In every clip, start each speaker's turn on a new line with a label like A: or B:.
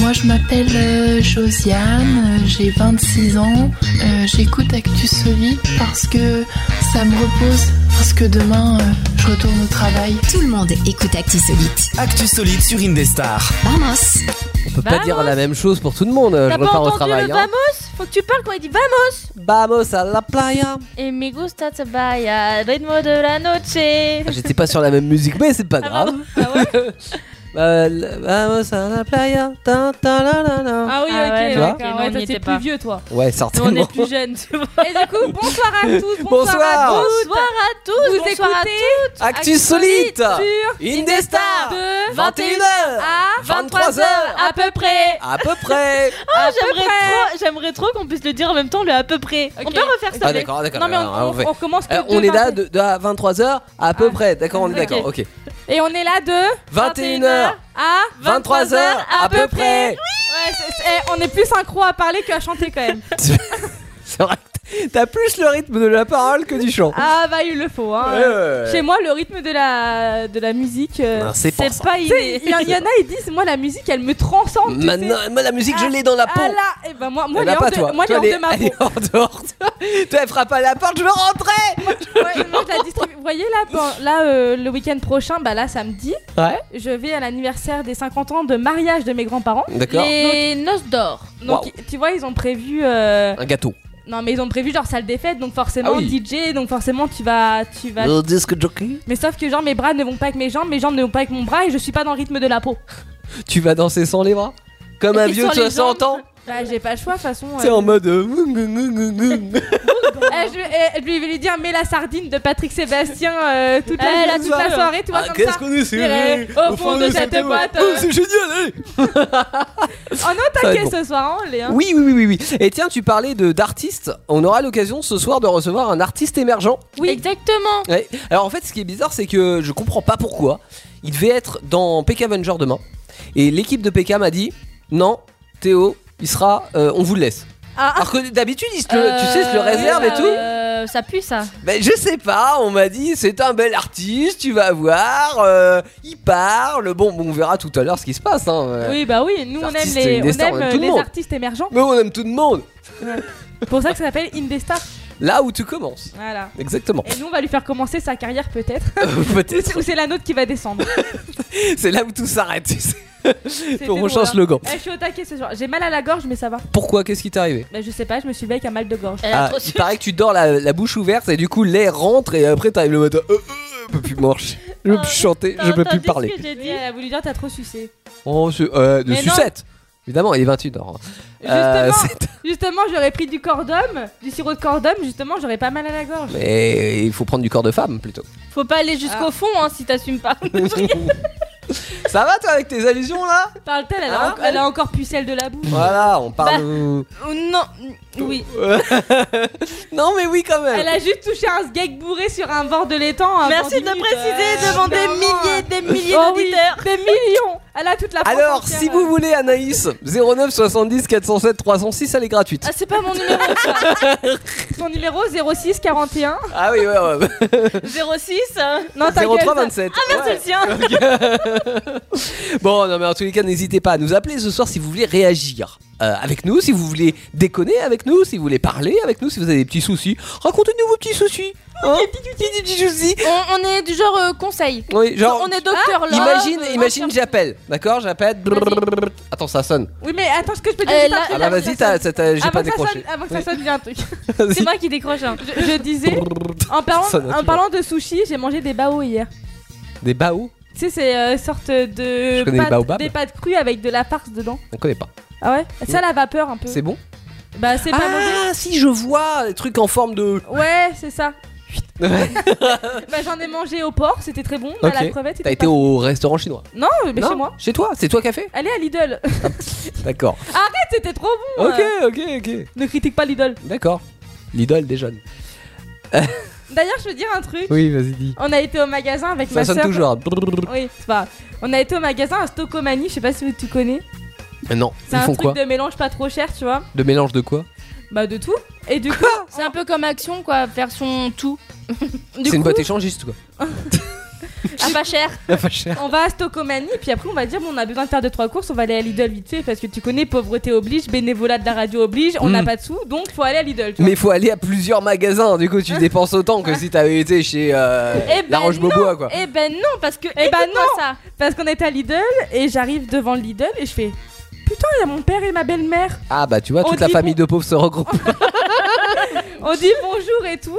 A: Moi, je m'appelle euh, Josiane, euh, j'ai 26 ans. Euh, J'écoute Actus Soli parce que ça me repose, parce que demain, euh, je retourne au travail.
B: Tout le monde écoute Actisolite.
C: Actu solide sur Indestar.
B: Vamos
D: On peut pas
E: Vamos.
D: dire la même chose pour tout le monde. Je
E: T'as pas
D: repars au
E: entendu
D: travail.
E: le
D: hein.
E: vamos Faut que tu parles quand il dit vamos
D: Vamos à la playa.
E: Et me gusta tabaya, ritmo de la noche
D: Ah, J'étais pas sur la même musique, mais c'est pas
E: Ah,
D: grave.
E: pardon. Ah ouais
D: Euh, le- Vamos à la playa. Ta, ta, la, la, la.
F: Ah oui,
E: Ah
F: ok,
E: ouais,
D: Tu vois
F: d'accord,
E: Non, on
F: ouais,
E: n'y
F: toi,
E: était
F: t'es
E: pas.
F: plus vieux, toi.
D: Ouais,
F: Nous, on
D: certainement.
F: est plus jeunes, tu vois. Et du coup, bonsoir à tous,
D: Bonsoir.
F: bonsoir, à tous.
E: Bonsoir à tous,
F: Vous
E: bonsoir à
F: écoutez
E: tous
D: Actu solide.
F: sur
D: Indestar.
F: de
D: 21h.
F: à
D: 23h.
F: à peu près.
D: À peu près.
E: Ah, j'aimerais trop, j'aimerais trop qu'on puisse le dire en même temps, le à peu près. On
F: Ok.
E: peut refaire ça
D: Ah,
E: mais-
D: d'accord, d'accord.
F: Non mais on,
D: alors,
F: on-
D: fait-
F: on commence que
D: Euh,
F: de
D: on est là
F: 20.
D: de, de à 23h à peu près. D'accord, on est
F: ok.
D: d'accord. Ok.
F: Et on est là de
D: 21h.
F: à
D: 23h à peu près.
F: Ouais, c'est- c'est- eh, on est plus synchro à parler qu'à chanter quand même.
D: C'est vrai que t'as plus le rythme de la parole que du chant.
F: Ah bah il le faut hein.
D: Ouais, ouais, ouais.
F: Chez moi le rythme de la de la musique euh,
D: Non, c'est pour ça.
F: pas il il y, en- il y en a ils disent moi la musique elle me transcende. tu sais.
D: Maintenant, moi, la musique, je l'ai dans la peau.
F: Ah là, et ben moi moi
D: Elle
F: elle est
D: l'a
F: hors
D: pas,
F: de-
D: toi.
F: moi elle est
D: Toi,
F: hors de ma
D: elle est-
F: peau.
D: elle est hors dehors. Toi, elle frappe à la porte, je veux rentrer.
F: Ouais, moi, je la distribue. Vous voyez là, bon, là euh, le week-end prochain, bah là samedi,
D: Ouais.
F: je vais à l'anniversaire des 50 ans de mariage de mes grands-parents.
D: D'accord.
E: Les noces d'or.
F: Donc
D: Waouh.
F: tu vois, ils ont prévu. euh,
D: Un gâteau.
F: Non, mais ils ont prévu genre salle des fêtes, donc forcément
D: Ah oui.
F: DJ, donc forcément tu vas, tu vas.
D: Le disque jockey.
F: Mais sauf que genre mes bras ne vont pas avec mes jambes, mes jambes ne vont pas avec mon bras et je suis pas dans le rythme de la peau.
D: Tu vas danser sans les bras. Comme un
E: Et
D: vieux de
E: sans les
D: 60 ans.
F: Bah j'ai pas le choix de toute façon.
D: C'est
F: euh.
D: en mode. euh,
F: Eh, je, eh, je lui vais lui dire mets la sardine de Patrick Sébastien euh, toute, la,
E: Eh, là,
F: toute la soirée, tu vois
D: Ah,
F: comme
D: Qu'est-ce
F: ça.
D: qu'on est
F: J'irai
D: serré
F: au fond de cette boîte,
D: Oh,
F: euh.
D: C'est génial, allez
F: Oh non
D: va
F: t'inquiète
D: être
F: ce soir, hein, Léa.
D: Oui, oui, oui, oui, oui. Et tiens, tu parlais de d'artistes. On aura l'occasion ce soir de recevoir un artiste émergent.
E: Oui, exactement.
D: Ouais. Alors en fait, ce qui est bizarre, c'est que je comprends pas pourquoi. Il devait être dans PK Avenger demain. Et l'équipe de PK m'a dit Non, Théo, il sera. euh, on vous le laisse.
F: Ah, Euh, bah ah,
D: Alors que d'habitude, ils se le- tu sais, je le réserve et tout.
E: tout. Euh, Ça pue ça.
D: Ben je sais pas, on m'a dit c'est un bel artiste, tu vas voir, euh, il parle. Bon, bon, on verra tout à l'heure ce qui se passe. Hein, euh.
F: Oui, bah oui, nous on aime
D: Artistes
F: les, on
D: Indestar, on
F: aime
D: aime tout le
F: les
D: monde.
F: artistes émergents.
D: Mais on aime tout le monde.
F: Pour ça que ça s'appelle Indestar.
D: Là où tu commences.
F: Voilà.
D: Exactement.
F: Et nous on va lui faire commencer sa carrière peut-être. Ou
D: Peut-être.
F: c'est- Ou c'est la nôtre qui va descendre.
D: C'est là où tout s'arrête. tu sais.
F: C'était
D: Pour
F: drôle,
D: on change
F: hein.
D: le gant.
F: Eh, je suis au taquet ce soir. J'ai mal à la gorge, mais ça va.
D: Pourquoi Qu'est-ce qui t'est arrivé
F: Bah, je sais pas, je me suis levée avec un mal de gorge.
E: Elle a
D: Ah,
E: trop
D: il
E: su.
D: paraît que tu dors la, la bouche ouverte et du coup l'air rentre et après t'arrives le matin. Euh, euh, je peux plus manger, je
E: Ah,
D: peux plus chanter, je peux plus parler.
F: Oui, elle a voulu dire t'as trop sucé.
D: Oh, c'est- euh, de
E: Mais non.
D: sucette Évidemment, il est 28 heures. Euh,
F: Justement,
D: c'est-
F: justement j'aurais pris du cordum, du sirop de cordum, justement, j'aurais pas mal à la gorge. Ah.
D: Mais il faut prendre du corps de femme plutôt.
E: Faut pas aller jusqu'au fond hein, si t'assumes pas.
D: Ça va toi avec tes allusions là
F: Parle-t-elle, elle,
D: Ah,
F: a en- elle a encore pu celle de la boue.
D: Voilà, on parle.
E: Oh, non, oui.
D: non mais oui quand même.
F: Elle a juste touché un sgeg bourré sur un bord de l'étang. hein, avant
E: Merci
F: 10
E: de
F: minutes.
E: préciser
F: Euh,
E: devant des
F: vraiment,
E: milliers, des milliers
F: Oh oui,
E: d'auditeurs.
F: des millions. Elle a toute la France
D: Alors,
F: entière,
D: si
F: euh.
D: vous voulez Anaïs, 09 70 407 306, elle est gratuite.
E: Ah, c'est pas mon numéro
F: Son numéro 06 41.
D: Ah oui, ouais, ouais.
E: 06. hein.
F: Non, ta gueule,
D: 03
F: ça.
D: 27.
E: Ah, Merci le tien.
D: Bon, non, mais en tous les cas, n'hésitez pas à nous appeler ce soir si vous voulez réagir euh, avec nous, si vous voulez déconner avec nous, si vous voulez parler avec nous, si vous avez des petits soucis. Racontez-nous vos petits soucis. Hein petits, petits soucis.
E: On, on est du genre euh, conseil.
D: Oui, genre.
E: on est docteur là.
D: Imagine,
E: euh,
F: hein.
D: imagine j'appelle, d'accord J'appelle. brrrr. Attends, ça sonne.
F: Oui, mais attends, ce que je peux dire.
E: Euh,
F: juste
E: là-
F: après,
D: Ah bah
F: là,
D: vas-y,
F: ça
D: t'as-
F: sonne.
D: t'as- t'as- j'ai
F: Avant
D: pas
F: que ça
D: décroché.
F: sonne- Ah, Avant que ça sonne, j'ai un truc.
E: C'est
D: Vas-y.
E: moi qui décroche. hein.
F: Je, je disais, en parlant,
D: Ça n'a
F: en parlant de sushi, j'ai mangé des bao hier.
D: Des baos
F: Tu sais, c'est euh, sorte de
D: Je connais les
F: pâtes-
D: baobabs.
F: des pâtes crues avec de la farce dedans.
D: On connaît pas.
F: Ah ouais Ça, la vapeur un peu.
D: C'est bon
F: Bah, c'est pas mauvais.
D: Ah, si, je vois des trucs en forme de.
F: Ouais, c'est ça. bah, j'en ai mangé au porc, c'était très bon. Bah,
D: Ok.
F: la crevette,
D: T'as
F: c'était
D: été
F: pas-
D: au restaurant chinois
F: Non, mais
D: Non
F: chez moi.
D: Chez toi C'est toi qui as fait
F: Allez à Lidl.
D: D'accord.
F: c'était trop bon.
D: Ok,
F: euh.
D: ok, ok.
F: Ne critique pas Lidl.
D: D'accord. L'idole des jeunes.
F: D'ailleurs, je veux dire un truc.
D: Oui, vas-y, dis.
F: On a été au magasin avec
D: Ça
F: ma
D: sonne
F: sœur.
D: toujours.
F: Oui, c'est pas. On a été au magasin à Stokomani, je sais pas si tu connais.
D: Mais non,
F: C'est
D: ils
F: un
D: font quoi
F: truc de mélange pas trop cher, tu vois.
D: De mélange de quoi
F: Bah de tout. Et du coup,
E: C'est un peu comme action quoi, version tout.
D: C'est une boîte échangiste quoi.
E: Ah, pas cher.
D: Pas cher.
F: On va à Stocomanie, puis après on va dire bon, on a besoin de faire deux trois courses, on va aller à Lidl vite fait parce que tu connais pauvreté oblige, bénévolat de la radio oblige, on
D: Mm.
F: n'a pas de sous, donc faut aller à Lidl. tu vois.
D: Mais il faut aller à plusieurs magasins, du coup tu dépenses autant que si t'avais été chez euh,
E: Ah. Eh ben
D: La Roche-Bobois quoi.
E: Eh ben non, parce que.
F: Eh ben
E: écoute-moi
F: non.
E: ça.
F: Parce qu'on est à Lidl et j'arrive devant le Lidl et je fais putain, il y a mon père et ma belle-mère.
D: Ah bah tu vois,
F: On
D: toute la
F: dit
D: famille de pauvres se regroupe.
F: On dit bonjour et tout.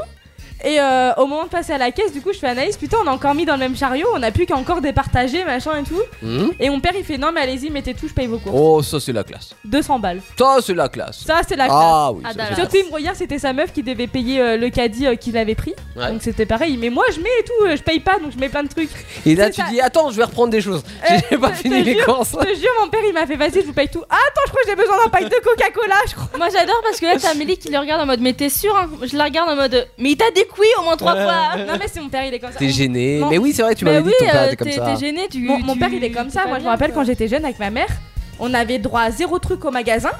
F: Et euh, au moment de passer à la caisse, du coup, je fais analyse. Putain, on a encore mis dans le même chariot, on a plus qu'à encore départager, machin et tout.
D: Hmm
F: Et mon père, il fait non, mais allez-y, mettez tout, je paye vos courses.
D: oh ça c'est la classe.
F: 200 balles.
D: Ça c'est la classe.
F: Ça, c'est la classe.
D: ah oui.
E: Ah,
D: ça,
E: dalle.
D: c'est la
F: Surtout, il me regarde, c'était sa meuf qui devait payer euh, le caddie euh, qu'il avait pris.
D: Ouais.
F: Donc c'était pareil. Mais moi, je mets et tout, euh, je paye pas, donc je mets plein de trucs.
D: classe. Et là
F: c'est
D: tu
F: ça.
D: dis attends, je vais reprendre des choses.
F: Eh,
D: J'ai pas
F: je te
D: fini les
F: jure.
D: courses.
F: Je te jure, mon père, il m'a fait vas-y, je vous paye tout. Ah, attends, je crois que j'ai besoin d'un pack de Coca-Cola, je crois.
E: Moi j'adore parce que là t'as Amélie qui le regarde en mode mais t'es sûr hein Je la regarde en mode mais il t'a découi au moins trois
D: Ouais.
E: fois. hein.
F: Ah. Non, mais c'est mon père, il est comme ça.
D: T'es gêné.
F: Mon-
D: Mais oui c'est vrai, tu
E: Mais
D: m'avais dit que
E: oui,
D: ton père
E: euh,
D: était comme
E: t'es
D: ça.
E: t'es gêné. Tu,
F: Mon, mon
E: tu-
F: père, il est comme ça.
E: t'es pas
F: Moi, je me
E: bien,
F: rappelle
E: quoi.
F: quand j'étais jeune avec ma mère, on avait droit à zéro truc au magasin.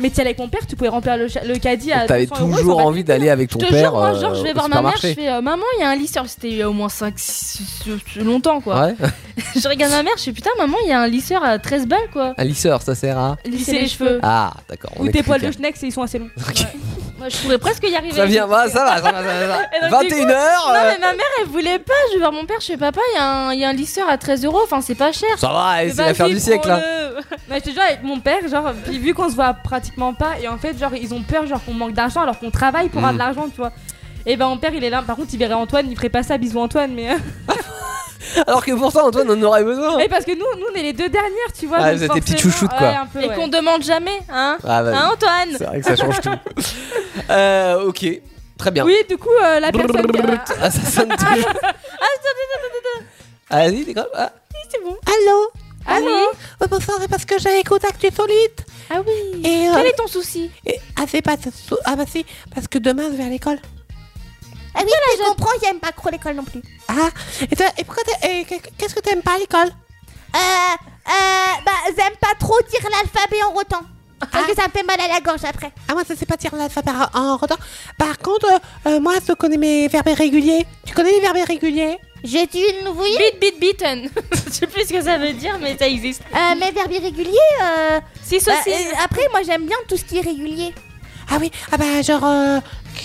F: mais tu allais avec mon père, tu pouvais remplir le, cha- le caddie à
D: T'avais
F: 200 euros, ils
D: toujours
F: sont pas-
D: envie d'aller avec ton
E: Je te
D: père
E: jure, moi, genre,
D: euh,
E: je vais
D: au
E: voir ma mère, je
D: supermarché.
E: fais euh, Maman, il y a un lit sur. C'était il y a au moins 5, 6, longtemps quoi.
D: Ouais.
E: Je regarde ma mère, je fais putain, maman, il y a un lisseur à 13 balles quoi.
D: Un lisseur, ça sert à.
E: Lisser les cheveux.
D: Ah d'accord. on
F: Ou tes
D: explique,
F: poils
D: hein.
F: de schneck, ils sont assez longs.
E: Moi, je pourrais presque y arriver.
D: Ça vient, voilà, ça va, ça va, ça va.
E: Et donc, du
D: 21 heures.
E: Non,
D: euh,
E: mais ma mère, elle voulait pas. Je vais voir mon père, je fais papa, il y, a un- il y a un lisseur à 13 euros. Enfin, c'est pas cher.
D: Ça va, eh,
E: Mais
D: c'est
E: vas-y,
D: l'affaire du siècle. hein.
E: prends-le.
F: Non, j'étais genre avec mon père, genre, puis vu qu'on se voit pratiquement pas, et en fait, genre, ils ont peur, genre, qu'on manque d'argent alors qu'on travaille pour avoir
D: Mm.
F: de l'argent, tu vois. Et ben, mon père, il est là. Par contre, il verrait Antoine, il ferait pas ça, bisous Antoine, mais. euh,
D: Alors que pourtant, Antoine en aurait besoin.
F: Mais parce que nous, nous, on est les deux dernières, tu vois.
D: Oh. Ah,
F: donc
D: vous êtes les petites
F: forcément-
D: chouchoutes, quoi.
F: Ouais, un peu,
E: Et
F: ouais.
E: qu'on demande jamais, hein
D: Ah, vas-y.
E: Hein, Antoine
D: C'est vrai que ça change tout. Euh, ok, très bien.
F: Oui, du coup, euh, la personne. qui-
D: Brrrr.
F: Ah,
D: Ah, ça sonne toujours. Vas-y, t'es grave. Ah.
F: c'est bon.
G: Allô
F: Ah
G: Allô
F: oui.
G: Oui, Bonsoir, c'est parce que j'ai écouté Actu Solide.
E: Ah oui
G: Et, euh,
E: Quel est ton souci
G: et- ah, c'est pas... Ah bah si, parce que demain, je vais à l'école. Ah oui, je comprends, j'aime pas trop l'école non plus. Ah, et, t'as- et pourquoi t'as- et qu'est- qu'est-ce que t'aimes pas à l'école
H: Euh, euh, bah, j'aime pas trop dire l'alphabet en rotant. Parce que ça me fait mal à la gorge après.
G: Ah moi, ça c'est pas tirer l'alphabet en- en retard. Par contre, euh, euh, moi, je connais mes verbes irréguliers. Tu connais les verbes irréguliers
H: J'ai dû le nouveau.
E: Beat, beat, beaten Je sais plus ce que ça veut dire, mais ça existe.
H: Euh, mes verbes irréguliers. Euh,
E: Si,
H: bah,
E: saucisse
H: euh, après, moi j'aime bien tout ce qui est régulier.
G: Ah oui, ah bah genre... euh,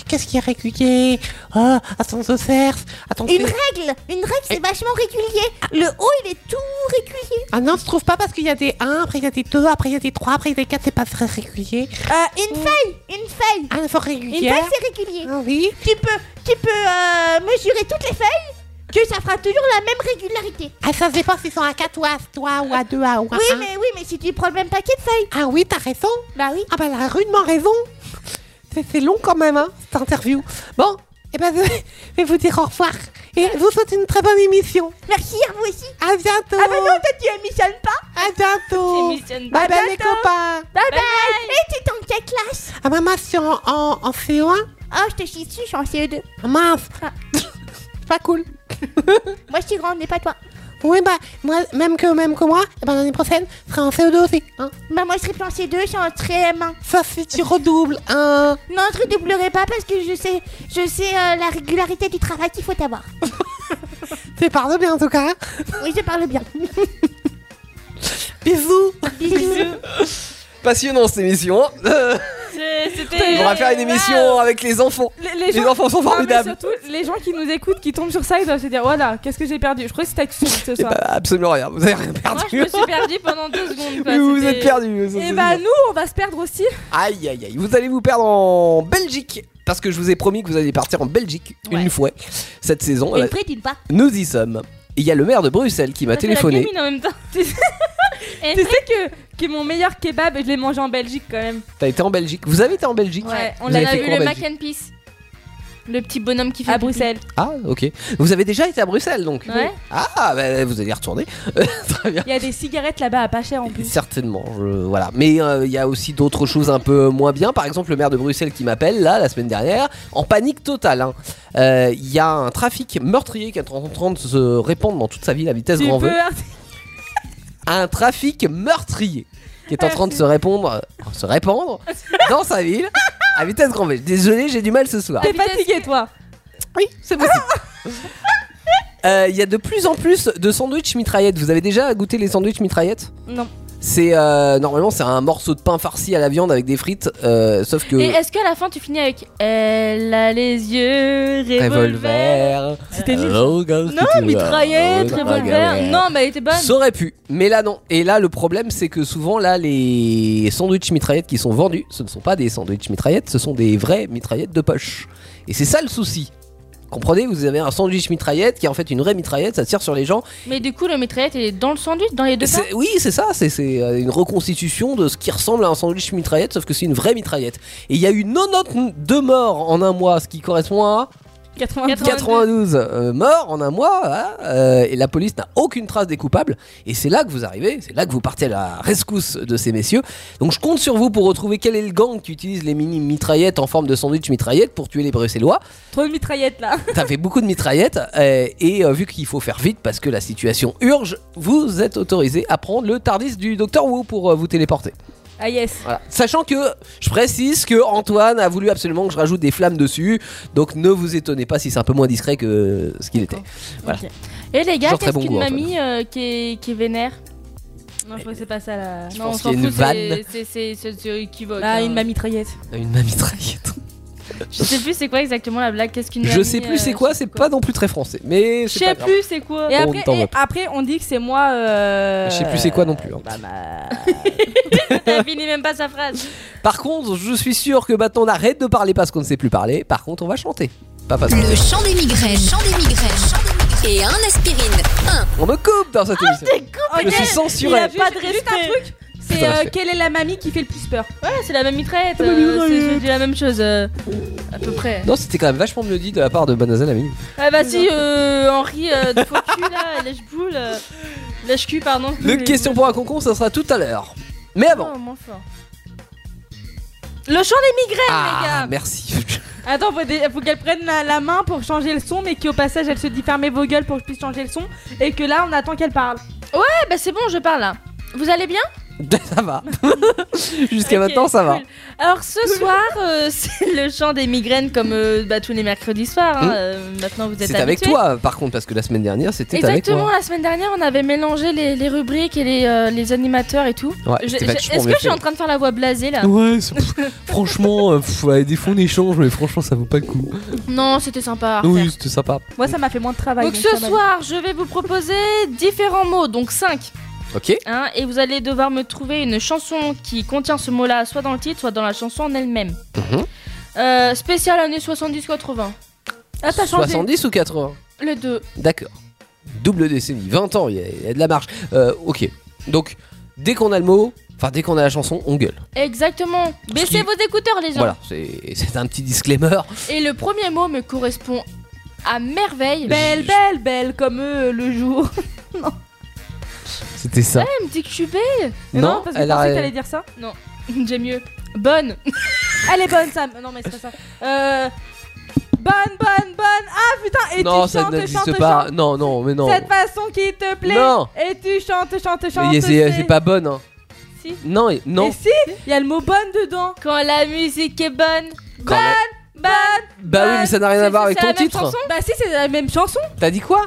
G: Qu'est-ce qui est régulier Oh, attends, je cherche. Attends,
H: Une
G: c'est-
H: règle. Une règle, c'est vachement régulier. Le haut, il est tout régulier.
G: Ah non, je trouve pas parce qu'il y a des 1, après il y a des 2, après il y a des 3, après il y a des 4, c'est pas très régulier.
H: Euh, une feuille. Une feuille.
G: Ah, faut
H: Une
G: régulier.
H: feuille, c'est régulier.
G: Ah oui.
H: Tu peux, tu peux euh, mesurer toutes les feuilles que ça fera toujours la même régularité.
G: Ah, ça se dépend s'ils sont à 4 ou à 3 ou à 2 ou à 1.
H: Oui, mais oui, mais si tu prends le même paquet de feuilles.
G: Ah oui, t'as raison.
H: ah. Bah oui.
G: Ah bah, la rudement raison. C'est- C'est long quand même, hein, cette interview. Bon, eh ben, je vais vous dire au revoir. Et je vous souhaite une très bonne émission.
H: Merci à vous aussi.
G: À bientôt.
H: Ah bah non, toi tu émissionnes pas.
G: À bientôt.
E: J'émissionne pas.
G: Bye bye, les copains.
H: Bye bye. Et tu t'es en quelle classe
G: Ah, maman, je suis en, en, en CE1.
H: Ah, je te chie dessus, je suis en CE2.
G: Ah, mince.
H: Ah.
G: C'est pas cool.
H: Moi, je suis grande, mais pas toi.
G: Oui, bah, moi, même que, même que moi, eh ben, l'année prochaine, je serai en CE2 aussi. Hein.
H: Bah, moi, je serais plus en CE2, je suis en CM1.
G: Ça, si tu redoubles, hein.
H: Non, je redoublerai pas parce que je sais, je sais euh, la régularité du travail qu'il faut avoir.
G: Tu parles bien, en tout cas.
H: Oui, je parle bien.
G: Bisous.
H: Bisous.
D: Passionnant cette émission. Euh,
E: C'est- C'était.
D: on va faire une émission avec les enfants.
F: Les,
D: Les,
F: les gens.
D: enfants sont
F: Non, mais
D: formidables.
F: surtout, les gens qui nous écoutent, qui tombent sur ça, ils doivent se dire voilà, qu'est-ce que j'ai perdu Je crois que c'était Actu Solide ce
D: Eh ben,
F: soir.
D: absolument rien, vous avez rien
E: Moi, je
D: perdu.
E: me suis perdue pendant deux secondes. quoi.
D: Mais vous vous
E: C'était-
D: êtes perdu. ça,
F: Et
D: c'est
F: bah,
D: sûr.
F: nous, on va se perdre aussi.
D: Aïe aïe aïe, vous allez vous perdre en Belgique. Parce que je vous ai promis que vous alliez partir en Belgique une fois cette saison.
H: Une
D: Eh ben,
H: vraie, d'une pas.
D: nous y sommes. Et Il y a le maire de Bruxelles qui m'a
E: Ça fait la
D: téléphoné.
E: gamine en même temps.
F: Tu sais que, que mon meilleur kebab, je l'ai mangé en Belgique quand même.
D: T'as été en Belgique Vous avez été en Belgique
E: Ouais, on
D: Vous avez
E: a
D: fait
E: vu
D: quoi en
E: le
D: Belgique
E: mac and peace. Le petit bonhomme qui fait.
F: À
E: pipi.
F: Bruxelles.
D: Ah, ok. Vous avez déjà été à Bruxelles donc
E: Ouais.
D: Ah, bah, vous allez y retourner. Très bien.
F: Il y a des cigarettes là-bas à pas cher en plus.
D: Certainement, je- voilà. Mais euh, il y a aussi d'autres choses un peu moins bien. Par exemple, le maire de Bruxelles qui m'appelle là la semaine dernière, en panique totale. hein. Euh, Il y a un trafic meurtrier qui est en train de se répandre dans toute sa ville à vitesse
F: Tu
D: grand
F: peux hein.
D: V. Un trafic meurtrier qui est en train de se répandre, euh, se répandre dans sa ville à vitesse grand V. Désolé, j'ai du mal ce soir.
F: T'es
E: vitesse-
F: fatigué toi.
D: Oui, c'est possible. Euh, Il y a de plus en plus de sandwichs mitraillettes. Vous avez déjà goûté les sandwichs mitraillettes
F: Non.
D: C'est euh, normalement c'est un morceau de pain farci à la viande avec des frites, euh, sauf que
E: Et est-ce qu'à la fin tu finis avec Elle a les yeux, revolver
D: revolver.
F: C'était nul.
D: Non,
E: Non, mitraillette,
D: Ah
E: revolver. Non, mais elle était bonne.
D: Ça aurait pu, mais là non. Et là, le problème, c'est que souvent, là, les sandwichs mitraillettes qui sont vendus, ce ne sont pas des sandwichs mitraillettes, ce sont des vraies mitraillettes de poche. Et c'est ça le souci. Comprenez, vous avez un sandwich mitraillette qui est en fait une vraie mitraillette, ça tire sur les gens.
E: Mais du coup, le mitraillette est dans le sandwich, dans les deux pains.
D: C'est- Oui, c'est ça, c'est- c'est euh, une reconstitution de ce qui ressemble à un sandwich mitraillette, sauf que c'est une vraie mitraillette. Et il y a eu 92 morts en un mois, ce qui correspond à
F: 92.
D: 92 euh, morts en un mois, hein, euh, et la police n'a aucune trace des coupables. Et c'est là que vous arrivez, c'est là que vous partez à la rescousse de ces messieurs. Donc je compte sur vous pour retrouver quel est le gang qui utilise les mini mitraillettes en forme de sandwich mitraillette pour tuer les Bruxellois.
F: Trop de mitraillettes là.
D: T'as fait beaucoup de mitraillettes, euh, et euh, vu qu'il faut faire vite parce que la situation urge, vous êtes autorisé à prendre le Tardis du Docteur Wu pour euh, vous téléporter.
F: Ah yes.
D: Voilà. Sachant que je précise que Antoine a voulu absolument que je rajoute des flammes dessus, donc ne vous étonnez pas si c'est un peu moins discret que ce qu'il était. Voilà.
E: Ok. Et les gars,
D: Toujours très
E: qu'est-ce
D: bon
E: qu'une
D: goût,
E: mamie euh, qui, est, qui est vénère
F: Non, je crois que c'est pas ça là.
D: Je
E: Non,
D: pense
E: on s'en
D: qu'il y a une
E: fout, c'est-
D: vanne. Ah,
E: c'est- C'est c'est- c'est équivoque.
F: Là,
E: hein.
F: une ma mitraillette.
D: Une mamie traillette.
E: Je sais plus c'est quoi exactement la blague. Qu'est-ce qu'une mamie
D: Je sais plus c'est
E: euh,
D: quoi, c'est pas non plus très français, mais
E: Je
D: c'est
E: sais
D: pas grave.
E: plus c'est quoi.
F: Et
D: On
F: après,
D: t'en
F: et
D: veut
F: après, on dit que c'est moi. euh,
D: Oh, Je sais plus c'est quoi non plus, hein.
F: Bah, ma-
E: T'as fini même pas sa phrase.
D: Par contre, je suis sûr que maintenant on arrête de parler parce qu'on ne sait plus parler. Par contre, on va chanter. Pas parce
B: Le
D: qu'on-
B: chant des migraines. Chant des migraines. Et un aspirine.
D: On me coupe dans
E: Ah,
D: cette émission. je suis
F: Il a
D: censuré.
F: pas de respect. un truc. C'est
D: Putain,
F: euh,
D: c'est-
F: quelle est la mamie qui fait le plus peur
E: Ouais, Ah, c'est la même mitraillette. euh, C'est c'est la même chose. euh, à peu près.
D: Non, c'était quand même vachement mieux dit de la part de Mademoiselle Amine.
E: Ah bah si, euh, Henri euh, de faux cul là, lèche-boule. euh, Lèche-cul, pardon.
D: Le question pour un concon, ça sera tout à l'heure. Mais avant.
E: Oh, moins fort. Le chant des migraines, les
D: Ah,
E: gars.
D: merci.
F: Attends, faut, dé- faut qu'elle prenne la, la main pour changer le son, mais qu'au passage elle se dit fermez vos gueules pour que je puisse changer le son, et que là on attend qu'elle parle.
E: Ah bah c'est bon, je parle là. Vous allez bien
D: ça va. Jusqu'à
E: Ok,
D: maintenant, ça va.
E: cool. Alors ce soir, euh, c'est le chant des migraines comme euh, bah, tous les mercredis soirs. hein,
D: Mm.
E: euh, maintenant vous êtes
D: C'est avec
E: habitués.
D: toi, par contre, parce que la semaine dernière, c'était avec
E: Exactement,
D: moi.
E: la semaine dernière, on avait mélangé les, les rubriques et les, euh, les animateurs et tout.
D: Ouais,
E: Je-
D: c'était
E: je-
D: vachement
E: Est-ce que
D: bien
E: je suis
D: fait.
E: en train de faire la voix blasée là
D: Ouais, c'est- pff, franchement, euh, pff, ouais, des fonds d'échange, mais franchement, ça vaut pas le coup.
E: Non, c'était sympa. à refaire.
D: Oui, c'était sympa.
F: Moi ça m'a fait moins de travail.
E: Donc
F: donc
E: ce
F: ça va.
E: soir, je vais vous proposer différents mots, donc 5.
D: Ok.
E: hein, et vous allez devoir me trouver une chanson qui contient ce mot-là, soit dans le titre, soit dans la chanson en elle-même.
D: Mhm.
E: Euh, spécial année 70-80.
F: Ah, t'as changé.
D: 70 ou 80
E: Le 2.
D: D'accord. Double décennie, 20 ans, il y, a- il y a de la marche. Euh, ok. Donc, dès qu'on a le mot, enfin, dès qu'on a la chanson, on gueule.
E: Exactement. Baissez
D: qui-
E: vos écouteurs, les gens.
D: Voilà, c'est c'est un petit disclaimer.
E: Et le premier mot me correspond à merveille.
F: Belle, belle, belle comme eux le jour.
D: C'était ça.
E: Elle me dit que je suis belle.
F: Mais
D: non,
F: parce que je
D: elle
F: pensais que
D: a.
F: t'allais dire ça.
E: J'aime mieux. Bonne.
F: Elle est bonne Sam. Non mais c'est pas ça. Euh, bonne, bonne, bonne. Ah putain, et
D: Non,
F: tu
D: ça
F: chantes,
D: n'existe
F: chantes,
D: pas.
F: chantes.
D: Non, non, mais non.
F: Cette façon qui te plaît.
D: Non.
F: Et tu chantes, chantes, chantes.
D: Mais C'est c'est pas bonne. Hein.
F: Si.
D: Non, et- non.
F: Et si, il y a le mot bonne dedans.
E: Quand la musique est bonne.
D: Quand la-
F: Bonne.
D: Bah oui, mais ça n'a rien à
E: C'est-
D: voir
E: c'est
D: avec
E: la
D: ton
E: même
D: titre.
E: chanson
F: Bah si, c'est la même chanson.
D: T'as dit quoi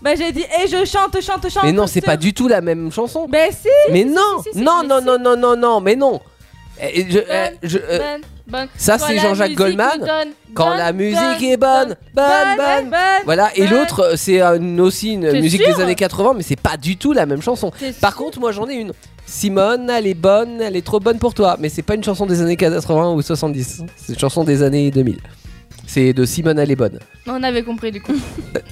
F: Bah j'ai dit et je chante, chante, chante.
D: Mais non, c'est pas du tout la même chanson.
F: Bah si.
D: Mais non,
E: si, si,
D: non,
E: mais
D: non,
E: si.
D: non, non, non, non, mais non. Eh, eh, je- eh, je- euh,
E: Bonne. Bonne.
D: ça,
E: Quand
D: c'est
E: la
D: Jean-Jacques
E: musique
D: Goldman.
E: est bonne,
D: Quand
E: bonne,
D: la musique
E: bonne,
D: est bonne, bonne, bonne.
F: bonne.
D: Voilà, et
E: bonne.
D: l'autre, euh, c'est euh, une- aussi une
E: T'es
D: musique
E: sûr
D: des années 80, mais c'est pas du tout la même chanson.
E: T'es
D: Par
E: sûr
D: contre, moi j'en ai une. Simone, elle est bonne, elle est trop bonne pour toi, mais c'est pas une chanson des années 80 ou 70, c'est une chanson des années 2000. C'est de Simone, elle est bonne.
E: Ben, On avait compris du coup.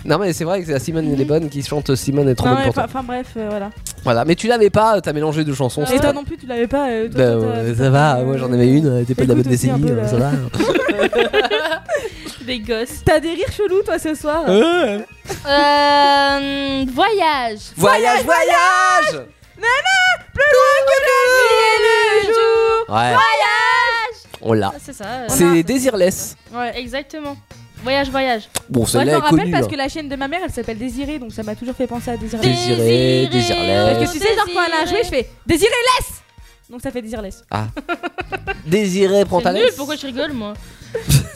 D: Non, mais c'est vrai que c'est la Simone, elle est bonne qui chante Simone est trop
E: Ah
F: Non,
D: bonne
F: mais
D: pour
F: enfin,
D: toi.
F: enfin, bref, euh, voilà.
D: Voilà, mais tu l'avais pas, euh, t'as mélangé deux chansons.
E: Ah
F: et
D: c'est
F: toi
D: pas-
F: non plus, tu l'avais pas. euh, toi,
D: Bah,
F: toi,
D: ouais,
F: toi,
D: ça
F: toi,
D: va,
F: euh,
D: moi j'en avais une, euh, t'es pas de la bonne
F: écoute aussi un
D: décennie,
F: peu,
D: euh,
F: là.
D: ça va.
E: Des gosses.
F: T'as des rires chelous toi ce soir.
D: Euh,
E: Euh, voyage.
D: Voyage, voyage
F: le jour.
D: Ouais. On l'a.
E: Ah, c'est ça. euh.
D: C'est Désirless.
E: Ouais, exactement. Voyage, voyage.
D: Bon,
F: Moi je
D: celle-là
F: m'en
D: est
F: rappelle
D: connue.
F: parce
D: hein.
F: que la chaîne de ma mère elle s'appelle Désirée donc ça m'a toujours fait penser à Désirée.
D: Désirée, Désiré, désirless.
F: Parce que tu sais genre quand elle a joué je fais Désirée laisse. Donc ça fait Désireless.
D: Désiré, prends ta
E: C'est nul,
D: laisse.
E: pourquoi je rigole moi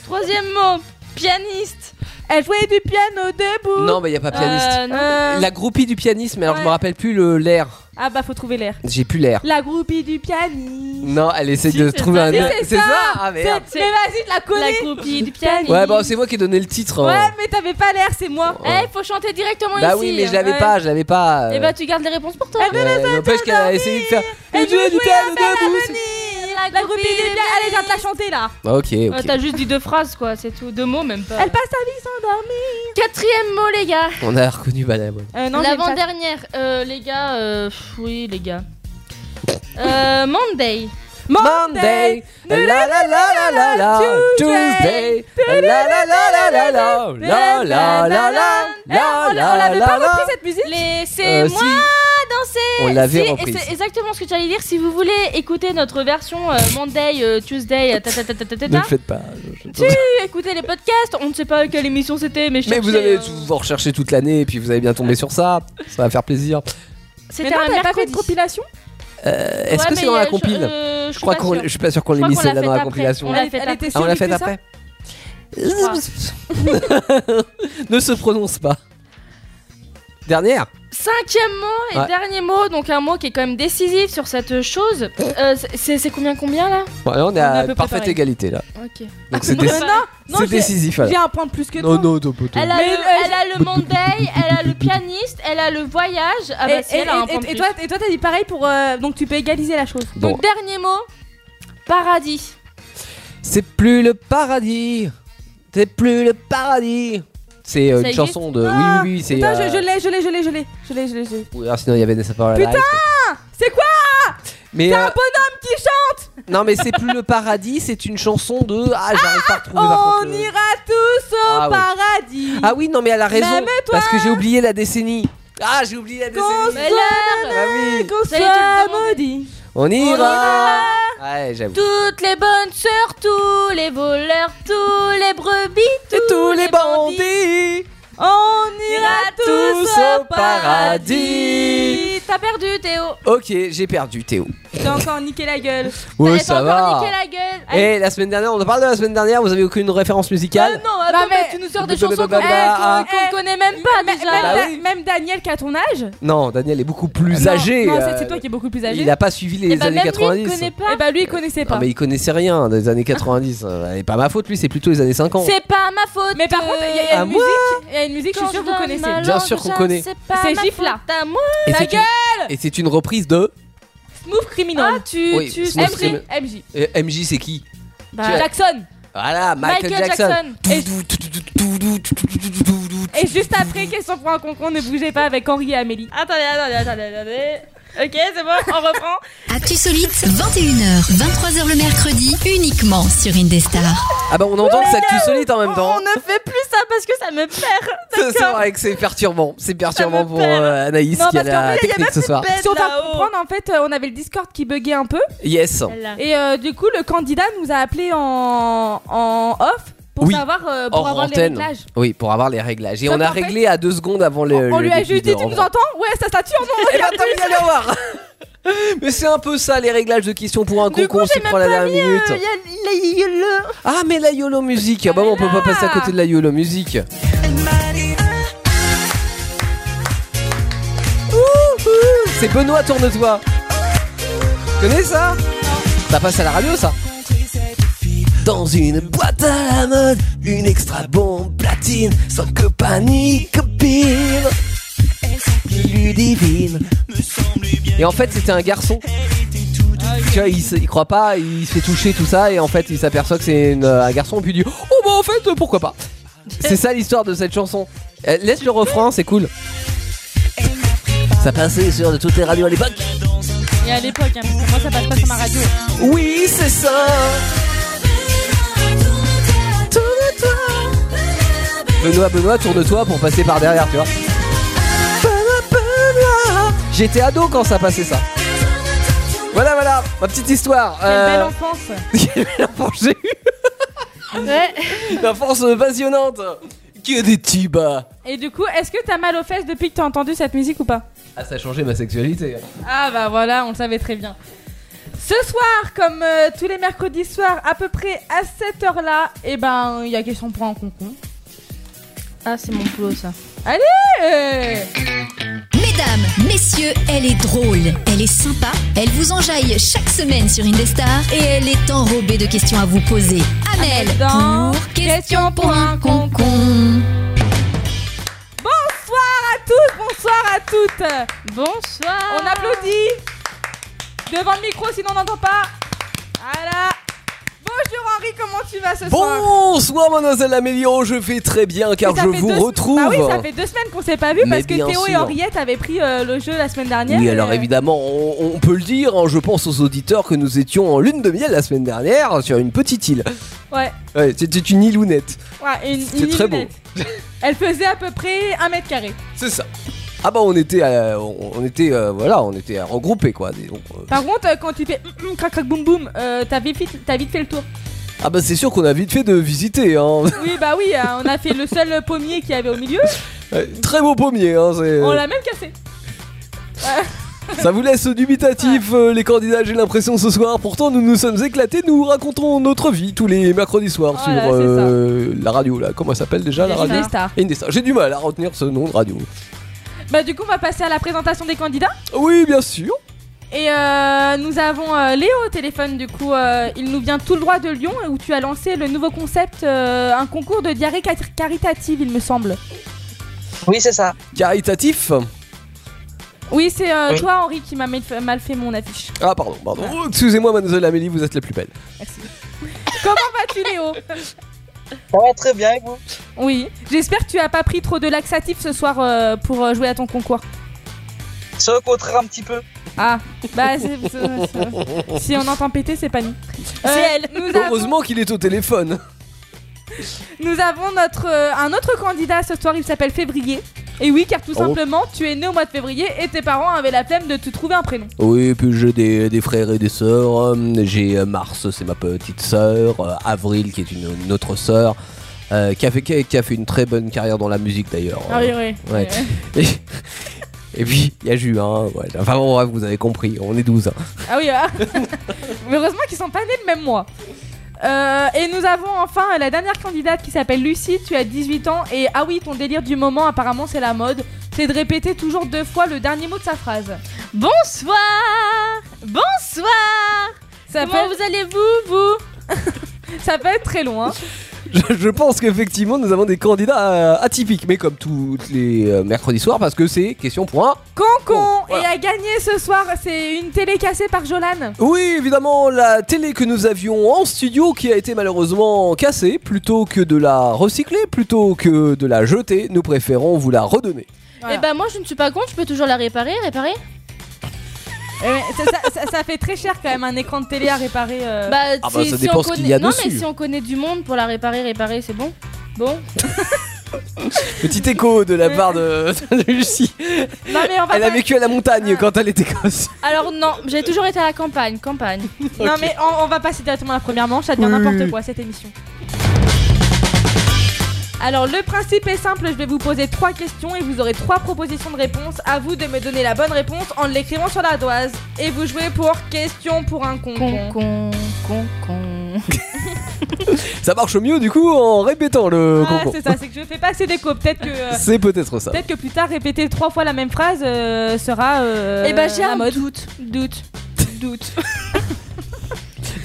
E: Troisième mot, pianiste.
F: Elle jouait du piano debout.
D: Non, mais il n'y a pas pianiste.
E: Euh, non.
F: Euh,
D: La groupie du pianiste, mais alors je
F: Ouais.
D: me rappelle plus le l'air.
F: Ah bah faut trouver l'air.
D: J'ai plus l'air.
F: La groupie du pianiste.
D: Non, elle essaie
E: Si,
D: de
E: c'est
D: trouver
E: ça.
D: un.
E: Si,
D: autre-
F: c'est
D: C'est
F: ça.
D: ça Ah
F: C'est-
D: merde
F: Mais vas-y, tu la
E: La
F: connais.
E: groupie du pianiste.
D: Ouais, bon, c'est moi qui ai donné le titre. hein.
F: Ouais, mais t'avais pas l'air, c'est moi.
D: Oh.
E: Eh, faut chanter directement
D: Bah
E: ici.
D: oui, mais je l'avais
F: hein, ouais. Eh ben,
D: pas, je l'avais pas.
E: Et
D: euh,
E: bah, tu gardes les réponses pour toi.
F: Elle veut
D: euh, N'empêche qu'elle a essayé de faire.
F: Elle
D: Je
F: veut
D: du
F: jouer
D: piano
F: à faire
D: debout, c'est-
F: l'avenir. La groupie du pianiste. Allez, viens te la chanter là.
D: Ah, Ok,
E: Euh,
D: ok.
E: T'as juste dit deux phrases, quoi, c'est tout. Deux mots, même pas.
F: Elle passe sa vie sans dormir.
E: Quatrième mot, les gars.
D: On a reconnu Madame. ouais.
F: Euh, non, j'ai pas-
E: L'avant-dernière. Euh, les gars, euh, pff, oui, les gars. Euh, Monday.
D: Monday, la la la la la la, Tuesday, la la la la la la, la la la la
F: Eh, on l'a-
D: la
F: on
D: la
F: l'avait
D: la
F: pas
D: la.
F: repris cette musique
D: Euh,
E: Laissez-moi
D: si,
E: danser.
D: on l'avait
E: Si, et
D: reprise.
E: C'est exactement ce que tu allais dire. Si vous voulez écouter notre version euh, Monday, euh, Tuesday, euh, ta ta ta ta ta ta,
D: Ne le
E: ta,
D: faites pas.
E: tu écoutez les podcasts. On ne sait pas quelle émission c'était, mais je
D: Mais
E: cherchais,
D: vous allez
E: euh,
D: vous rechercher toute l'année et puis vous allez bien tomber sur ça. Ça va faire plaisir.
E: C'était
F: Mais non,
E: un
F: t'avais pas fait
E: mercredi.
F: de compilation
D: Euh, Est-ce
E: Ouais,
D: que c'est
E: mais,
D: dans
E: euh,
D: la
E: je-
D: compile
E: euh,
D: Je crois
E: pas
D: qu'on,
E: sûre.
D: je suis pas sûr qu'on
E: Je
D: l'ait
E: crois
D: mis
E: qu'on
D: celle-là
E: l'a
D: dans
E: faite
D: la
E: après.
D: compilation.
E: On l'a fait
F: Elle était
E: après.
D: Ah, on l'a fait
F: fait ça
D: après.
E: Je
D: ne se prononce pas. Dernière.
E: Cinquième mot et
D: Ouais.
E: dernier mot, donc un mot qui est quand même décisif sur cette chose. Euh, c'est c'est combien combien là
D: Ouais, on est
E: est à
D: à
E: peu près
D: parfaite
E: pareil.
D: égalité là.
E: Ok.
D: Donc c'est
F: Non,
D: déci-
F: non, non,
D: c'est
F: j'ai-
D: décisif. alors.
F: J'ai un point de plus que toi.
D: Non, non, non, poteau.
E: Elle a,
F: Mais,
E: le,
F: euh,
E: elle a le Monday, elle a le pianiste, elle a le voyage. Ah
F: Et,
E: bah si,
F: et-
E: elle a un
F: et-
E: point de
F: et
E: plus.
F: toi, et toi, t'as dit pareil pour euh, donc tu peux égaliser la chose.
D: Bon,
E: Donc dernier mot, paradis.
D: c'est plus le paradis. C'est plus le paradis. C'est euh,
E: Ça
D: une
E: existe
D: chanson de. Oui,
F: Ah,
D: oui, oui. C'est.
F: Putain, je- je
D: euh,
F: l'ai, je l'ai, je l'ai, je l'ai, je l'ai, je l'ai, je l'ai.
D: oui, alors sinon, il y avait Nessa Paola
F: Putain
D: Live.
F: C'est quoi
D: Mais euh,
F: qui chante
D: non, mais c'est plus le paradis. C'est une chanson de. Ah, j'arrive pas à retrouver. par
F: On
D: contre, le-
F: ira tous au
D: Ah ouais.
F: paradis.
D: Ah oui, non, mais elle a raison.
F: Même
D: Parce que j'ai oublié la décennie. Ah, j'ai oublié la
F: Qu'on
D: décennie. Ah oui.
F: Qu'on
E: Ça y est, tu
F: soit
E: me demandes.
F: maudit.
D: On
E: On y
D: ira.
E: va.
D: Ouais, j'avoue.
E: Toutes les bonnes sœurs, tous les voleurs, tous les brebis, tous,
D: Tous les
E: bandits.
D: bandits.
F: On ira tous au paradis.
D: paradis.
E: T'as perdu Théo.
D: Ok, j'ai perdu Théo.
F: J'ai encore niqué la gueule.
D: Ouais,
E: T'as- t'as encore niqué la gueule. Allez.
D: Et la semaine dernière, on en parle de la semaine dernière, vous avez aucune référence
E: Ah
D: musicale
E: non, attends,
F: Bah, mais-
E: mais tu nous sors des
D: Bah, bah,
E: chansons qu'on
D: bah, bah,
E: eh, qu'on- qu'on
F: ah.
E: connaît même pas
F: Mais-
E: déjà.
F: même,
D: Bah
F: Da-
D: oui.
F: même Daniel qui a ton âge.
D: Non, Daniel est beaucoup plus
F: Ah Non,
D: âgé.
F: Non,
D: euh,
F: c'est- c'est toi qui es beaucoup plus âgé.
D: Il n'a pas suivi les
E: Et bah,
D: années Eh
E: même lui,
D: 90.
E: il connaît pas.
F: Et bah lui il connaissait
D: Non,
F: pas.
D: mais il connaissait rien des années 90. Euh, C'est pas ma faute, lui, c'est plutôt les années 50.
E: C'est pas ma faute.
F: Mais par contre, il y a, il y a
D: à
F: une
D: Ah, moi
F: musique, il y a une musique, je suis
E: Quand
F: sûre que
E: donne
F: vous connaissez.
E: ma
D: Bien
E: langue
D: sûr qu'on
E: au chat,
D: connaît.
E: C'est pas
F: C'est
E: ma
F: Gifle, là.
E: faute à moi.
D: Et c'est une... et c'est une reprise de.
F: Smooth
E: Ah,
F: Criminal.
E: tu,
D: Oui,
E: tu,
D: Smooth
E: MJ.
D: Criminal.
F: MJ. MJ.
D: Euh, MJ, c'est qui
E: Bah,
F: Jackson.
D: Voilà, Michael,
F: Et-
D: Jackson.
F: Et juste après, question pour un concours, ne bougez pas avec Henri et Amélie.
E: Attendez, attendez, attendez, attendez. Ok, c'est bon, on reprend.
B: Actu Solite, 21h, 23h le mercredi, uniquement sur Indestar.
D: Ah bah on entend que ça tue solide en même temps.
E: On ne fait plus ça parce que ça me perd.
D: C'est vrai que c'est perturbant. C'est perturbant
E: me
D: pour
E: perd.
D: euh, Anaïs
F: Non,
D: qui a
F: parce
D: la technique ce soir.
E: Pète
F: Si on va
E: là-haut.
F: comprendre, en fait, euh, on avait le Discord qui buguait un peu.
D: Yes.
E: Celle-là.
F: Et euh, du coup, le candidat nous a appelé en, en off pour
D: Oui.
F: savoir, euh, pour
D: Hors
F: avoir les
D: antenne.
F: réglages.
D: Oui, pour avoir les réglages. Et
F: Ça
D: on a
F: parfait.
D: réglé à deux secondes avant le.
F: on
D: Euh, le
F: lui a
D: début
F: juste
D: de
F: dit, tu nous
D: l'enregistrement.
F: entends Ouais, ça, ça tue, non
D: Eh ben, attends, vous allez voir. Mais c'est un peu ça les réglages de questions pour un
F: Du
D: concours, c'est prend la dernière
F: euh,
D: minute. Ah mais la YOLO musique, ah, bah on peut pas passer à côté de la YOLO musique. Ouh, ouh, C'est Benoît Tourne-toi. Tu connais ça Ça passe à la radio ça dans une boîte à la mode, une extra bombe platine, sans copain ni copine. Ludivine. Et en fait, c'était un garçon. Tu vois, il, se- il croit pas, il se fait toucher, tout ça, et en fait, il s'aperçoit que c'est une- un garçon, puis il dit Oh bah en fait, euh, pourquoi pas C'est ça l'histoire de cette chanson. Euh, Laisse le refrain, c'est cool. Ça passait sur toutes les radios à l'époque.
E: Et à l'époque, hein, parce que moi ça passe pas sur ma radio.
D: Oui, c'est ça. Tourne-toi. Benoît, Benoît, tourne-toi pour passer par derrière, tu vois. Benoît, Benoît. J'étais ado quand ça passait ça. Voilà, voilà, ma petite histoire.
F: Quelle belle
D: Euh,
F: enfance
D: quelle belle enfance j'ai eu. Une enfance passionnante. Que des tubes.
F: Et du coup, est-ce que t'as mal aux fesses depuis que t'as entendu cette musique ou pas
D: Ah, ça a changé ma sexualité.
F: Ah bah voilà, on le savait très bien. Ce soir, comme euh, tous les eh mercredis soirs, à peu près à cette heure-là, et ben il y a question pour un concours.
E: Ah, c'est mon boulot ça.
F: Euh,
B: Mesdames, messieurs, elle est drôle, elle est sympa, elle vous enjaille chaque semaine sur Indestar et elle est enrobée de questions à vous poser. Amel
F: Dans
B: pour questions pour un concon.
F: Bonsoir à toutes.
E: Bonsoir.
F: On applaudit. Devant le micro, sinon on n'entend pas. Voilà. Bonjour Henri, comment tu vas ce soir
D: Bonsoir mademoiselle Amélio, je vais très bien car
F: Ça
D: je
F: fait
D: vous
F: deux se-
D: retrouve.
F: Bah oui, ça fait deux semaines qu'on s'est pas vu
D: Mais
F: parce que
D: bien
F: Théo et
D: sûr.
F: Henriette avaient pris euh, le jeu la semaine dernière.
D: Oui,
F: et,
D: alors
F: euh,
D: évidemment, on, on peut le dire, hein, je pense aux auditeurs que nous étions en lune de miel la semaine dernière sur une petite île.
F: Ouais.
D: Ouais, C'était une île ounette.
F: ouais, une,
D: C'était
F: une
D: très beau.
F: lunette. Elle faisait à peu près un mètre carré.
D: C'est ça. Ah bah on était, euh, on, on était, euh, voilà, on était euh, regroupés quoi. Dis donc, euh.
F: Par contre, euh, quand tu fais hum, hum, crac crac boum boum, euh, t'as vite, fait- t'as vite fait le tour.
D: Ah bah c'est sûr qu'on a vite fait de visiter. Hein.
F: Oui, bah oui, euh, on a fait le seul pommier qu'il y avait au milieu.
D: Ouais, très beau pommier. Hein, c'est-
F: On l'a même cassé.
D: ça vous laisse dubitatif euh, les candidats, j'ai l'impression ce soir. Pourtant nous nous sommes éclatés, nous racontons notre vie tous les mercredis soirs
F: Oh
D: sur
F: là, c'est ça.
D: euh, la radio là. Comment elle s'appelle déjà la radio
F: stars.
D: Indestar. J'ai du mal à retenir ce nom de radio.
F: Bah du coup, on va passer à la présentation des candidats.
D: Oui bien sûr.
F: Et euh, nous avons euh, Léo au téléphone, du coup, euh, il nous vient tout le droit de Lyon, où tu as lancé le nouveau concept, euh, un concours de diarrhée car- caritative, il me semble.
I: Oui, c'est ça.
D: Caritatif.
F: Oui, c'est euh,
I: Oui.
F: toi, Henri, qui m'a mal fait- mal fait mon affiche.
D: Ah pardon, pardon. Oh, Excusez-moi mademoiselle Amélie, vous êtes la plus belle.
F: Merci. Comment vas-tu, Léo
I: Ça va très bien avec vous
F: oh. Oui, j'espère que tu as pas pris trop de laxatifs ce soir euh, pour euh, jouer à ton concours.
I: C'est au contraire un petit peu.
F: Ah, bah c'est- c'est- c'est- si on entend péter, c'est pas nous.
E: Euh,
F: c'est elle. Nous avons,
D: Heureusement qu'il est au téléphone.
F: nous avons notre euh, un autre candidat ce soir. Il s'appelle Février. Et oui, car tout
D: Oh.
F: simplement, tu es né au mois de février et tes parents avaient la flemme de te trouver un prénom.
D: Oui, et puis j'ai des, des frères et des sœurs. euh, J'ai euh, Mars, c'est ma petite sœur. euh, Avril, qui est une, une autre sœur. euh, qui, a fait, qui a- qui a fait une très bonne carrière dans la musique d'ailleurs. Euh,
F: Ah oui.
D: ouais. Et, et puis, il y a Ju, hein. ouais. Enfin bon, bref, vous avez compris, on est 12. hein.
F: Ah oui, ah. Mais heureusement qu'ils sont pas nés le même mois. Euh, et nous avons enfin la dernière candidate qui s'appelle Lucie. Tu as 18 ans et ah oui, ton délire du moment, apparemment, c'est la mode. C'est de répéter toujours deux fois le dernier mot de sa phrase.
E: Bonsoir. Bonsoir.
F: Ça
E: Comment
F: peut,
E: vous allez vous vous
F: ça peut être très loin.
D: Je, je pense qu'effectivement, nous avons des candidats euh, atypiques, mais comme tous les euh, mercredis soirs, parce que c'est question pour un
F: Concon
D: Voilà.
F: et a gagné ce soir. C'est une télé cassée par Jolan.
D: Oui, évidemment, la télé que nous avions en studio qui a été malheureusement cassée, plutôt que de la recycler, plutôt que de la jeter, nous préférons vous la redonner.
F: Voilà.
E: Eh ben moi je ne suis pas contre, je peux toujours la réparer, réparer.
F: Eh, ça, ça- ça- ça fait très cher quand même un écran de télé à réparer. euh.
E: Bah,
D: Ah bah, ça dépend
E: on
D: ce qu'il
E: connaît...
D: y a
E: non mais
D: dessus.
E: si on connaît du monde pour la réparer, réparer, c'est bon. Bon.
D: Petit écho de la part de, de Lucie.
F: non mais on va
D: Elle a
F: pas-
D: vécu à la montagne quand elle était gosse.
E: Alors non, j'ai toujours été à la campagne, campagne.
F: non mais on, on va passer directement à la première manche. Ça devient
D: Oui.
F: n'importe quoi cette émission. Alors le principe est simple. Je vais vous poser trois questions et vous aurez trois propositions de réponse. À vous de me donner la bonne réponse en l'écrivant sur la doise. Et vous jouez pour question pour un
E: Con con
F: concon.
E: con con.
D: Ça marche mieux du coup en répétant le
F: Ah,
D: concours.
F: c'est ça. C'est que je fais pas assez d'écho. Peut-être que. euh,
D: C'est peut-être ça.
F: Peut-être que plus tard, répéter trois fois la même phrase euh, sera. Euh,
E: Eh ben, j'ai
F: la
E: un
F: mode.
E: doute, doute, doute.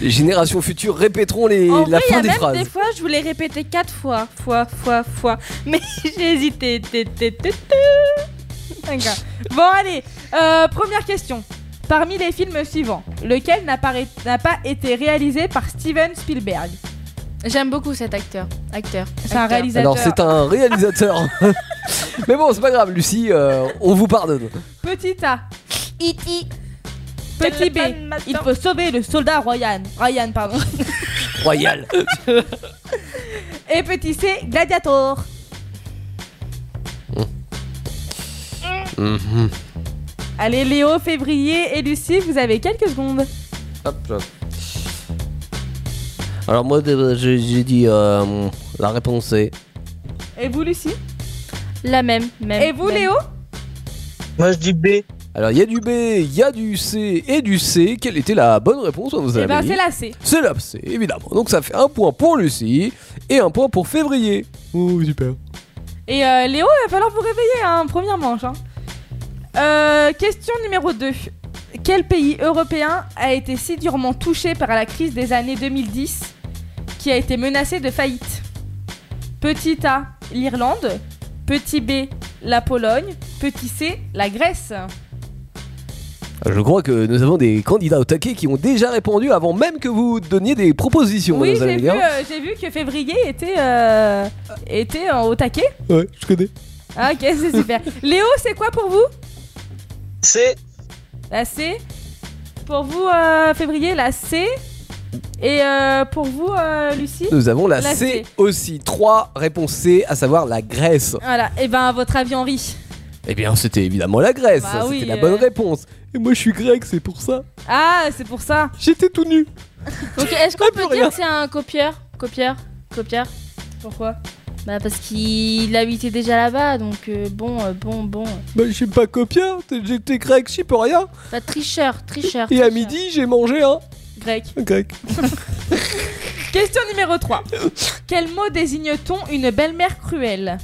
D: Les générations futures répéteront les,
E: en
D: la
E: vrai, il y
D: fin
E: a
D: des
E: même
D: phrases.
E: des fois, je voulais répéter quatre fois, fois, fois, fois, mais j'ai hésité. té, té, té, té.
F: D'accord. Bon, allez, euh, première question. Parmi les films suivants, lequel n'a pas, ré- n'a pas été réalisé par Steven Spielberg
E: J'aime beaucoup cet acteur, acteur.
F: C'est un
E: acteur.
F: réalisateur.
D: Alors c'est un réalisateur. Mais bon, c'est pas grave, Lucie, euh, on vous pardonne.
F: Petit A,
H: Iti.
F: petit B. Il faut sauver le soldat Ryan. Ryan, pardon.
D: Royal.
F: Et petit C, Gladiator.
D: Mhm.
F: Allez, Léo, Février et Lucie, vous avez quelques secondes.
D: Hop, hop. Alors moi euh, j'ai j'ai dit euh, la réponse est
F: Et vous, Lucie
E: La même, même.
F: Et vous,
E: même.
F: Léo
I: Moi, je dis B.
D: alors il y a du B, il y a du C et du C. Quelle était la bonne réponse on vous
F: Eh ben,
D: avait dit
F: c'est la C.
D: C'est la C évidemment. Donc ça fait un point pour Lucie et un point pour Février. Oh super.
F: Et euh, Léo, il va falloir vous réveiller, hein, première manche. hein. Euh, question numéro 2. Quel pays européen a été si durement touché par la crise des années 2010 qui a été menacé de faillite Petit A, l'Irlande. Petit B, la Pologne. Petit C, la Grèce.
D: Je crois que nous avons des candidats au taquet qui ont déjà répondu avant même que vous donniez des propositions. hein.
F: Oui,
D: mesdames et
F: j'ai vu,
D: messieurs.
F: euh, j'ai vu que février était, euh, était euh, au taquet.
D: Ouais, je connais.
F: Ah, ok, c'est super. Léo, c'est quoi pour vous
I: C'est
F: La C. Pour vous, euh, février, la C. Et euh, pour vous, euh, Lucie
D: Nous avons la,
F: La
D: C,
F: C.
D: aussi. Trois réponses C, à savoir la Grèce.
F: Voilà, et ben à votre avis, Henri.
D: Eh bien, c'était évidemment la Grèce.
F: Bah
D: ça, c'était
F: oui,
D: la
F: euh.
D: bonne réponse. Et moi, je suis grec, c'est pour ça.
F: Ah, c'est pour ça.
D: J'étais tout nu.
E: Donc est-ce qu'on
D: Ah,
E: peut
D: plus rien.
E: dire que c'est un copieur Copieur Copieur
F: Pourquoi
E: Bah parce qu'il habitait déjà là-bas, donc euh, bon, euh, bon, bon.
D: Bah, je suis pas copieur. J'étais grec, j'y peux rien.
E: Bah tricheur, tricheur.
D: Et à
E: tricheur.
D: midi, j'ai mangé un
F: Grec.
D: grec.
F: Question numéro 3. Quel mot désigne-t-on une belle-mère cruelle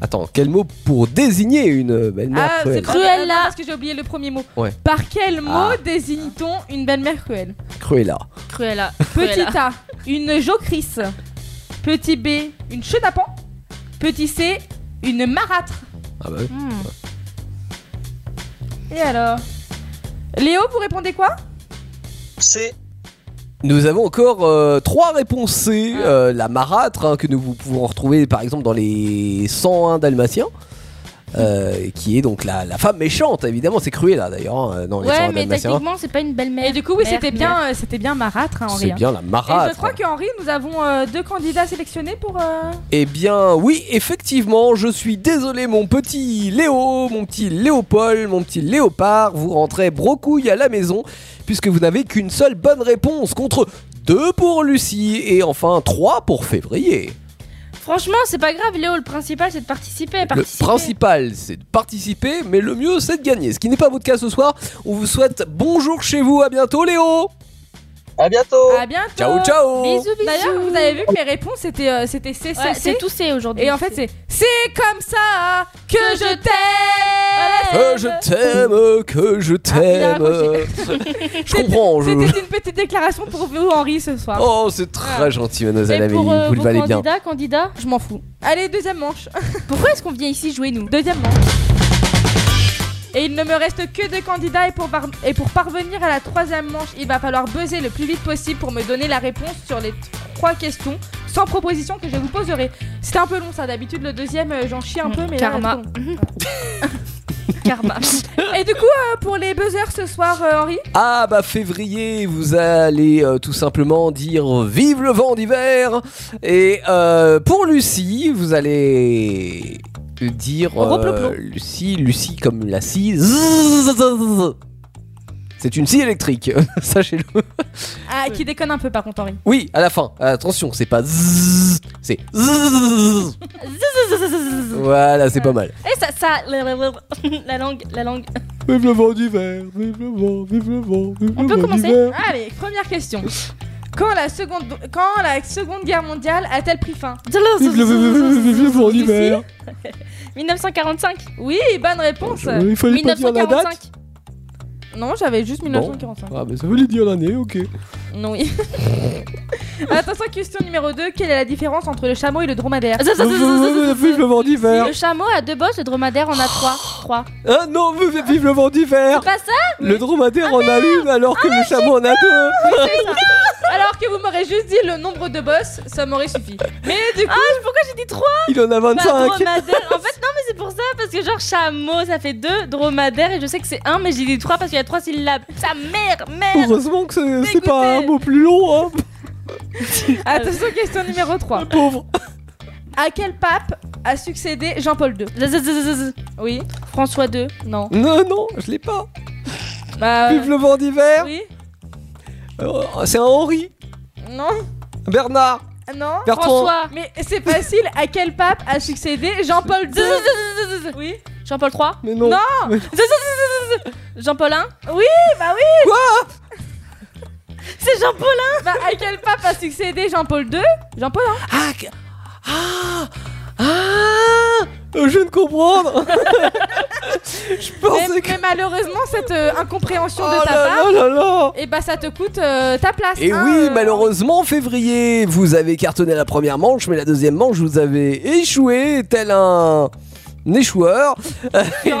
D: Attends, quel mot pour désigner une belle-mère
F: Ah,
D: cruelle
F: c'est pas-
E: Cruella.
F: euh, non, Parce que j'ai oublié le premier mot.
D: Ouais.
F: Par quel mot
D: Ah.
F: désigne-t-on une belle-mère cruelle
D: Cruella.
E: Cruella. Cruella.
F: Petit A, une jocrisse. Petit B, une chenapan. Petit C, une marâtre.
D: Ah bah oui.
E: Hmm.
F: Et alors Léo, vous répondez quoi
I: c'est
D: Nous avons encore euh, trois réponses C. Euh, la marâtre, hein, que nous vous pouvons retrouver par exemple dans les 101 Dalmatiens. euh, qui est donc la, la femme méchante, évidemment, c'est Cruella d'ailleurs, hein, dans les 101
E: Ouais, mais
D: Dalmatiens.
E: techniquement, c'est pas une belle-mère.
F: Et du coup, oui,
E: Mère,
F: c'était bien, euh, c'était bien marâtre, hein, Henri.
D: C'est
F: hein.
D: bien la
F: Et je
D: marâtre.
F: crois qu'Henri, nous avons euh, deux candidats sélectionnés pour. euh,
D: Eh bien, oui, effectivement, je suis désolé, mon petit Léo, mon petit Léopold, mon petit Léopard, vous rentrez brocouille à la maison, puisque vous n'avez qu'une seule bonne réponse contre deux pour Lucie et enfin trois pour février.
E: Franchement, c'est pas grave, Léo. Le principal, c'est de participer. participer.
D: Le principal, c'est de participer, mais le mieux, c'est de gagner. Ce qui n'est pas votre cas ce soir, on vous souhaite bonjour chez vous, à bientôt Léo
I: à bientôt.
F: À bientôt.
D: Ciao, ciao
E: Bisous, bisous.
F: D'ailleurs, vous avez vu que mes réponses c'était euh, c'était C,
E: Ouais,
F: C,
E: c'est
F: C.
E: tout c'est aujourd'hui.
F: Et en fait, c'est c'est comme ça que je
D: Que
F: t'aime.
D: je t'aime, que je
F: Ah, il a
D: t'aime. je comprends, je...
F: C'était une petite déclaration pour vous, Henri, ce soir.
D: Oh, c'est très gentil, mademoiselle
E: Et
D: Amélie,
E: pour euh,
D: vous le
E: vos
D: valez bien.
E: candidats, candidats,
F: Je m'en fous. Allez, deuxième manche.
E: pourquoi est-ce qu'on vient ici jouer nous
F: Deuxième manche. Et il ne me reste que deux candidats et pour, par- et pour parvenir à la troisième manche, il va falloir buzzer le plus vite possible pour me donner la réponse sur les trois questions sans proposition que je vous poserai. C'était un peu long ça, d'habitude le deuxième euh, j'en chie un
E: Mm,
F: peu mais...
E: karma.
F: là, c'est
E: Karma.
F: bon. et du coup euh, pour les buzzers ce soir euh, Henri
D: Ah bah février, vous allez euh, tout simplement dire vive le vent d'hiver. Et euh, pour Lucie, vous allez dire euh,
F: Reploplon.
D: Lucie, Lucie comme la scie. C'est une scie électrique, sachez-le.
F: Ah, Qui déconne un peu par contre Henri.
D: Oui, à la fin. Attention, c'est pas zzzz, c'est zzzz. Voilà, c'est pas mal.
E: Et ça, ça, la langue, la langue.
D: Vive le vent d'hiver, vive le vent, vive le vent, vive
E: On le peut vent commencer d'hiver.
F: Allez, première question. Quand la seconde, quand la seconde guerre mondiale a-t-elle pris fin d'hiver.
E: 1945.
F: Oui, bonne réponse.
D: Euh, Il fallait
E: 1945.
F: Non, j'avais juste 1945.
D: Ah bah ça voulait dire l'année, ok.
F: Non, oui. Attention, question numéro 2. Quelle est la différence entre le chameau et le dromadaire
D: Euh, Vive le vent d'hiver
E: Le chameau a deux bosses, le dromadaire en a trois. Trois.
D: Ah non, vive vive le vent d'hiver
E: C'est pas ça
D: Le dromadaire en
E: Ah,
D: a une alors que le chameau en a deux
F: Alors que vous m'aurez juste dit le nombre de boss, ça m'aurait suffi. Mais du coup,
E: Ah, Pourquoi j'ai dit trois
D: Il en a
E: Bah,
D: 25
E: dromadaire. En fait, non, mais c'est pour ça, parce que genre chameau, ça fait deux, dromadaire, et je sais que c'est un, mais j'ai dit trois parce qu'il y a trois syllabes. Sa mère, mère.
D: Heureusement que c'est- c'est
E: Dégoûté.
D: pas un mot plus long, hein
F: Ah, attention, question numéro 3.
D: Pauvre
F: À quel pape a succédé Jean-Paul II
E: Zzzz.
F: Oui.
E: François 2.
F: Non.
D: Non, non, je l'ai pas
F: Bah.
D: Vive le vent d'hiver
F: Oui.
D: Euh, C'est un Henri
F: Non.
D: Bernard
F: Non.
D: Bertrand
E: François.
F: Mais c'est facile. À quel pape a succédé Jean-Paul II Oui.
E: Jean-Paul 3.
D: Mais non,
F: Non.
E: Jean-Paul 1.
F: bah C'est Jean-Paul Bah, à quel pape a succédé Jean-Paul II Jean-Paul
D: Ah que- Ah Ah Euh, Je viens de comprendre Je
F: Mais,
D: pensais Oh, que.
F: mais malheureusement, cette euh, incompréhension
D: Oh
F: de ta
D: là
F: part,
D: là là là
F: et bah ça te coûte euh, ta place.
D: Et
E: Ah.
F: hein,
D: oui,
F: euh,
D: malheureusement, en février, vous avez cartonné la première manche, mais la deuxième manche, vous avez échoué tel un. un échoueur.
E: Sur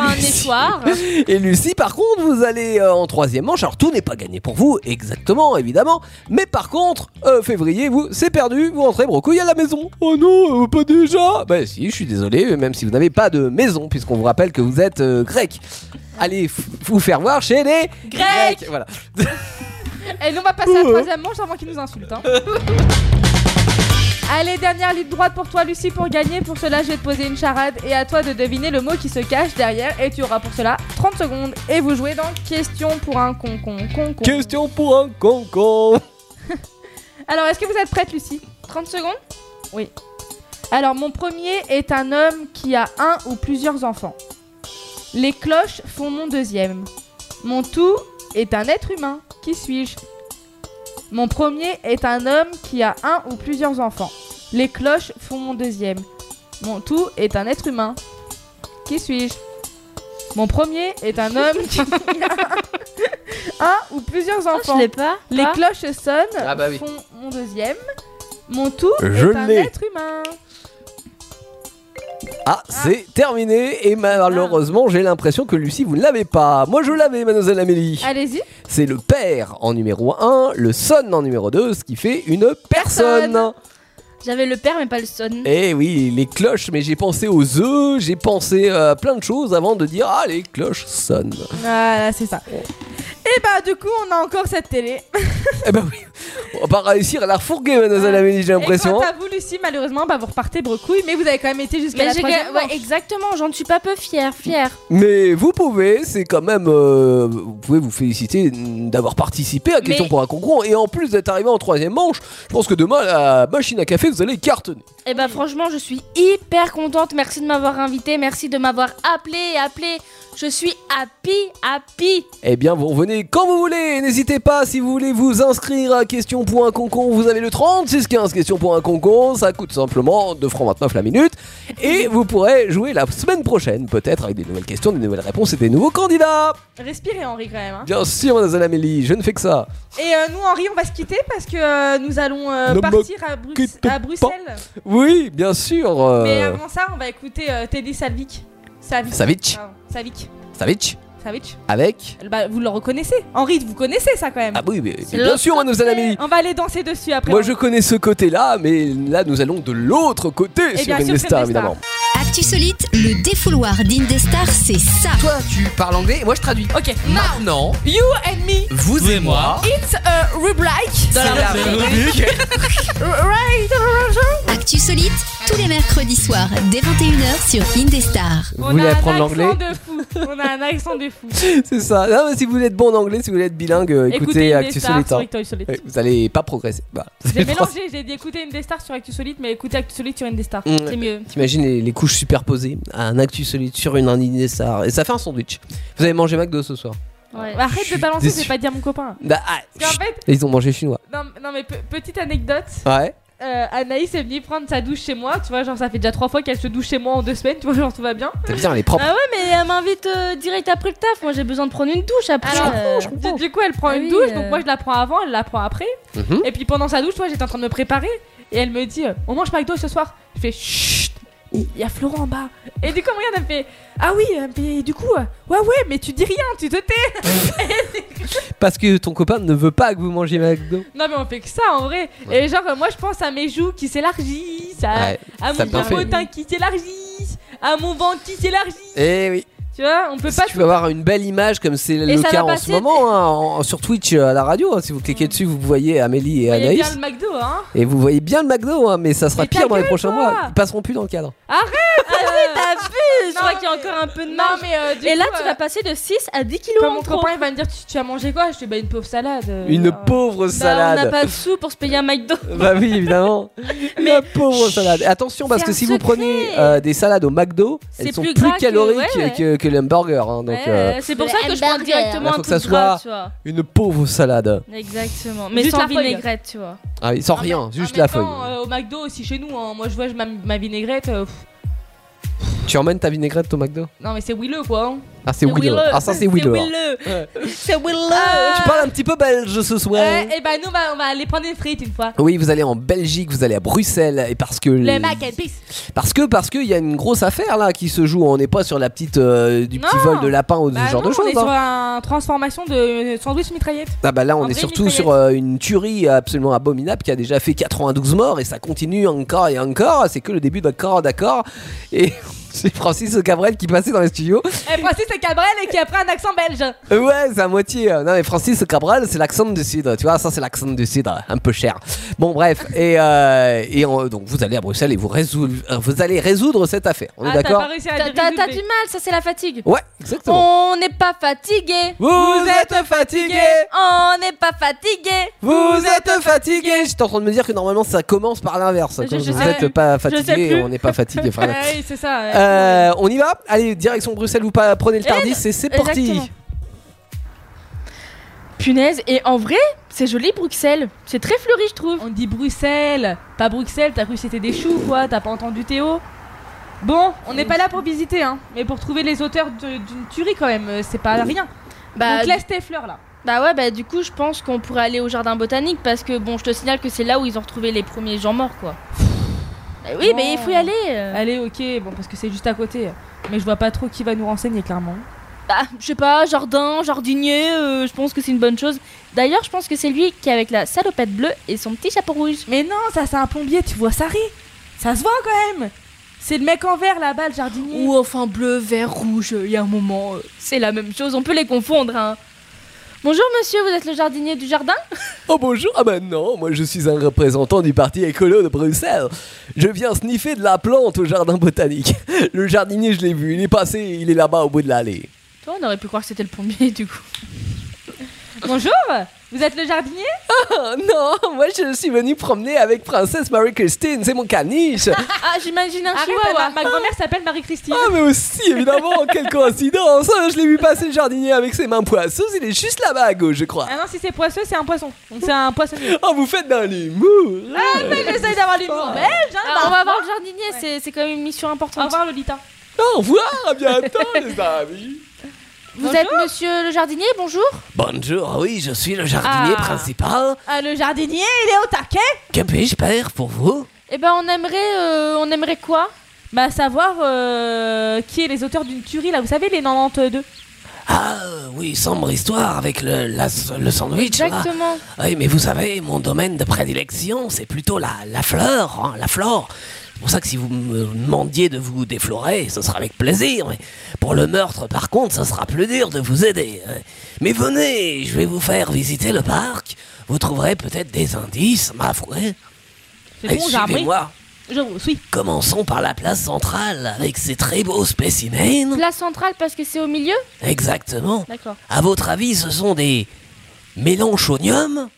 E: un échoir.
D: Et Lucie, par contre, vous allez euh, en troisième manche. Alors, tout n'est pas gagné pour vous, exactement, évidemment. Mais par contre, euh, février, vous, c'est perdu. Vous rentrez brocouille à la maison. Oh non, euh, pas déjà Bah si, je suis désolé, même si vous n'avez pas de maison, puisqu'on vous rappelle que vous êtes euh, grec. Allez f- vous faire voir chez les
F: Grecs
D: Voilà.
F: Et nous, on va passer à la troisième manche avant qu'ils nous insultent. hein. Allez, dernière ligne droite pour toi, Lucie, pour gagner. Pour cela, je vais te poser une charade et à toi de deviner le mot qui se cache derrière. Et tu auras pour cela 30 secondes. Et vous jouez dans Question pour un con con con con.
D: Question pour un concon.
F: Alors, est-ce que vous êtes prête, Lucie 30 secondes Oui. Alors, mon premier est un homme qui a un ou plusieurs enfants. Les cloches font mon deuxième. Mon tout est un être humain. Qui suis-je Mon premier est un homme qui a un ou plusieurs enfants. Les cloches font mon deuxième. Mon tout est un être humain. Qui suis-je Mon premier est un homme qui a un ou plusieurs enfants.
E: Ah, Je l'ai pas.
F: Les
E: Pas.
F: cloches sonnent,
D: Ah bah oui.
F: font mon deuxième. Mon tout
D: Je
F: est un
D: l'ai.
F: être humain.
D: Ah, c'est terminé. Et malheureusement, j'ai l'impression que Lucie, vous ne l'avez pas. Moi, je l'avais, mademoiselle Amélie.
F: Allez-y.
D: C'est le père en numéro 1, le son en numéro 2, ce qui fait une personne.
F: Personne.
E: J'avais le père, mais pas le son.
D: Eh oui, les cloches, mais j'ai pensé aux œufs, j'ai pensé à plein de choses avant de dire Ah, les cloches sonnent.
F: Voilà, c'est ça. Et bah du coup, on a encore cette télé.
D: eh ben oui, on va pas réussir à la refourguer, mademoiselle
F: Ah.
D: Amélie, j'ai
F: Et
D: l'impression.
F: quant à vous, Lucie, malheureusement, bah vous repartez brecouille, mais vous avez quand même été jusqu'à
E: Mais
F: la
E: j'ai
F: troisième.
E: ga-
F: manche.
E: ouais, exactement, j'en suis pas peu fière, fière.
D: Mais vous pouvez, c'est quand même. euh, vous pouvez vous féliciter d'avoir participé à Question
E: Mais-
D: pour un concours et en plus d'être arrivé en troisième manche, je pense que demain, à la machine à café, vous allez cartonner.
E: Et bah franchement, je suis hyper contente. Merci de m'avoir invitée, merci de m'avoir appelée, appelée. Je suis happy, happy.
D: Eh bien, vous revenez quand vous voulez. N'hésitez pas, si vous voulez vous inscrire à Question pour un concours, vous avez le 36-15 Question pour un concours. Ça coûte simplement 2 francs 29 la minute. Et vous pourrez jouer la semaine prochaine, peut-être avec des nouvelles questions, des nouvelles réponses et des nouveaux candidats.
F: Respirez Henri quand même. hein.
D: Bien sûr, mademoiselle Amélie, je ne fais que ça.
F: Et euh, nous Henri, on va se quitter parce que euh, nous allons euh,
D: Ne me
F: partir à, Bruxelles-
D: quitte
F: à Bruxelles.
D: Oui, bien sûr. euh,
F: Mais avant ça, on va écouter euh, Teddy Salvik. Savic.
D: Savic.
F: Pardon, Savic.
D: Savitch,
F: Savic.
D: avec.
F: Bah, vous le reconnaissez. Henri, vous connaissez ça quand même.
D: Ah oui, mais, mais bien sûr, mademoiselle Amélie.
F: On va aller danser dessus après.
D: Moi, je connais ce côté-là, mais là, nous allons de l'autre côté sur
F: Eh bien sûr,
D: Indestar,
F: Indestar.
D: évidemment.
B: Actu Solite, le défouloir d'Indestar, c'est ça.
C: Toi, tu parles anglais et moi je traduis.
F: Ok.
C: Maintenant,
F: You and me, euh,
C: vous et moi,
F: it's a rubrique.
C: dans la rubrique.
B: Actu Solite, tous les mercredis soirs dès 21h sur Indestar.
D: Vous voulez
F: a un
D: apprendre l'anglais
F: accent de fou. On a un accent de fou.
D: C'est ça. Non, mais si vous voulez être bon en anglais, si vous voulez être bilingue, euh, écoutez
F: une
D: Actu
F: des stars
D: Solite.
F: sur
D: hein.
F: Actu Solite.
D: Ouais, Vous allez pas progresser. Bah, c'est
F: J'ai
D: les trois-
F: mélangé, j'ai dit écouter une des stars sur Actu Solite, mais écouter Actu Solite sur une des stars.
D: Mm.
F: C'est mieux.
D: T'imagines les, les couches superposées, un actu solide sur une Indestar, et ça fait un sandwich. Vous avez mangé McDo ce soir
E: Ouais.
F: Bah, Arrête
D: suis
F: de balancer, je
D: déçu.
F: vais pas dire mon copain.
D: Bah, ah,
F: Parce
D: chut,
F: qu'en fait,
D: Ils ont mangé chinois.
F: non, non, mais pe- petite anecdote,
D: Ouais.
F: euh, Anaïs est venue prendre sa douche chez moi, tu vois, genre ça fait déjà trois fois qu'elle se douche chez moi en deux semaines, tu vois, genre tout va bien.
D: T'as bien, elle est propre.
E: Ah ouais, mais elle m'invite euh, direct après le taf. Moi, j'ai besoin de prendre une douche après.
F: Alors,
E: euh,
F: Du, du coup, elle prend
E: Ah
F: une
E: oui,
F: douche,
E: euh.
F: donc moi je la prends avant, elle la prend après.
D: Mhm.
F: Et puis pendant sa douche, toi, j'étais en train de me préparer. Et elle me dit, euh, on mange McDo ce soir. Je fais, chut, il y a Florent en bas. Et du coup, elle me regarde, elle me fait, ah oui, euh, mais du coup, euh, ouais, ouais, mais tu dis rien, tu te tais.
D: Parce que ton copain ne veut pas que vous mangiez McDo.
F: Non, mais on fait que ça en vrai. Et genre, euh, moi, je pense à mes joues qui s'élargissent, à,
D: Ouais.
F: à
D: ça
F: mon
D: me fait.
F: potin qui s'élargissent, à mon ventre qui s'élargit.
D: Eh oui.
F: Tu vois, on peut
D: Si
F: pas.
D: tu veux avoir une belle image comme c'est le
F: ça
D: cas
F: va
D: en ce
F: passer-
D: moment hein, en- sur Twitch euh, à la radio, hein, si vous cliquez dessus, vous voyez Amélie et
F: Il y a
D: Anaïs.
F: bien le McDo, hein.
D: Et vous voyez bien le McDo, hein, mais ça sera
F: Mais ta
D: pire dans les
F: gueule,
D: prochains
F: toi
D: mois. Ils passeront plus dans le cadre.
E: Je crois qu'il y a encore un peu de marge.
F: mais euh, du
E: Et là,
F: coup,
E: tu
F: euh,
E: vas passer de 6 à 10 kilos
F: Quand
E: en
F: mon
E: trop.
F: copain il va me dire tu, tu as mangé quoi Je fais bah une pauvre salade. euh,
D: Une
F: euh,
D: pauvre
E: Bah, on n'a
D: salade.
E: pas de sous pour se payer un McDo.
D: Bah oui, évidemment. La pauvre salade. Et Attention, parce
E: c'est
D: que
E: un
D: si vous
E: secret.
D: prenez euh, des salades au McDo, elles
E: C'est
D: sont plus,
E: plus gras que-
D: caloriques
E: ouais, ouais.
D: que, que le hamburger. hein, donc,
E: Ouais,
D: euh,
E: euh, c'est pour
H: Le
E: ça que je prends
H: hamburger.
E: directement
D: Là, faut
E: un
D: que ça
E: truc gras,
D: soit-
E: tu vois.
D: une pauvre salade.
E: Exactement. Mais
F: Juste
E: sans
F: la feuille.
E: vinaigrette, tu vois.
D: Ah oui, sans
F: en
D: rien,
F: même-
D: juste
F: en même
D: la feuille.
F: temps, euh, au McDo aussi chez nous, hein, moi je vois je- ma, ma vinaigrette. euh, pff, pff,
J: Tu emmènes ta vinaigrette au McDo
F: euh, Non, mais c'est Willow, quoi. hein.
J: Ah, c'est Willow. Ah, ça, c'est Willow. alors.
F: C'est Willow.
J: Tu parles un petit peu belge ce soir.
F: et bah, nous, on va- on va aller prendre des frites une fois.
J: Oui, vous allez en Belgique, vous allez à Bruxelles, et parce que
F: Le mac and peas.
J: parce que parce qu'il y a une grosse affaire là qui se joue. On n'est pas sur la petite euh, du petit
F: Non.
J: vol de lapin ou
F: Bah
J: ce genre
F: non,
J: de choses.
F: On est
J: hein.
F: sur une transformation de sandwich mitraillette.
J: Ah bah là, on
F: En
J: est
F: vrai,
J: surtout
F: mitraillette.
J: sur euh, une tuerie absolument abominable qui a déjà fait 92 morts et ça continue encore et encore. C'est que le début d'accord, d'accord. Et c'est Francis Cabrel qui passait dans les studios.
F: Et Francis c'est Cabrel et qui a pris un accent belge.
J: Euh, Ouais, c'est à moitié. euh, Non mais Francis Cabrel, c'est l'accent du sud. Tu vois, ça c'est l'accent du sud, euh, un peu cher. Bon bref. Et, euh, et euh, donc vous allez à Bruxelles et vous résolvez, euh, vous allez résoudre cette affaire. On est
F: Ah,
J: d'accord
F: T'as pas réussi à
D: T'as
F: le
D: t'as- t'as du
F: résoudre.
D: mal, ça c'est la fatigue.
J: Ouais, exactement.
D: On n'est pas fatigué.
J: Vous êtes fatigué,
D: On n'est pas fatigué.
J: vous êtes fatigué. J'étais en train de me dire que normalement ça commence par l'inverse.
D: Je-
J: Quand
D: je
J: vous
D: sais.
J: n'êtes pas
D: sais
J: fatigué,
D: plus.
J: on n'est pas fatigué. Enfin,
F: Ah, Ouais, oui, c'est ça. ouais.
J: Ah, euh, on y va Allez, direction Bruxelles, vous pas, prenez le
D: Eh,
J: tardis et c'est parti.
D: exactement. Punaise, et en vrai, c'est joli Bruxelles. C'est très fleuri, je trouve.
F: On dit Bruxelles, pas Bruxelles, t'as cru que c'était des choux quoi, t'as pas entendu Théo Bon, on n'est pas là pour visiter, hein, mais pour trouver les auteurs de- d'une tuerie quand même, euh, c'est pas rien.
D: Bah,
F: Donc laisse tes fleurs là.
D: bah ouais, bah du coup, je pense qu'on pourrait aller au jardin botanique parce que bon, je te signale que c'est là où ils ont retrouvé les premiers gens morts, quoi. Bah oui,
F: Non.
D: mais il faut y aller. euh.
F: Allez, ok, bon, parce que c'est juste à côté, mais je vois pas trop qui va nous renseigner clairement.
D: Bah, je sais pas, jardin, jardinier, euh, je pense que c'est une bonne chose. D'ailleurs, je pense que c'est lui qui est avec la salopette bleue et son petit chapeau rouge.
F: Mais non, ça c'est un plombier, tu vois, ça rit. Ça se voit quand même. C'est le mec en vert là-bas, le jardinier.
D: Ou enfin bleu, vert, rouge, il y a un moment, euh, c'est la même chose, on peut les confondre, hein. Bonjour monsieur, vous êtes le jardinier du jardin
J: Oh bonjour, ah bah non, moi je suis un représentant du parti écolo de Bruxelles. Je viens sniffer de la plante au jardin botanique. Le jardinier, je l'ai vu, il est passé, il est là-bas au bout de l'allée.
D: Toi, on aurait pu croire que c'était le plombier, du coup.
F: Bonjour, vous êtes le jardinier
J: Oh non, moi je suis venu promener avec Princesse Marie-Christine, c'est mon caniche.
D: Ah, j'imagine un
F: Arrête,
D: chihuahua.
F: ma, ma grand-mère s'appelle Marie-Christine.
J: Ah mais aussi évidemment, quelle coïncidence hein, Je l'ai vu passer le jardinier avec ses mains poisseuses, il est juste là-bas à gauche je crois.
F: Ah non, si c'est poisseux, c'est un poisson. Donc c'est un poissonnier.
J: Oh vous faites dans l'humour
F: Ah, mais j'essaye d'avoir l'humour belge, hein.
D: Ah, on va voir le jardinier, c'est- c'est quand même une mission
F: Au
D: importante.
F: revoir, Lolita.
J: Au revoir, à bientôt les amis
D: Vous êtes monsieur le jardinier, bonjour
J: Bonjour, oui, je suis le jardinier
F: Ah.
J: principal.
F: le jardinier, il est au taquet
J: Que puis-je faire pour vous
D: Eh ben, on aimerait, euh, on aimerait quoi
F: Bah, savoir euh, qui est les auteurs d'une tuerie, là, vous savez, les 92.
J: Ah euh, oui, sombre histoire avec le, la- le sandwich. là.
D: Exactement.
J: Oui, mais vous savez, mon domaine de prédilection, c'est plutôt la, la fleur, hein, la flore. C'est pour ça que si vous me demandiez de vous déflorer, ce sera avec plaisir. Mais pour le meurtre, par contre, ce sera plus dur de vous aider. hein. Mais venez, je vais vous faire visiter le parc. Vous trouverez peut-être des indices, ma foi.
F: C'est bon, j'ai appris.
J: moi
F: Je vous suis.
J: Commençons par la place centrale avec ces très beaux spécimens.
D: Place centrale parce que c'est au milieu
J: Exactement.
D: D'accord.
J: À votre avis, ce sont des mélanchoniums,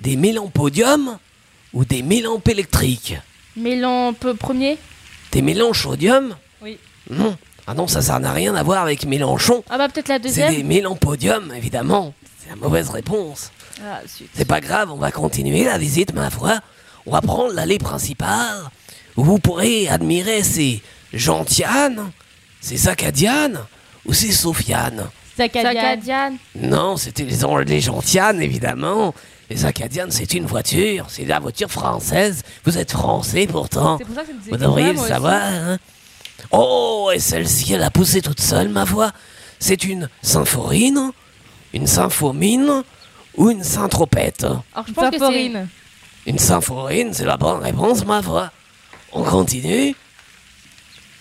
J: des mélampodiums ou des mélampes électriques
D: Mais peu premier
J: Des mélanchodiums
F: Oui.
J: Non. Ah non, ça, ça n'a rien à voir avec Mélenchon.
D: Ah bah peut-être la
J: C'est
D: deuxième
J: des mélampodiums, évidemment. C'est la mauvaise réponse.
D: Ah, zut.
J: C'est pas grave, on va continuer la visite, ma foi. On va prendre l'allée principale où vous pourrez admirer ces gentianes, ces acadianes ou ces sophianes.
D: Sacadiane.
J: Non, c'était les, An- les gentianes, évidemment. Les acadianes, c'est une voiture, c'est la voiture française. Vous êtes français pourtant.
F: C'est pour ça que ça me disait.
J: Vous devriez le savoir. hein. Oh, et celle-ci, elle a poussé toute seule, ma voix. C'est une symphorine, une symphomine ou une synthropète.
D: Alors je pense que c'est...
F: Vaporine.
J: Une symphorine, c'est la bonne réponse, ma foi. On continue.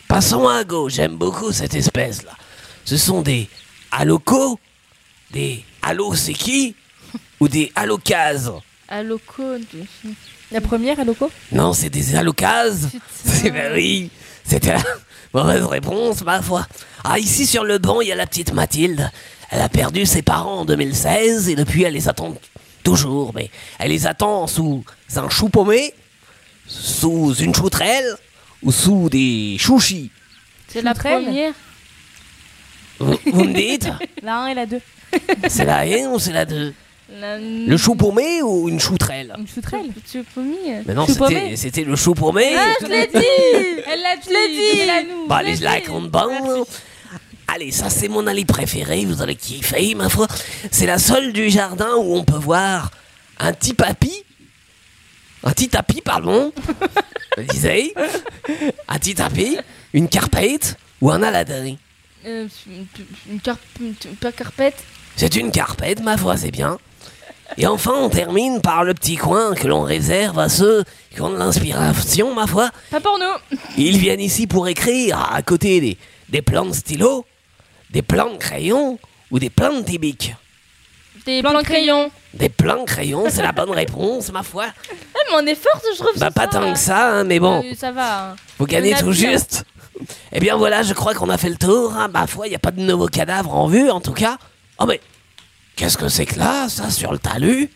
J: Passons à gauche, j'aime beaucoup cette espèce-là. Ce sont des allocos, des allo c'est qui ou des allocases.
D: Aloco. tu-
F: La première, elle loco
J: Non, c'est des allocases. C'est bah oui, c'était la mauvaise réponse, ma foi. Ah, ici sur le banc, il y a la petite Mathilde. Elle a perdu ses parents en 2016 et depuis, elle les attend toujours. Mais elle les attend sous un chou paumé, sous une choutrelle ou sous des chouchis.
D: C'est la
F: Poutrelle.
D: première.
J: Vous, vous me dites
F: La 1 et la 2.
J: C'est la 1 ou c'est la 2
D: La-
J: Le chou paumé ou une choutrelle
E: alors.
F: Une foutrelle
E: Choupomie.
D: Mais non,
F: Chou
D: c'était
F: paumé.
D: c'était le chou pour
E: euh. Ah, je l'ai dit
F: Elle l'a dit,
E: l'ai dit.
F: dis-la nous.
D: Bah, les
E: Merci.
D: likes on bande. Allez, ça c'est mon allée préférée, vous allez kiffer, ma foi. C'est la seule du jardin où on peut voir un petit papy, un petit tapis, pardon, je le disais, un petit tapis, une carpette ou un aladin.
E: Euh, une- Une carpe- une- Pas carpette
D: C'est une carpette, ma foi, c'est bien. Et enfin, on termine par le petit coin que l'on réserve à ceux qui ont de l'inspiration, ma foi,
E: Pas pour nous
D: Ils viennent ici pour écrire à côté des, des plans de stylo, des plans de crayon ou des plans de tibic.
E: Des plans de crayon.
D: Des plans de crayon, c'est la bonne réponse, ma foi.
E: Ah, mais on est forte, je trouve.
D: Bah,
E: ce
D: pas
E: soir,
D: tant
E: là.
D: que ça, hein, mais bon,
E: Euh, ça va. hein.
D: vous gagnez
E: on a
D: tout
E: bien.
D: juste. Eh bien voilà, je crois qu'on a fait le tour. hein. Ma foi, il n'y a pas de nouveaux cadavres en vue, en tout cas. Oh, mais qu'est-ce que c'est que là, ça, sur le talus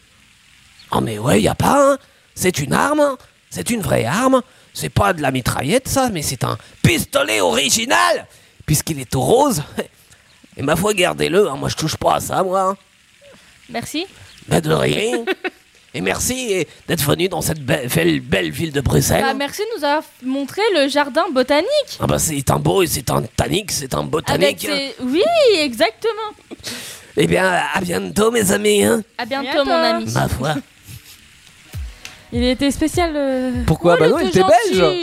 D: Oh, mais ouais, il n'y a pas. hein. C'est une arme, hein. c'est une vraie arme. C'est pas de la mitraillette, ça, mais c'est un pistolet original, puisqu'il est tout rose. Et ma foi, gardez-le, hein. moi je touche pas à ça, moi. hein.
E: Merci.
D: Mais de rien. Et merci eh, d'être venu dans cette be- belle, belle ville de Bruxelles.
E: Bah, merci de nous avoir montré le jardin botanique.
D: Ah bah c'est un beau, c'est un tannique, c'est un
E: Avec
D: botanique. hein.
E: ses- Oui, exactement.
D: Eh bien, à bientôt mes amis. Hein.
E: À bientôt,
F: Bientôt.
E: mon ami.
D: Ma foi.
F: Il était spécial. euh,
D: Pourquoi Bah
E: Oh, était gentil,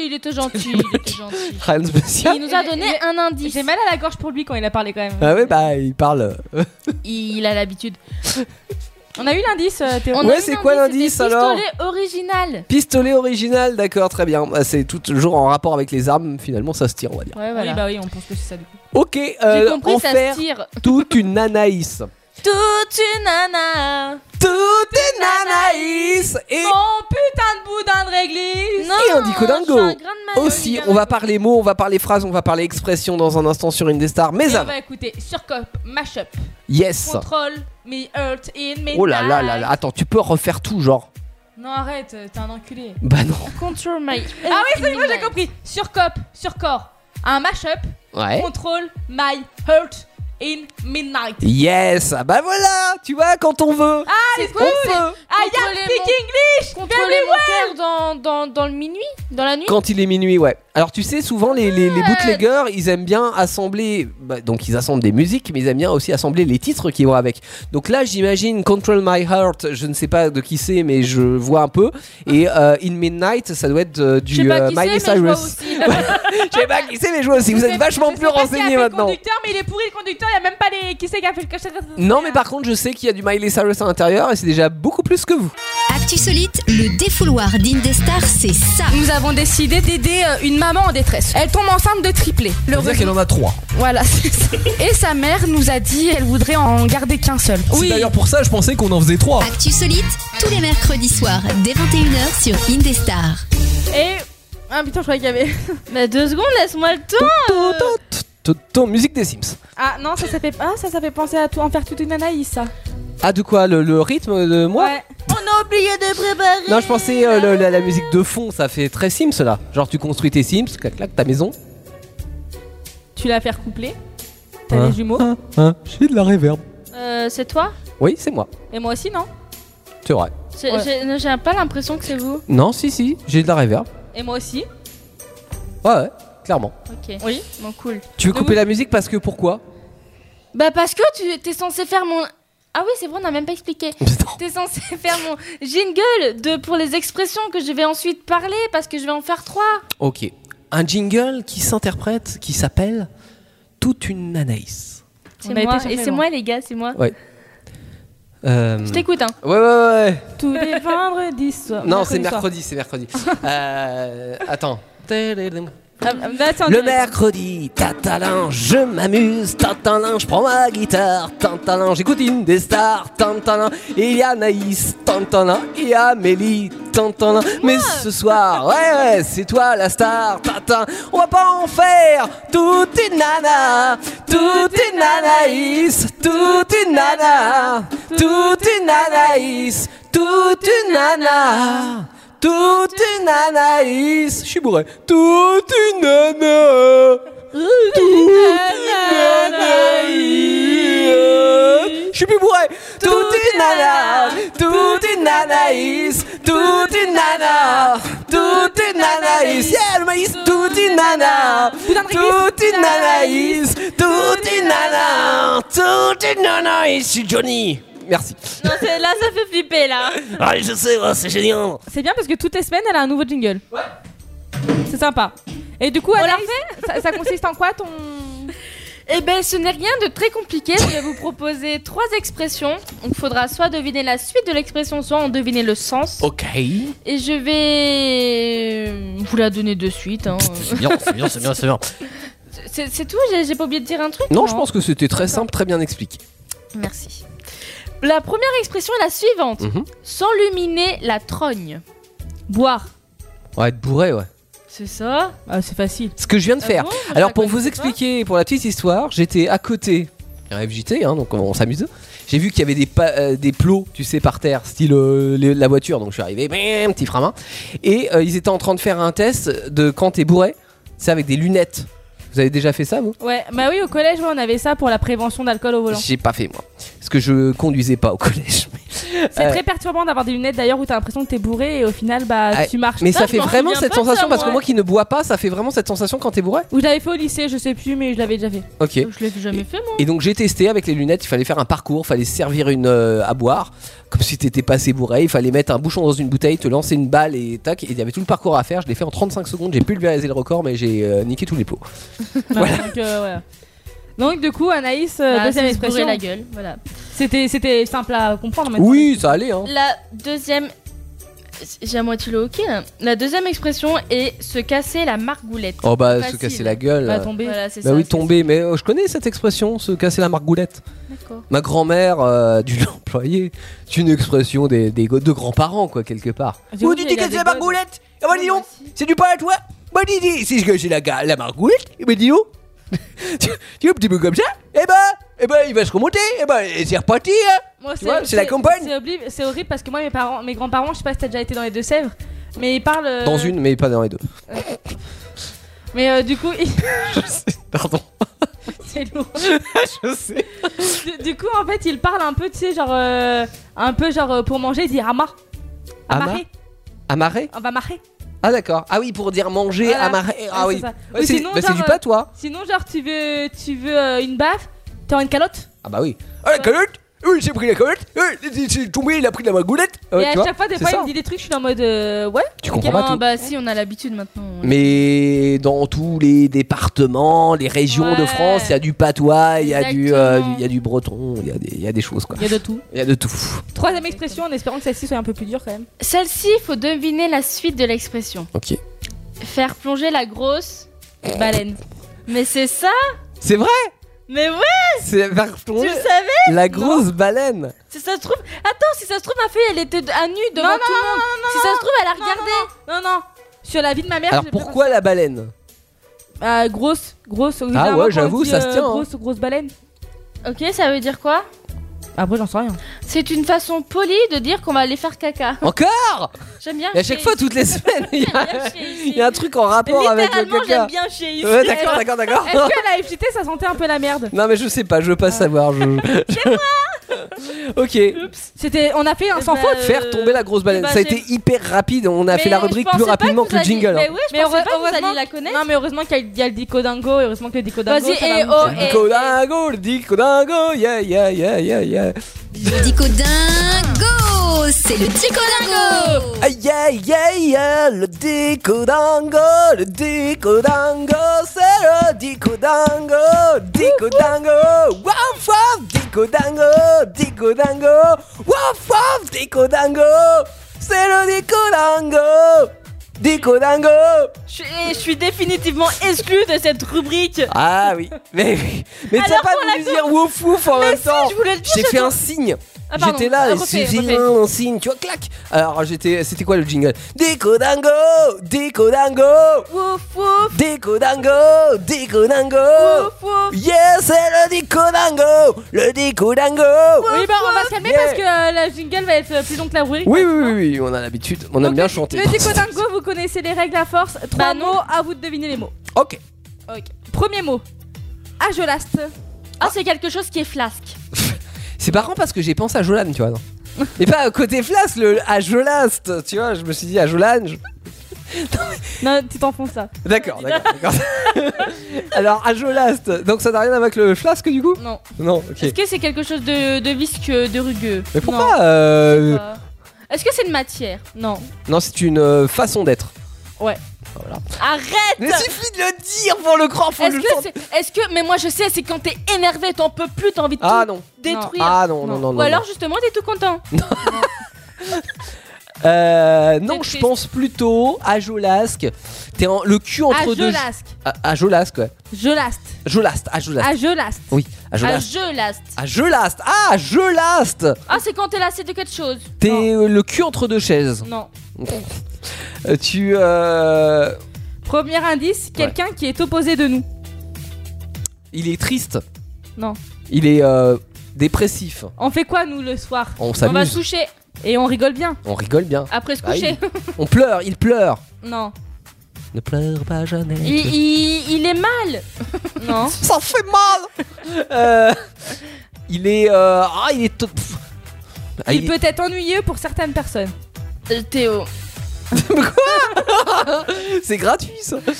E: Il était gentil, il était gentil.
D: Rien de spécial.
E: Il nous a donné un indice.
F: J'ai mal à la gorge pour lui quand il a parlé quand même.
D: Ah oui, bah il parle.
E: Il a l'habitude.
F: On a eu l'indice, euh, Théo.
E: On a
D: Ouais,
E: eu
D: c'est quoi l'indice,
E: c'était
D: alors
E: Pistolet original.
D: Pistolet original, d'accord, très bien. Bah, C'est tout- toujours en rapport avec les armes, finalement ça se tire, on va dire.
E: Ouais,
F: Oui,
E: voilà.
F: bah oui, on pense que c'est ça du coup.
D: Ok,
E: J'ai
D: euh,
E: compris,
D: en
E: ça
D: faire
E: se tire.
D: toute une Anaïs.
E: Toute une nana.
D: Toute une Anaïs Et
F: Mon putain de boudin de réglisse
E: Non,
D: Et un dicodingo.
E: je suis un grain de maïs.
D: aussi, on va parler mots, on va parler phrases, on va parler expressions dans un instant sur Indestar.
E: Eh
D: Mais
F: Et
E: ben,
F: on
D: avant,
F: va écouter Eh bah, Surcop, Mashup,
D: yes
F: Control, Me Hurt In, Me
D: Oh là là là là, attends, tu peux refaire tout genre
F: Non, arrête, euh, t'es un enculé.
D: Bah non.
E: Control my.
F: Ah oui, c'est moi, j'ai compris. Surcop, Surcore, un Mashup,
D: Ouais.
F: Control, My Hurt In, Midnight.
D: Yes, Ah bah voilà, tu vois, quand on veut.
E: Ah C'est
D: on peut.
F: I am
E: Contrôlez mon-
F: speaking
E: Contrôler mon cœur dans, dans, dans le minuit Dans la nuit
D: Quand il est minuit, ouais. Alors tu sais, souvent les, les, les bootleggers, ils aiment bien assembler, bah, donc ils assemblent des musiques, mais ils aiment bien aussi assembler les titres qui vont avec. Donc là, j'imagine Control My Heart, je ne sais pas de qui c'est, mais je vois un peu. Et euh, In Midnight, ça doit être euh,
E: Je sais
D: du
E: pas
D: euh,
E: qui c'est, mais
D: Miley
E: je vois
D: Cyrus.
E: aussi.
D: Je sais pas qui c'est, mais je vois aussi. Vous
F: Je
D: êtes
F: sais-
D: vachement
F: je sais
D: plus
F: pas qui a fait
D: renseignés
F: le
D: maintenant.
F: conducteur, mais il est pourri le conducteur, il y a même pas les. Qui c'est qui a fait le cachet
D: Non, mais bah- par contre, je sais qu'il y a du Miley Cyrus à l'intérieur et c'est déjà beaucoup plus que vous.
B: Actu Solite, le défouloir d'Indestar, c'est ça.
F: Ah. Nous avons décidé d'aider euh, une maman en détresse. Elle tombe enceinte de triplé. Le
D: C'est-à-dire qu'elle en a trois.
F: Voilà. c'est ça. Et sa mère nous a dit elle voudrait en garder qu'un seul.
K: C'est d'ailleurs pour ça, je pensais qu'on en faisait trois.
B: Actu Solite, tous les mercredis soirs dès 21h sur Indestar.
F: Et ah putain, je croyais qu'il y avait.
E: Mais Bah, deux secondes, laisse-moi le temps.
D: Ton musique des Sims.
F: Ah non, ça ça fait ah ça ça fait penser à tout en faire toute une anaïs ça.
D: Ah, de quoi le, le rythme de moi
F: ouais.
H: On a oublié de préparer.
D: Non, je pensais euh, le- la, la musique de fond, ça fait très Sims là. Genre, tu construis tes Sims, clac clac, ta maison.
F: Tu l'as faire coupler. T'as
K: Ouais.
F: les jumeaux.
K: Hein, hein, j'ai de la réverb.
E: Euh, c'est toi
D: Oui, c'est moi.
F: Et moi aussi non.
D: C'est vrai.
E: C'est-
F: Ouais.
E: J'ai non, j'ai pas l'impression que c'est vous.
D: Non, si, si, j'ai de la réverb.
F: Et moi aussi.
D: Ouais, ouais, clairement.
E: Ok.
F: Oui.
E: Bon, cool.
D: Tu veux
F: De
D: couper la musique parce que pourquoi
E: Bah, parce que tu t'es censé faire mon. Ah oui, c'est vrai, on n'a même pas expliqué. T'es censé faire mon jingle de, pour les expressions que je vais ensuite parler parce que je vais en faire trois.
D: Ok. Un jingle qui s'interprète, qui s'appelle Toute une Anaïs.
E: C'est
F: On
E: moi.
F: a été
E: Et
F: chercher
E: c'est
F: loin.
E: moi, les gars, c'est moi.
D: Euh...
E: Je t'écoute, hein.
D: Ouais, ouais, ouais.
F: Tous les vendredis soirs.
D: Non, c'est
F: soir.
D: mercredi, c'est mercredi. euh... Attends. Le
F: Ah, bah, c'est intéressant.
D: mercredi, tatalin, je m'amuse, tatalin, je prends ma guitare, tatalin, j'écoute une des stars, tatalin, et il y a Anaïs, tatalin, il y a Amélie, tatalin, mais ce soir, ouais, ouais, c'est toi la star, tatin, on va pas en faire, tout une nana, tout une Anaïs, tout une nana, tout une Anaïs, tout une nana. Toute une Anaïs. Je suis bourré. Toute une nana. Toute une Anaïs. Je suis plus bourré. Toute une nana, toute une Anaïs, toute une nana, toute une Anaïs, yeah, le maïs, toute une nana, toute une Anaïs, toute une nana, toute une Anaïs, c'est Johnny. Merci.
E: Non, c'est- là, ça fait flipper, là.
D: Allez, je sais, ouais, c'est génial.
F: C'est bien parce que toutes les semaines, elle a un nouveau jingle. Ouais. C'est sympa. Et du coup, Anaïs, ça, ça consiste en quoi ton.
E: Eh ben, ce n'est rien de très compliqué. Je vais vous proposer trois expressions. Il faudra soit deviner la suite de l'expression, soit en deviner le sens.
D: Ok.
E: Et je vais euh, vous la donner de suite. hein.
D: C'est bien, c'est bien, c'est bien, c'est bien.
E: C'est c'est tout J'ai j'ai pas oublié de dire un truc
D: Non, je pense que c'était très simple, très bien expliqué.
E: Merci. La première expression est la suivante.
D: Mhm.
E: S'enluminer la trogne. Boire.
D: Ouais, être bourré, ouais.
E: C'est ça
F: Ah, C'est facile.
D: Ce que je viens de
E: Ah
D: faire.
E: bon Je
F: bah,
D: Alors
E: la
D: pour
E: connaissais
D: vous
E: pas.
D: expliquer, pour la petite histoire, j'étais à côté d'un FJT, hein, donc on, on s'amuse. J'ai vu qu'il y avait des, pa- euh, des plots, tu sais, par terre, style euh, les- la voiture. Donc je suis arrivé, bim, petit frein à main. Et euh, ils étaient en train de faire un test de quand t'es bourré, c'est avec des lunettes. Vous avez déjà fait ça, vous
F: Ouais, bah oui, au collège, ouais, on avait ça pour la prévention d'alcool au volant.
D: J'ai pas fait, moi. Parce que je conduisais pas au collège.
F: C'est
D: Euh,
F: très perturbant d'avoir des lunettes d'ailleurs où t'as l'impression que t'es bourré et au final, bah
D: Ah,
F: tu marches.
D: Mais
F: Ah,
D: ça
F: je
D: fait
F: m'en
D: vraiment
F: souviens
D: cette
F: pas de ça,
D: sensation, parce que moi qui ne bois pas, ça fait vraiment cette sensation quand t'es bourré
F: Ou je l'avais fait au lycée, je sais plus, mais je l'avais déjà fait.
D: Ok.
E: Je l'ai jamais fait, moi.
D: Et donc j'ai testé avec les lunettes, il fallait faire un parcours, il fallait servir une euh, à boire, comme si t'étais passé bourré, il fallait mettre un bouchon dans une bouteille, te lancer une balle et tac, et il y avait tout le parcours à faire, je l'ai fait en 35 secondes, j'ai pulvérisé le record mais j'ai euh, niqué tous les plots.
F: Donc, euh, voilà. Donc, du coup, Anaïs, euh,
E: Bah,
F: deuxième
E: c'est se bourrer
F: expression.
E: la gueule, voilà.
F: C'était, c'était simple à comprendre. maintenant.
D: Oui, ça allait hein.
E: La deuxième. J'ai à moitié le hockey
F: hein.
E: là. La deuxième expression est se casser la margoulette.
D: Oh bah
E: Facile.
D: se casser la gueule.
F: Bah,
D: euh,
F: tomber.
E: Voilà, c'est
D: bah
E: ça.
D: oui, tomber, mais euh, je connais cette expression, se casser la margoulette.
E: D'accord.
D: Ma grand-mère euh, a dû l'employer. C'est une expression des, des go- de grands-parents, quoi, quelque part.
F: J'ai
D: Vous
F: oublié,
D: dites
F: il y a
D: casser
F: des
D: la
F: godes.
D: margoulette Ah bah dis donc, c'est du pain à toi Bah dis dis, si je cassais la, ga- la margoulette, eh bah dis donc Tu tu es un petit peu comme ça Eh bah, eh bah il va se remonter, eh bah c'est reparti hein
F: Moi,
D: Tu vois, c'est la campagne.
F: C'est, obli- c'est horrible parce que moi, mes parents, mes grands-parents, je sais pas si t'as déjà été dans les Deux-Sèvres, mais ils parlent. euh,
D: Dans une, mais pas dans les deux.
F: Mais euh, du coup, ils-
D: Pardon,
F: c'est lourd.
D: je sais.
F: Du, du coup, en fait, ils parlent un peu, tu sais, genre. euh, un peu genre euh, pour manger, ils disent amarre.
D: Amarre Amarrer
F: Amarrer. Ah, On va marrer.
D: Ah d'accord. Ah oui, pour dire manger,
F: Voilà.
D: amarrer. Ah oui.
F: Ouais, c'est ça.
D: Ouais,
F: Ou
D: c'est
F: sinon,
D: bah, c'est
F: genre,
D: du pas
F: euh,
D: toi
F: Sinon, genre, tu veux, tu veux euh, une baffe, t'as une calotte.
D: Ah bah oui. Ah la calotte Oui, j'ai pris la calotte Oui, il- il est tombé, il a pris de la margoulette Ah,
F: et à
D: tu vois,
F: chaque fois, des
D: c'est
F: fois,
D: ça.
F: il me dit des trucs, je suis en mode euh, ouais.
D: Tu comprends pas tout.
E: bah si, on a l'habitude maintenant.
D: Mais dans tous les départements, les régions de
E: Ouais.
D: France, il y a du patois, il y, a du, euh,
E: Exactement.
D: du- il y a du breton, il y, a des- il y a des choses quoi.
F: Il y a de tout.
D: Il y a de tout.
F: Troisième expression, en espérant que celle-ci soit un peu plus dure quand même.
E: Celle-ci, faut deviner la suite de l'expression.
D: Ok.
E: Faire plonger la grosse.
F: Baleine.
E: Mais c'est ça
D: C'est vrai
E: Mais ouais,
D: C'est
E: tu
D: pardon,
E: le Ah, savais
D: la grosse baleine
E: Si ça se trouve... Attends, si ça se trouve, ma fille, elle était à nu devant
F: Non,
E: tout le monde. si ça se trouve, elle a regardé.
F: Non, non. Sur la vie de ma mère.
D: Alors
F: j'ai
D: pourquoi la baleine
F: pas- Ah, grosse, grosse. généralement,
D: ouais,
F: quand on
D: j'avoue,
F: dit,
D: ça
F: euh,
D: se tient, hein.
F: Grosse, grosse baleine.
E: Ok, ça veut dire quoi
F: Après, j'en sais rien.
E: C'est une façon polie de dire qu'on va aller faire caca.
D: Encore
E: J'aime bien.
D: Et à chaque fois, toutes les semaines, il y a, il y a un truc en rapport avec le
E: Littéralement, j'aime
D: caca.
E: bien chez ici.
D: Ouais, d'accord, d'accord, d'accord.
F: Est-ce que la FJT, ça sentait un peu la merde
D: Non mais je sais pas, je
E: Ah.
D: veux pas savoir. je- ok.
F: C'était, on a fait un sans
E: bah,
F: faute.
E: euh,
D: Faire tomber la grosse baleine.
E: bah,
D: Ça a
E: j'ai-
D: été hyper rapide. On a
E: Mais
D: fait la
E: je
D: rubrique
E: pensais
D: plus
E: pas
D: rapidement que le
E: vous alliez-
D: jingle. hein.
E: Mais oui, je
F: Mais
E: pensais
F: heure-
E: pas que vous
F: heureusement-
E: alliez la connaître.
F: Non, mais heureusement qu'il y a, il y a le dicodango. et Heureusement que le dicodango.
E: Vas-y,
F: ça va
E: eh,
F: nous-
E: oh, eh.
D: Dico dingo, le dico dingo, yeah, yeah, yeah, yeah, yeah.
E: Oh.
B: Dico dingo, c'est le Dico dingo.
D: Ah, yeah, yeah, yeah, le dico dingo, le dico dingo, c'est le dico dingo, dico dingo, waf waf, dico dingo, dico dingo, waf waf, dico dingo, c'est le dico dingo, dico dingo.
E: Je suis- eh, je suis définitivement exclue de cette rubrique.
D: Ah oui, mais, mais t'as
E: Alors
D: pas
E: qu'on
D: voulu dire wouf wouf en même temps.
E: Eh Je voulais le dire.
D: J'ai
E: je
D: fait
E: dois-
D: un signe.
E: Ah, pardon.
D: j'étais là, et
E: Refais,
D: j'ai
E: refais.
D: un signe, tu vois, clac. Alors j'étais, c'était quoi le jingle Déco dingo, déco dingo,
E: Wouf, wouf,
D: déco dingo, déco dingo.
E: wouf, wouf.
D: Yes, c'est le déco dingo, le déco dingo.
F: Oui, bah, on va se calmer
D: Yeah.
F: parce que euh, la jingle va être plus longue que la rubrique.
D: Oui, oui, oui, oui, on a l'habitude, on aime
F: Donc,
D: bien
F: le-
D: chanter.
F: Le Dicodango, vous connaissez les règles à force. Trois
E: Bah, non.
F: mots, à vous de deviner les mots.
D: Ok.
F: Ok. Premier mot. Ajolaste.
E: Ah, c'est quelque chose qui est flasque.
D: C'est marrant parce que j'ai pensé à Jolan, tu vois. non Mais pas côté flas, le Ajolast, tu vois, je me suis dit Ajolange.
F: Non, tu t'enfonces ça.
D: D'accord, d'accord, d'accord. Alors Ajolast, donc ça n'a rien à voir avec le flasque du coup
F: Non.
D: Non, ok.
E: Est-ce que c'est quelque chose de, de visqueux, de rugueux
D: Mais
E: Non.
D: pourquoi euh,
E: Euh, Est-ce que c'est une matière Non.
D: Non, c'est une euh, façon d'être.
E: Ouais.
D: Voilà.
E: Arrête
D: Mais suffit de le dire pour le croire, faut
E: Est-ce
D: le
E: que, c'est- est-ce que- Mais moi je sais, c'est quand t'es énervé, t'en peux plus, t'as envie de
D: Ah
E: tout
D: non.
E: détruire.
D: Ah non, non, non,
E: Ou
D: non,
E: alors
D: non.
E: justement, t'es tout content.
D: Euh, non, je
E: triste.
D: pense plutôt Ajolasque. T'es en- le cul entre deux.
F: Ajolasque.
D: Ah, Ajolasque, ouais.
F: Jolaste.
D: Jolast, Ajolast.
F: Ajolaste.
D: Oui,
E: Ah,
D: Ajolast.
E: je laste.
D: Ajolast. Ah, Jolast.
E: Ah, c'est quand t'es lassé de quelque chose.
D: T'es euh, le cul entre deux chaises.
E: Non.
D: Euh, Tu. euh,
F: Premier indice, quelqu'un qui est opposé de nous.
D: Il est triste.
F: Non.
D: Il est euh, dépressif.
F: On fait quoi nous le soir
D: On
F: On va
D: s'amuse.
F: se coucher. Et on rigole bien.
D: On rigole bien.
F: Après se
D: Bah oui.
F: coucher.
D: On pleure, il pleure.
F: non.
D: Ne pleure pas, Jeannette.
E: Il, il- il est mal. non.
D: Ça fait mal Euh, Il est. euh, Ah, il est. to- pff. Ah,
F: Il
D: il-
F: peut être ennuyeux pour certaines personnes.
E: Euh, Théo.
D: C'est gratuit ça
E: Grave.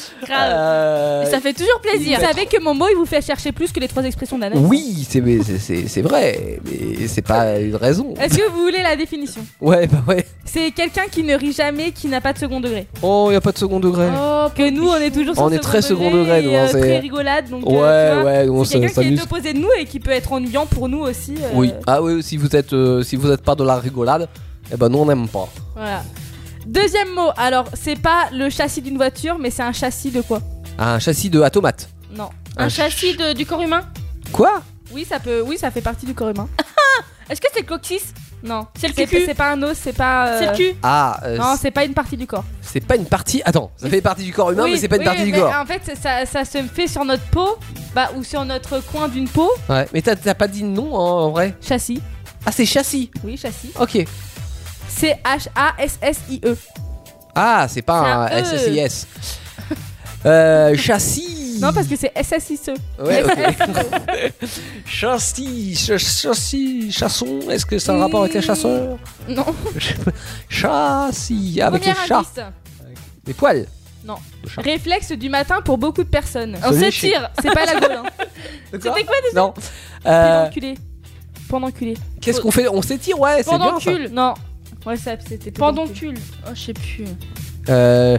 D: Euh,
E: Ça fait toujours plaisir.
F: Vous savez que mon mot il vous fait chercher plus que les trois expressions d'un homme.
D: Oui, c'est mais c'est- c'est- c'est vrai, mais c'est pas une raison.
F: Est-ce que vous voulez la définition
D: Ouais, bah ouais.
F: C'est quelqu'un qui ne rit jamais, qui n'a pas de second degré.
D: Oh, y a pas de second degré.
E: Oh,
F: Que nous on est toujours sur
D: On est très second degré, nous,
F: et,
D: hein,
F: euh,
D: c'est-
F: très rigolade donc. euh, tu
D: ouais,
F: vois,
D: ouais, on
F: C'est
D: se-
F: quelqu'un qui
D: s'amuse.
F: est opposé de nous et qui peut être ennuyant pour nous aussi. euh,
D: Oui. Ah oui, si vous êtes euh, si vous êtes pas de la rigolade, eh ben nous on n'aime pas.
F: Voilà. Deuxième mot, alors c'est pas le châssis d'une voiture, mais c'est un châssis de quoi
D: Un châssis de à tomate.
F: Non.
E: un
D: Un
E: châssis de- du corps humain
D: Quoi
F: Oui, ça peut, oui, ça fait partie du corps humain.
E: Est-ce que c'est le coccyx
F: Non.
E: C'est le
F: C'est
E: cul.
F: c'est pas un os, c'est pas. euh,
E: C'est le cul
D: Ah, euh,
F: Non,
D: c'est-
F: c'est pas une partie du corps.
D: c'est pas une partie. Attends, ça fait partie du corps humain,
F: Oui,
D: mais c'est pas une
F: oui,
D: partie du
F: mais
D: corps.
F: En fait, ça, ça se fait sur notre peau, bah, ou sur notre coin d'une peau.
D: Ouais, mais t'as- t'as pas dit non hein, en vrai.
F: Châssis.
D: Ah, c'est châssis.
F: Oui, châssis.
D: Ok.
F: C'est H A S S I E.
D: Ah, c'est pas un
E: C'est un E.
D: SSIS. Euh, châssis.
F: Non, parce que c'est S S I E.
D: Ouais, ok. châssis, ch- châssis, chasson. Est-ce que ça a un rapport avec les chasseurs
F: Non.
D: Châssis, ah, avec
F: Premier
D: les chats.
F: indice.
D: Les poils.
F: Réflexe du matin pour beaucoup de personnes.
D: Oh.
E: On
D: Celui
E: s'étire.
F: C'est pas la gaule. Hein.
E: C'était quoi
D: Non.
F: Pendant
D: Euh,
F: enculé. Pendant enculé.
D: Qu'est-ce qu'on fait On s'étire, ouais, c'est bien ça.
E: Pendoncules.
F: Non. Ouais, ça c'était.
E: Pendoncules. Oh, je sais plus.
D: Euh,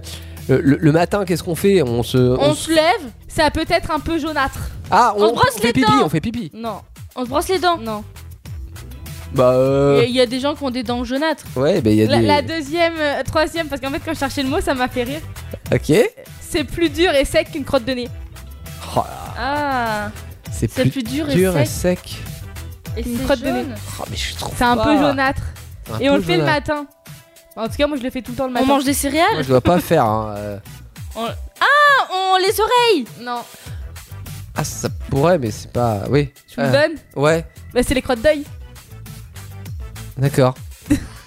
D: le, le matin, qu'est-ce qu'on fait On se.
E: On,
D: on se-
E: se lève,
F: Ça peut être un peu jaunâtre.
D: Ah, on,
E: on se brosse
D: on
E: les
D: fait pipi,
E: dents.
D: on fait pipi.
F: Non.
E: on se brosse les dents.
F: Non.
D: Bah,
E: Il y a-
D: euh...
E: il y, a des gens qui ont des dents jaunâtres.
D: ouais, bah, il y a
F: La,
D: des.
F: la deuxième, euh, troisième, parce qu'en fait quand je cherchais le mot, ça m'a fait rire.
D: Ok.
F: C'est plus dur et sec qu'une crotte de nez.
D: Oh là,
E: Ah,
D: c'est
E: c'est
D: plus,
E: plus dur,
D: dur et
E: et sec.
D: sec.
E: Et
F: Une
E: c'est
F: crotte de
E: jaune.
D: Oh, mais je trouve.
F: C'est un peu
D: pas-
F: jaunâtre.
D: un
F: Et on
D: peu
F: le fait le
D: jaunâtre.
F: matin. Bah, En tout cas, moi je le fais tout le temps le matin.
E: On mange des céréales
D: Moi, je dois pas faire. hein, euh.
E: Ah, On les oreilles Non.
D: Ah, ça pourrait, mais c'est pas. Oui.
F: Tu me
D: Euh,
F: donnes
D: Ouais,
F: Bah, c'est les crottes d'œil.
D: d'accord.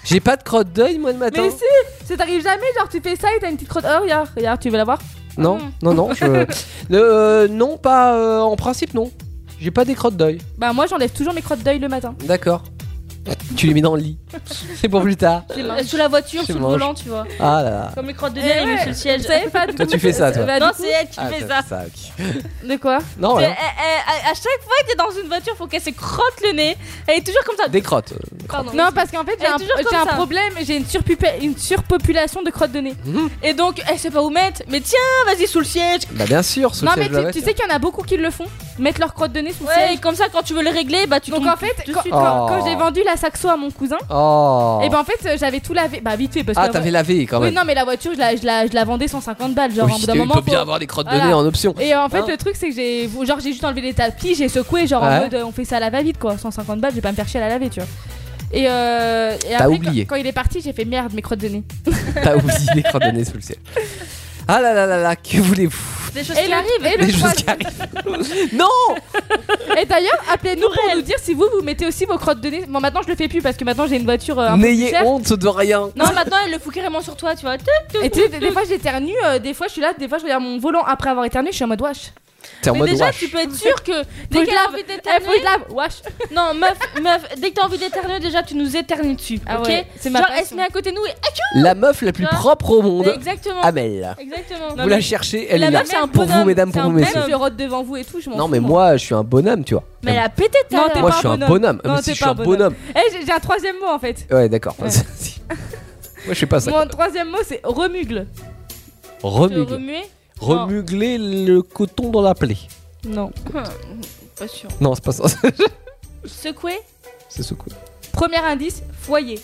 D: J'ai pas de crotte d'œil, moi, le matin.
F: Mais si Ça t'arrive jamais, genre tu fais ça et t'as une petite crotte. Oh, regarde, regarde, tu veux la voir
D: Non, non, non. Je... Euh, non, pas. euh, en principe, non. J'ai pas des crottes d'œil.
F: Bah, moi j'enlève toujours mes crottes d'œil le matin.
D: D'accord. tu les mets dans le lit. C'est pour plus tard.
E: Euh, Sous la voiture,
D: C'est
E: sous le
D: moche.
E: volant, tu vois.
D: Ah là là.
E: Comme les crottes de
F: Eh
E: nez,
F: ouais.
E: mais sous le
F: Vous
E: siège.
F: savez Eh, pas du
D: Toi,
F: coup-
D: tu fais ça, toi.
F: Bah,
E: Non,
F: du coup-
E: c'est elle qui
D: Ah,
E: fait
D: ça,
E: ça.
D: ça, ok.
F: De quoi
D: Non, hein,
E: C'est-
D: ouais.
E: eh, eh, à à chaque fois que t'es dans une voiture, faut qu'elle se crotte le nez. Elle est toujours comme ça.
D: Des crottes.
E: Pardon.
F: Non, parce qu'en fait, j'ai
E: Elle est
F: un,
E: toujours comme
F: j'ai un
E: ça.
F: problème, j'ai une, surpupa- une surpopulation de crottes de nez.
E: Et donc, elle sait pas où mettre. Mais tiens, vas-y sous le siège.
D: Bah bien sûr, sous
F: non,
D: le
F: mais
D: siège de la
F: tu, tu
D: voiture.
F: sais qu'il y en a beaucoup qui le font, mettre leurs crottes de nez sous le
E: Ouais,
F: siège.
E: et comme ça, quand tu veux le régler, bah tu
F: Donc
E: tombes
F: en fait,
E: dessus.
F: quand,
D: Oh.
F: quand- quand j'ai vendu la saxo à mon cousin,
D: Oh.
F: et ben en fait, euh, j'avais tout lavé. Bah, vite fait, parce
D: ah,
F: que.
D: t'avais lavé quand
F: Oui,
D: même.
F: non, mais la voiture, je la, je la, je la vendais 150 balles, genre,
D: Oui,
F: au bout
D: t'as
F: d'un
D: eu-
F: moment.
D: faut bien
F: faut-
D: avoir des crottes de
F: Voilà.
D: nez en option.
F: Et en fait,
D: Hein
F: le truc, c'est que j'ai. Genre, j'ai juste enlevé les tapis, j'ai secoué, genre en
D: Ouais.
F: mode euh, on fait ça à la va-vite, quoi. 150 balles, je vais pas me faire chier à la laver, tu vois. Et, euh, et après,
D: oublié.
F: Quand, quand il est parti, j'ai fait merde, mes crottes de nez.
D: T'as oublié les crottes de nez sous le ciel. Ah là là là là, que voulez-vous
E: Des choses
F: Et
E: qui
F: le-
E: arrivent.
F: et le
D: Des choses
F: troisième-
D: qui arrivent. non
F: Et d'ailleurs, appelez-nous pour nous dire si vous, vous mettez aussi vos crottes de nez. Bon, maintenant, je le fais plus parce que maintenant, j'ai une voiture euh, un peu plus
D: N'ayez
F: chère.
D: honte de rien.
E: Non, maintenant, elle le fout carrément sur toi, tu vois.
F: Et tu sais, des, des fois, j'éternue, euh, des fois, je suis là, des fois, je regarde mon volant après avoir éternué, je suis en mode wesh.
D: T'es en
E: Mais
D: mode
E: déjà,
D: wesh.
E: tu peux être sûr que
F: que
E: dès
F: je
E: qu'elle a
F: lave.
E: envie
F: Eh, faut que
E: d'éternuer.
F: je lave. Wesh.
E: Non, meuf, meuf, dès que t'as envie d'éternuer, déjà, tu nous éternues dessus.
F: Ah
E: ok
F: ouais, c'est ma
E: Genre, elle
F: passion.
E: se met à côté de nous et. Achou
D: La meuf la plus
E: Tu vois
D: propre au monde,
E: Exactement.
D: Amel.
E: Exactement.
D: Ah. Vous la cherchez, elle
E: la
D: est là.
E: meuf, c'est un
D: Pour vous,
E: bonhomme,
D: mesdames,
E: c'est
D: pour
E: un
D: vous,
E: bonhomme.
D: messieurs.
F: Je rote devant vous et tout, je m'en
D: Non,
F: fous,
D: mais moi, je suis un bonhomme, tu vois.
E: Mais elle a pété tout à
F: Non,
E: l'heure.
F: t'es
D: Moi,
F: pas
D: je suis un
F: bonhomme.
D: bonhomme.
F: Non,
D: Mais
F: t'es
D: si, je suis un
F: pas bonhomme.
D: bonhomme.
F: Eh, j'ai- j'ai un troisième mot en fait.
D: Ouais, d'accord.
F: Ouais.
D: Si. Moi, je fais pas ça.
F: Mon troisième mot c'est remugle.
E: Te
D: Remugle.
E: remuer
D: Remugler le coton dans la plaie.
F: Non.
E: Pas sûr.
D: Non, c'est pas ça.
E: Secouer
D: c'est ce coup.
F: Premier indice, foyer.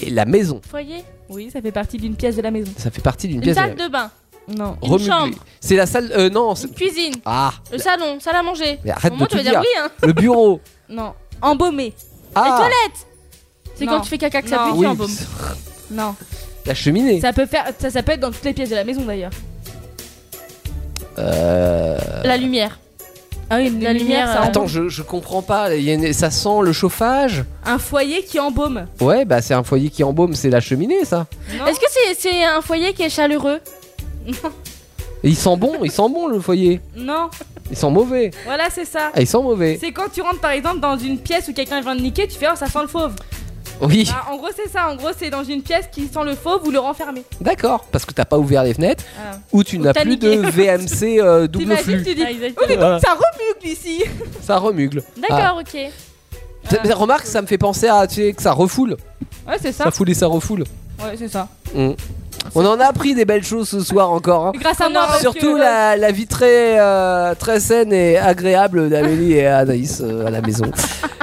D: Et la maison,
E: Foyer
F: Oui, ça fait partie d'une pièce de la maison.
D: ça fait partie d'une
E: Une
D: pièce.
E: salle de bain
F: Non.
E: une
D: Remugler.
E: chambre.
D: C'est la salle. euh, non, c'est.
E: Une cuisine
D: Ah
E: Le salon Salle à manger
D: Mais arrête
E: Au
D: de
E: moins, tu
D: tout
E: vas
D: dire.
E: dire oui, hein
D: Le bureau.
F: Non. Embaumé.
D: Ah
E: C'est
F: Non.
E: quand tu fais caca que ça
F: Non.
E: pue,
D: oui.
E: tu embaumes.
F: Non.
D: La cheminée.
F: Ça peut faire ça, ça peut être dans toutes les pièces de la maison d'ailleurs.
D: Euh,
E: La lumière.
F: Ah oui, la, lumière,
E: lumière,
F: ça
E: euh,
F: embaume.
D: Attends, je, je comprends pas. il y a une- Ça sent le chauffage.
F: Un foyer qui embaume.
D: Ouais, bah c'est un foyer qui embaume, c'est la cheminée, ça.
F: Non.
E: Est-ce que c'est c'est un foyer qui est chaleureux
D: Et il sent bon, il sent bon le foyer.
F: Non.
D: Il sent mauvais.
F: Voilà, c'est ça.
D: Ah, il sent mauvais.
F: C'est quand tu rentres par exemple dans une pièce où quelqu'un vient de niquer, tu fais oh ça sent le fauve.
D: Oui,
F: Bah, en gros c'est ça, en gros c'est dans une pièce qui sent le fauve ou le renfermé.
D: d'accord. Parce que t'as pas ouvert les fenêtres
F: Ah.
D: ou tu n'as
E: t'as
D: plus
E: niqué.
D: de VMC euh, double
F: T'imagines,
D: flux.
F: tu dis oh,
D: Ah,
F: ça remugle ici.
D: ça remugle. Ah.
E: D'accord, ok.
D: Ça-
E: Ah.
D: mais Remarque, ça me fait penser à tu sais, que ça refoule.
F: Ouais, c'est
D: Ça, foule et ça refoule.
F: Ouais, c'est ça.
D: Mm. On en a appris des belles choses ce soir encore. hein.
F: Grâce à moi,
E: Ah,
F: parce
D: Surtout
F: que-
D: la, la vie très, euh, très saine et agréable d'Amélie et Anaïs euh, à la maison.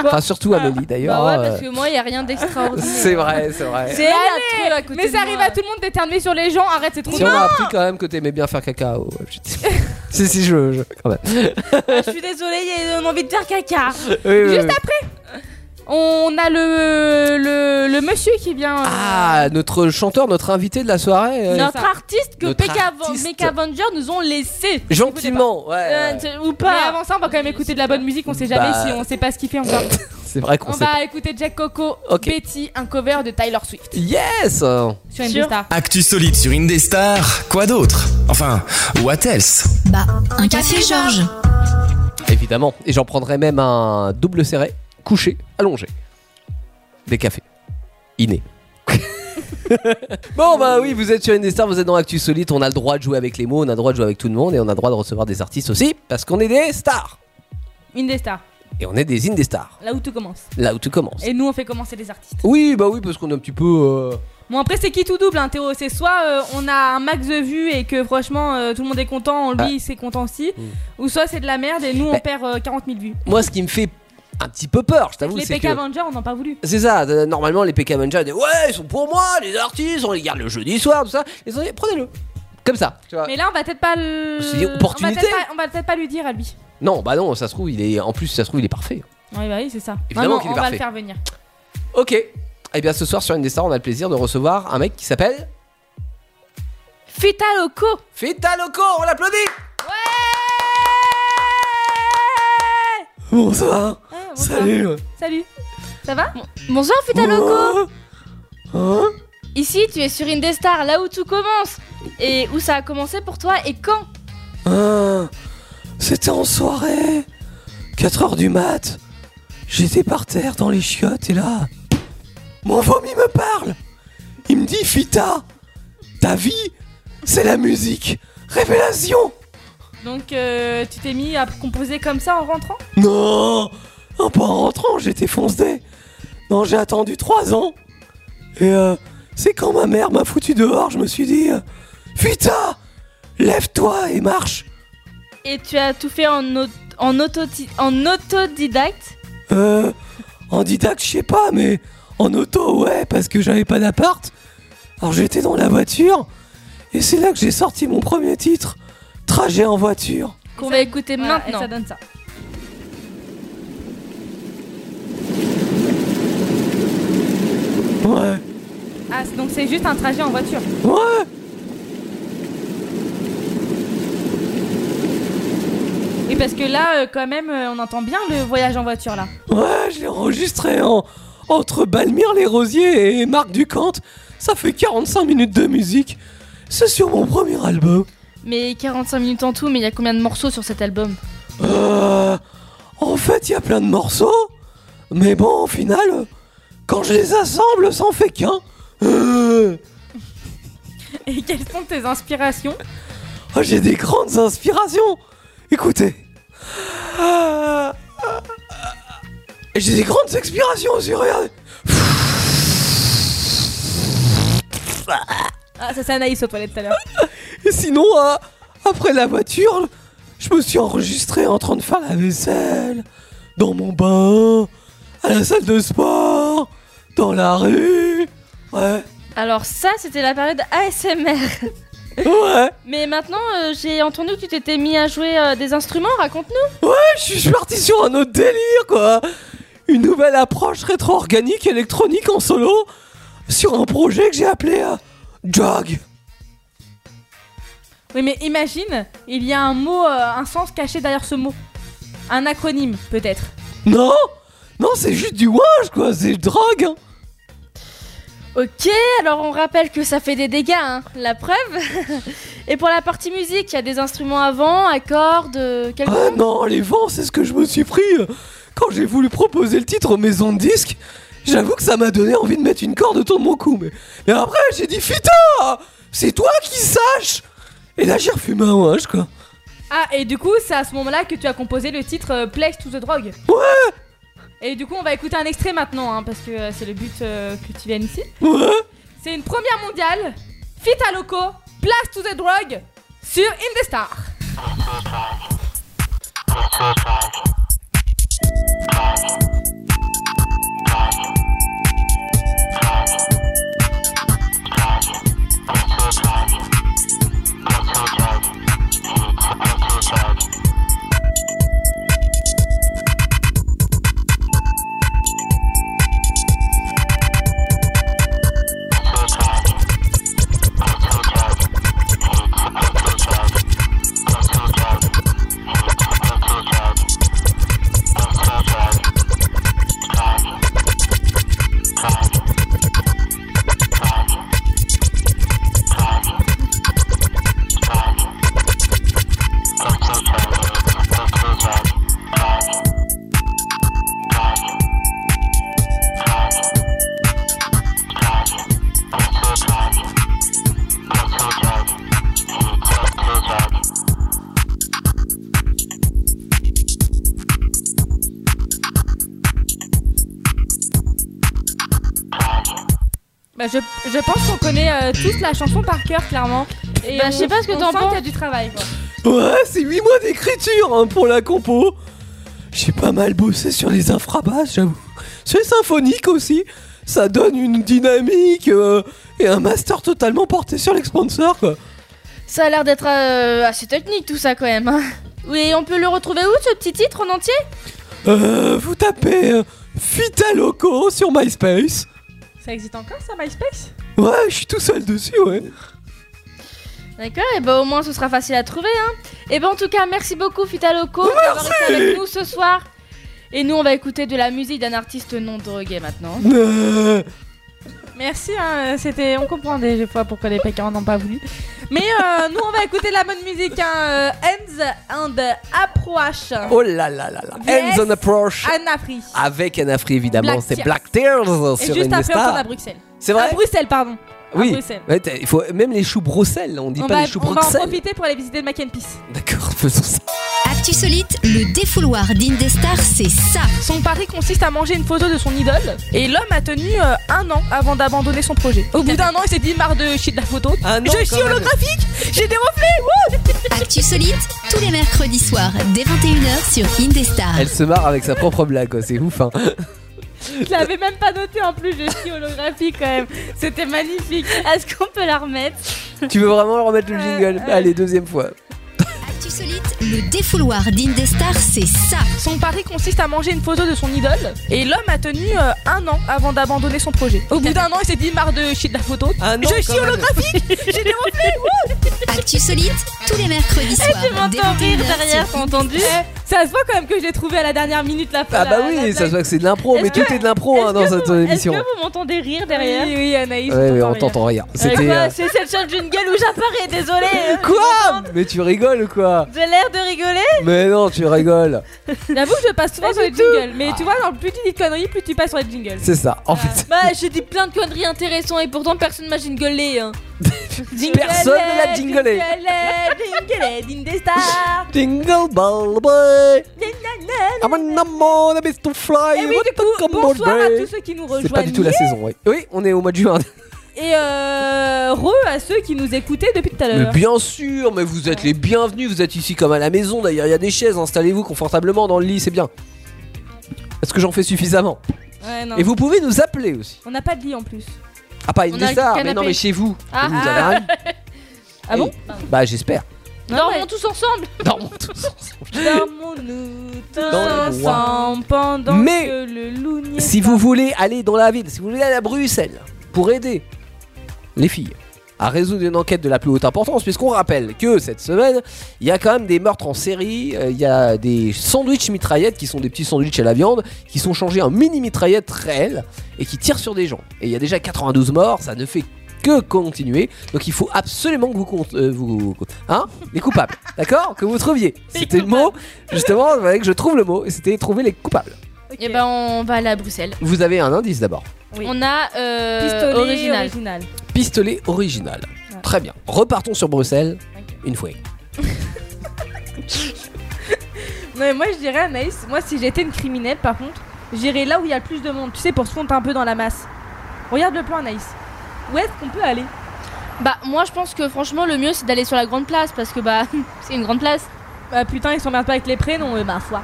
D: Enfin, surtout Amélie d'ailleurs.
E: Bah ouais,
D: hein,
E: parce que moi, il a rien
D: euh,
E: d'extraordinaire.
D: C'est vrai, c'est vrai.
E: C'est elle la truc à côté
F: Mais
E: de
F: ça arrive
E: moi.
F: à tout le monde d'éternuer sur les gens, arrête, c'est trop
D: Si on a appris quand même que t'aimais bien faire caca. oh, je- si, si, je. je- quand même.
E: Bah, Je suis désolée, il y a- on a envie de faire caca.
D: Oui, oui, oui.
F: On a le, le, le monsieur qui vient. euh,
D: Ah, notre chanteur, notre invité de la soirée. euh,
E: Notre
F: ça.
E: artiste que
D: Notre
E: Pekka Van-
D: artiste.
E: Mecca Avenger nous ont laissé.
D: Gentiment, ouais.
E: Euh,
D: ouais.
E: t- ou
F: Mais
E: pas.
F: avant ça, on va quand même écouter de la bonne musique, on sait jamais
D: Bah.
F: si on sait pas ce qu'il fait encore.
D: C'est vrai qu'on
F: On
D: sait. pas.
F: va écouter Jack Coco,
D: Ok.
F: Betty, un cover de Tyler Swift
D: Yes!
F: sur
E: Sur-
F: Indestar.
D: Ah.
L: Actu solide sur Indestar, quoi d'autre Enfin, what else
B: Bah, un café Georges.
D: Évidemment. Et j'en prendrai même un double serré, couché, allongé. Des cafés. Inné. bon bah oui, vous êtes sur Indestar, vous êtes dans Actu Solide, on a le droit de jouer avec les mots, on a le droit de jouer avec tout le monde et on a le droit de recevoir des artistes aussi parce qu'on est des stars.
F: Indestar,
D: Et on est des Indestars,
F: là où tout commence.
D: là où tout commence.
F: Et nous, on fait commencer les artistes.
D: Oui, bah oui, parce qu'on est un petit peu... euh,
F: Bon, après, c'est qui tout double, hein, Théo C'est soit euh, on a un max de vues et que franchement, euh, tout le monde est content, lui,
D: Ah.
F: il c'est content aussi.
D: Mm.
F: Ou soit c'est de la merde et nous,
D: Bah.
F: on perd euh, 40 000 vues.
D: Moi, ce qui me fait un petit peu peur, je t'avoue,
F: Les
D: c'est
F: PK
D: que...
F: Avengers, on n'a pas voulu.
D: C'est ça, euh, normalement les PK Avengers disent Ouais, ils sont pour moi, les artistes, on les garde le jeudi soir, tout ça. Ils ont dit Prenez-le. Comme ça. tu vois.
F: Mais là, on va peut-être pas le.
D: C'est une opportunité.
F: On va peut-être pas, on va peut-être pas lui dire à lui.
D: Non, bah non, ça se trouve, il est. En plus, ça se trouve, il est parfait.
F: Oui, bah oui, c'est ça.
D: Évidemment
F: Non, non,
D: qu'il est
F: on va
D: parfait.
F: le faire venir.
D: Ok. Eh bien, ce soir sur Indestar, on a le plaisir de recevoir un mec qui s'appelle
E: Feta Loco.
D: Feta Loco. On l'applaudit Ouais Bonsoir.
F: Ouais, Ah, bonsoir.
D: Salut.
F: Salut. Ça va
E: Bonjour Feta Loco.
D: Hein
E: Ici, tu es sur Indestar, là où tout commence. Et où ça a commencé pour toi et quand
D: Hein C'était en soirée. 4h du mat. J'étais par terre dans les chiottes et là. Mon vomi me parle. Il me dit Fita, ta vie, c'est la musique. Révélation
F: Donc, euh, tu t'es mis à composer comme ça en rentrant
D: Non Un pas en rentrant, j'étais foncé Non, j'ai attendu trois ans Et euh, c'est quand ma mère m'a foutu dehors, je me suis dit euh, Putain Lève-toi et marche
E: Et tu as tout fait en, au- en, autoti- en autodidacte
D: Euh, En didacte, je sais pas, mais en auto, ouais, parce que j'avais pas d'appart. Alors j'étais dans la voiture, et c'est là que j'ai sorti mon premier titre Trajet en voiture.
E: qu'on va écouter
F: Voilà, Et ça
E: maintenant.
F: donne ça.
D: Ouais,
F: Ah, c'est- donc c'est juste un trajet en voiture.
D: ouais
F: Et parce que là, euh, quand même, euh, on entend bien le voyage en voiture là.
D: Ouais, je l'ai enregistré en, entre Balmire les Rosiers et Marc Ducante. Ça fait 45 minutes de musique. C'est sur mon premier album.
F: Mais 45 minutes en tout, mais il y a combien de morceaux sur cet album
I: Euh, en fait, il y a plein de morceaux, mais bon, au final, quand je les assemble, ça en fait qu'un. Euh,
M: Et quelles sont tes inspirations
I: oh, J'ai des grandes inspirations. Écoutez,
N: Ah,
I: j'ai des grandes expirations aussi, regardez.
M: Ah, ça c'est Anaïs aux toilettes tout à l'heure.
I: Et sinon, euh, après la voiture, je me suis enregistré en train de faire la vaisselle, dans mon bain, à la salle de sport, dans la rue. Ouais.
F: Alors ça, c'était la période ASMR.
I: Ouais.
F: Mais maintenant, euh, j'ai entendu que tu t'étais mis à jouer euh, des instruments, raconte-nous.
I: Ouais, je suis- je suis parti sur un autre délire, quoi. Une nouvelle approche rétro-organique électronique en solo sur un projet que j'ai appelé euh, Jog.
M: Oui, mais imagine, il y a un mot, euh, un sens caché derrière ce mot. Un acronyme, peut-être.
I: Non Non, c'est juste du wage, quoi. C'est drogue. hein.
F: Ok, alors on rappelle que ça fait des dégâts, hein, la preuve. Et pour la partie musique, il y a des instruments avant, euh, accords, de
D: Oh
I: Ah non, les vents, c'est ce que je me suis pris. euh, Quand j'ai voulu proposer le titre aux maisons de disques, j'avoue que ça m'a donné envie de mettre une corde autour de mon cou. Mais, mais après, j'ai dit Putain C'est toi qui saches Et là, j'ai refumé un wage, quoi.
M: Ah, et du coup, c'est à ce moment-là que tu as composé le titre euh, Place to the Drug.
I: Ouais
M: Et du coup, on va écouter un extrait maintenant, hein, parce que euh, c'est le but euh, que tu viennes ici.
I: Ouais
M: C'est une première mondiale, Fit à Loco, Place to the Drug, sur Indestar. Bah, je, je pense qu'on connaît euh, tous la chanson par cœur, clairement. Et
F: Bah, je sais pas ce que t'en
M: penses.
F: penses.
M: y a du travail, quoi.
I: Ouais, c'est 8 mois d'écriture hein, pour la compo. J'ai pas mal bossé sur les infrabasses, j'avoue. C'est symphonique aussi. Ça donne une dynamique euh, et un master totalement porté sur l'expanseur, quoi.
F: Ça a l'air d'être euh, assez technique tout ça quand même. hein. Oui, on peut le retrouver où ce petit titre en entier
I: Euh, vous tapez euh, Fitaloco sur MySpace.
M: Ça existe encore, ça, MySpace
I: Ouais, je suis tout seul dessus, ouais.
F: D'accord, et bah au moins ce sera facile à trouver. Hein. Et bah en tout cas, merci beaucoup Fitaloco d'avoir
I: Merci.
F: été avec nous ce soir. Et nous, on va écouter de la musique d'un artiste non drogué maintenant.
I: Euh,
M: Merci, hein, c'était, on comprend des fois pourquoi les Pékins n'ont pas voulu. Mais euh, nous, on va écouter de la bonne musique, hein, euh, Ends and Approach.
I: Oh là là là là.
M: Yes.
I: Hands on approach.
M: Anna Free.
I: Avec Anna Free, évidemment.
M: Black
I: C'est
M: Tears.
I: Black Tears
M: Et
I: sur
M: juste après, on
I: Indestar.
M: tourne à Bruxelles.
I: C'est vrai
M: À Bruxelles, pardon. À
I: Ah. Oui,
M: Bruxelles.
I: Ouais, t'as- il faut même les choux Bruxelles, on dit
M: On
I: pas
M: va,
I: les choux
M: on va en
I: Bruxelles.
M: profiter pour aller visiter le Mac and Peace.
I: D'accord, faisons ça.
B: Actu Solite, le défouloir d'Indestar, c'est ça.
M: Son pari consiste à manger une photo de son idole. Et l'homme a tenu euh, un an avant d'abandonner son projet. Au bout d'un an, il s'est dit marre de chier de la photo.
I: Un an,
M: je suis
I: Ah quand même.
M: holographique, j'ai des reflets. wouh
B: Actu Solite, tous les mercredis soirs dès 21h sur Indestar.
I: Elle se marre avec sa propre blague, quoi, c'est ouf. Hein.
M: Je l'avais même pas noté en plus, je suis holographique quand même. C'était magnifique.
F: Est-ce qu'on peut la remettre
I: tu veux vraiment remettre le jingle Allez, deuxième fois.
B: Actu Solite, le défouloir d'Indestar, c'est ça.
M: Son pari consiste à manger une photo de son idole. Et l'homme a tenu euh, un an avant d'abandonner son projet. Au bout d'un an, il s'est dit marre de chier de la photo.
F: Ah
I: Un an,
M: je suis
I: Ah quand même.
M: holographique, j'ai des reflets. wouh
B: Actu Solite, tous les mercredis soirs
F: Ah, Tu m'entends
B: dès 21h
F: rire derrière,
B: sur
F: t'as entendu Ça se voit quand même que je l'ai trouvé à la dernière minute la
D: Ah
F: la-
D: bah
F: la
D: oui, ça
F: blague.
D: se voit que c'est de l'impro,
F: Est-ce
D: mais
F: que-
D: tout est de l'impro hein, dans cette émission.
F: Est-ce que vous m'entendez rire derrière Oui, oui, Anaïs.
D: Ouais, mais on t'entend rien. C'était. euh,
F: C'est cette change d'une gueule où j'apparais, désolé.
D: Quoi Mais tu rigoles ou quoi
F: J'ai l'air de rigoler
D: Mais non, tu rigoles.
F: J'avoue que je passe souvent sur les jingles. Mais tu vois, genre, plus tu dis de conneries, plus tu passes sur les jingles.
D: C'est ça. En fait,
F: Bah, j'ai dit plein de conneries intéressantes et pourtant personne m'a jinglé. Hein.
D: Personne ne l'a jinglé.
F: Jinglé, Dindestar.
D: Jingle ball boy. I'm a man, I'm a best to fly.
F: Et Eh oui,
D: What
F: du
D: the
F: coup,
D: come on,
F: bonsoir à
D: boy.
F: tous ceux qui nous
D: C'est
F: rejoignent.
D: pas du tout la saison, oui. Oui, on est au mois de juin.
F: Et euh, re à ceux qui nous écoutaient depuis tout à
D: Mais
F: l'heure.
D: bien sûr, mais vous êtes les bienvenus, vous êtes ici comme à la maison d'ailleurs, il y a des chaises, installez-vous confortablement dans le lit, c'est bien. Est-ce que j'en fais suffisamment
F: Ouais, non.
D: Et vous pouvez nous appeler aussi.
F: On n'a pas de lit en plus.
D: Ah pas une
F: On a
D: des
F: le
D: stars, mais
F: canapé.
D: non mais chez vous.
F: Ah.
D: Vous avez un lit.
F: Ah bon
D: Bah j'espère.
F: Dormons tous ensemble
D: Dormons tous ensemble
F: Dormons-nous tous
D: Dans les bois.
F: ensemble pendant
D: Mais-
F: que le loup n'y est
D: Si
F: pas.
D: vous voulez aller dans la ville, si vous voulez aller à Bruxelles pour aider les filles à résoudre une enquête de la plus haute importance, puisqu'on rappelle que cette semaine, il y a quand même des meurtres en série, euh, il y a des sandwichs mitraillettes qui sont des petits sandwichs à la viande, qui sont changés en mini mitraillettes réelles et qui tirent sur des gens. Et il y a déjà 92 morts, ça ne fait que continuer, donc il faut absolument que vous compte, euh, vous, hein, les coupables, d'accord, que vous trouviez. C'était le mot, justement, il fallait que je trouve le mot, et c'était trouver les coupables.
E: Et ben on va aller à Bruxelles.
D: Vous avez un indice d'abord.
E: On a euh,
F: Pistolet
E: original.
F: original.
D: Pistolet original. Très bien. Repartons sur Bruxelles une fois.
F: Non mais moi je dirais Anaïs, moi si j'étais une criminelle par contre, j'irais là où il y a le plus de monde, tu sais pour se fondre un peu dans la masse. Regarde le plan Anaïs. Où est-ce qu'on peut aller
E: Bah moi je pense que franchement le mieux c'est d'aller sur la grande place parce que bah c'est une grande place.
F: Bah putain ils s'emmerdent pas avec les prénoms, euh, bah foi.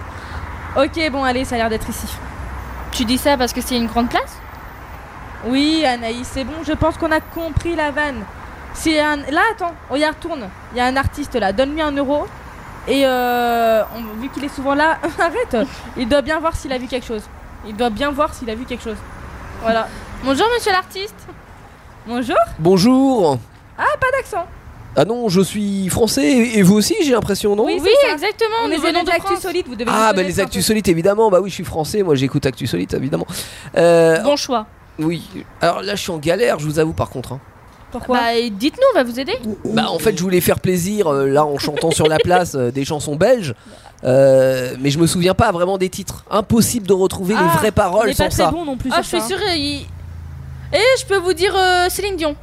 F: Ok bon allez ça a l'air d'être ici.
E: Tu dis ça parce que c'est une grande place
F: Oui Anaïs c'est bon, je pense qu'on a compris la vanne. C'est un... Là attends, regarde tourne, il y a un artiste là, donne-lui un euro. Et euh, on- vu qu'il est souvent là, arrête, il doit bien voir s'il a vu quelque chose. Il doit bien voir s'il a vu quelque chose. Voilà.
E: Bonjour monsieur l'artiste.
F: Bonjour.
D: Bonjour.
F: Ah pas d'accent.
D: Ah non, je suis français et et vous aussi, j'ai l'impression, non
F: Oui,
E: Oui,
F: c'est ça.
E: exactement,
F: On
E: nous
F: est
E: venons
F: venus
E: de
F: de l'actu
E: France.
F: solide, vous devez.
D: Ah,
F: nous
D: bah
F: connaître
D: les
F: un
D: Actus Solites, évidemment. Bah oui, je suis français, moi j'écoute Actus Solite, évidemment. Euh,
E: Bon choix.
D: Oui. Alors là, je suis en galère, je vous avoue, par contre. hein.
F: Pourquoi
E: Bah dites-nous, on va vous aider.
D: Bah en fait, je voulais faire plaisir, euh, là, en chantant sur la place euh, des chansons belges. Euh, mais je me souviens pas vraiment des titres. Impossible de retrouver les vraies
F: Ah, on
D: paroles
F: est pas
D: sans
F: très
D: ça.
F: bon non plus.
E: Ah,
F: sur
E: je suis
F: ça, hein.
E: sûre, il- Et je peux vous dire euh, Céline Dion.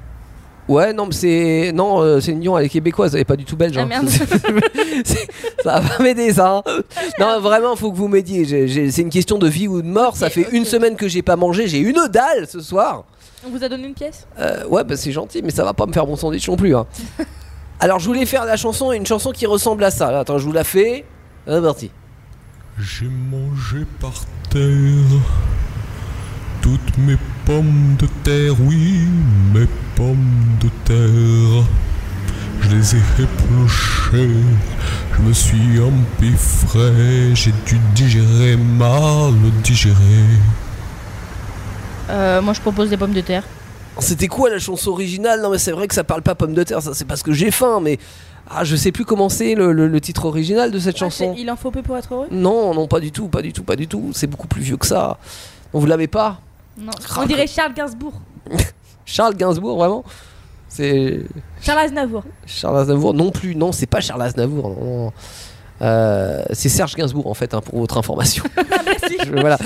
D: Ouais, non, mais c'est. Non, euh, Céline Dion, elle est québécoise, elle est pas du tout belge.
E: Ah,
D: hein.
E: merde.
D: C'est- ça va pas m'aider, ça. hein. Non, vraiment, faut que vous m'aidiez. J'ai- j'ai- C'est une question de vie ou de mort. ça fait une semaine que j'ai pas mangé, j'ai une dalle ce soir.
F: On vous a donné une pièce
D: Euh, ouais, bah c'est gentil, mais ça va pas me faire bon sandwich non plus. hein. Alors, je voulais faire la chanson, une chanson qui ressemble à ça. Là, attends, je vous la fais. Ah, C'est parti.
K: J'ai mangé par terre toutes mes pommes de terre, oui, mes pommes de terre. Je les ai épluchées, je me suis empiffré, j'ai dû digérer, mal digérer.
E: Euh, moi je propose des pommes de terre.
F: Ah,
D: C'était quoi la chanson originale Non, mais c'est vrai que ça parle pas pomme de terre, ça c'est parce que j'ai faim, mais. Ah, je sais plus comment c'est le, le- le titre original de cette chanson.
F: Il en faut peu pour être heureux
D: Non, non, pas du tout, pas du tout, pas du tout. C'est beaucoup plus vieux que ça. Donc vous l'avez pas
F: Non. On dirait Charles Gainsbourg.
D: Charles Gainsbourg, vraiment C'est
F: Charles Aznavour.
D: Charles Aznavour Non plus, non, c'est pas Charles Aznavour. non, non. Euh, c'est Serge Gainsbourg, en fait, hein, pour votre information.
F: Ah,
D: Je- voilà.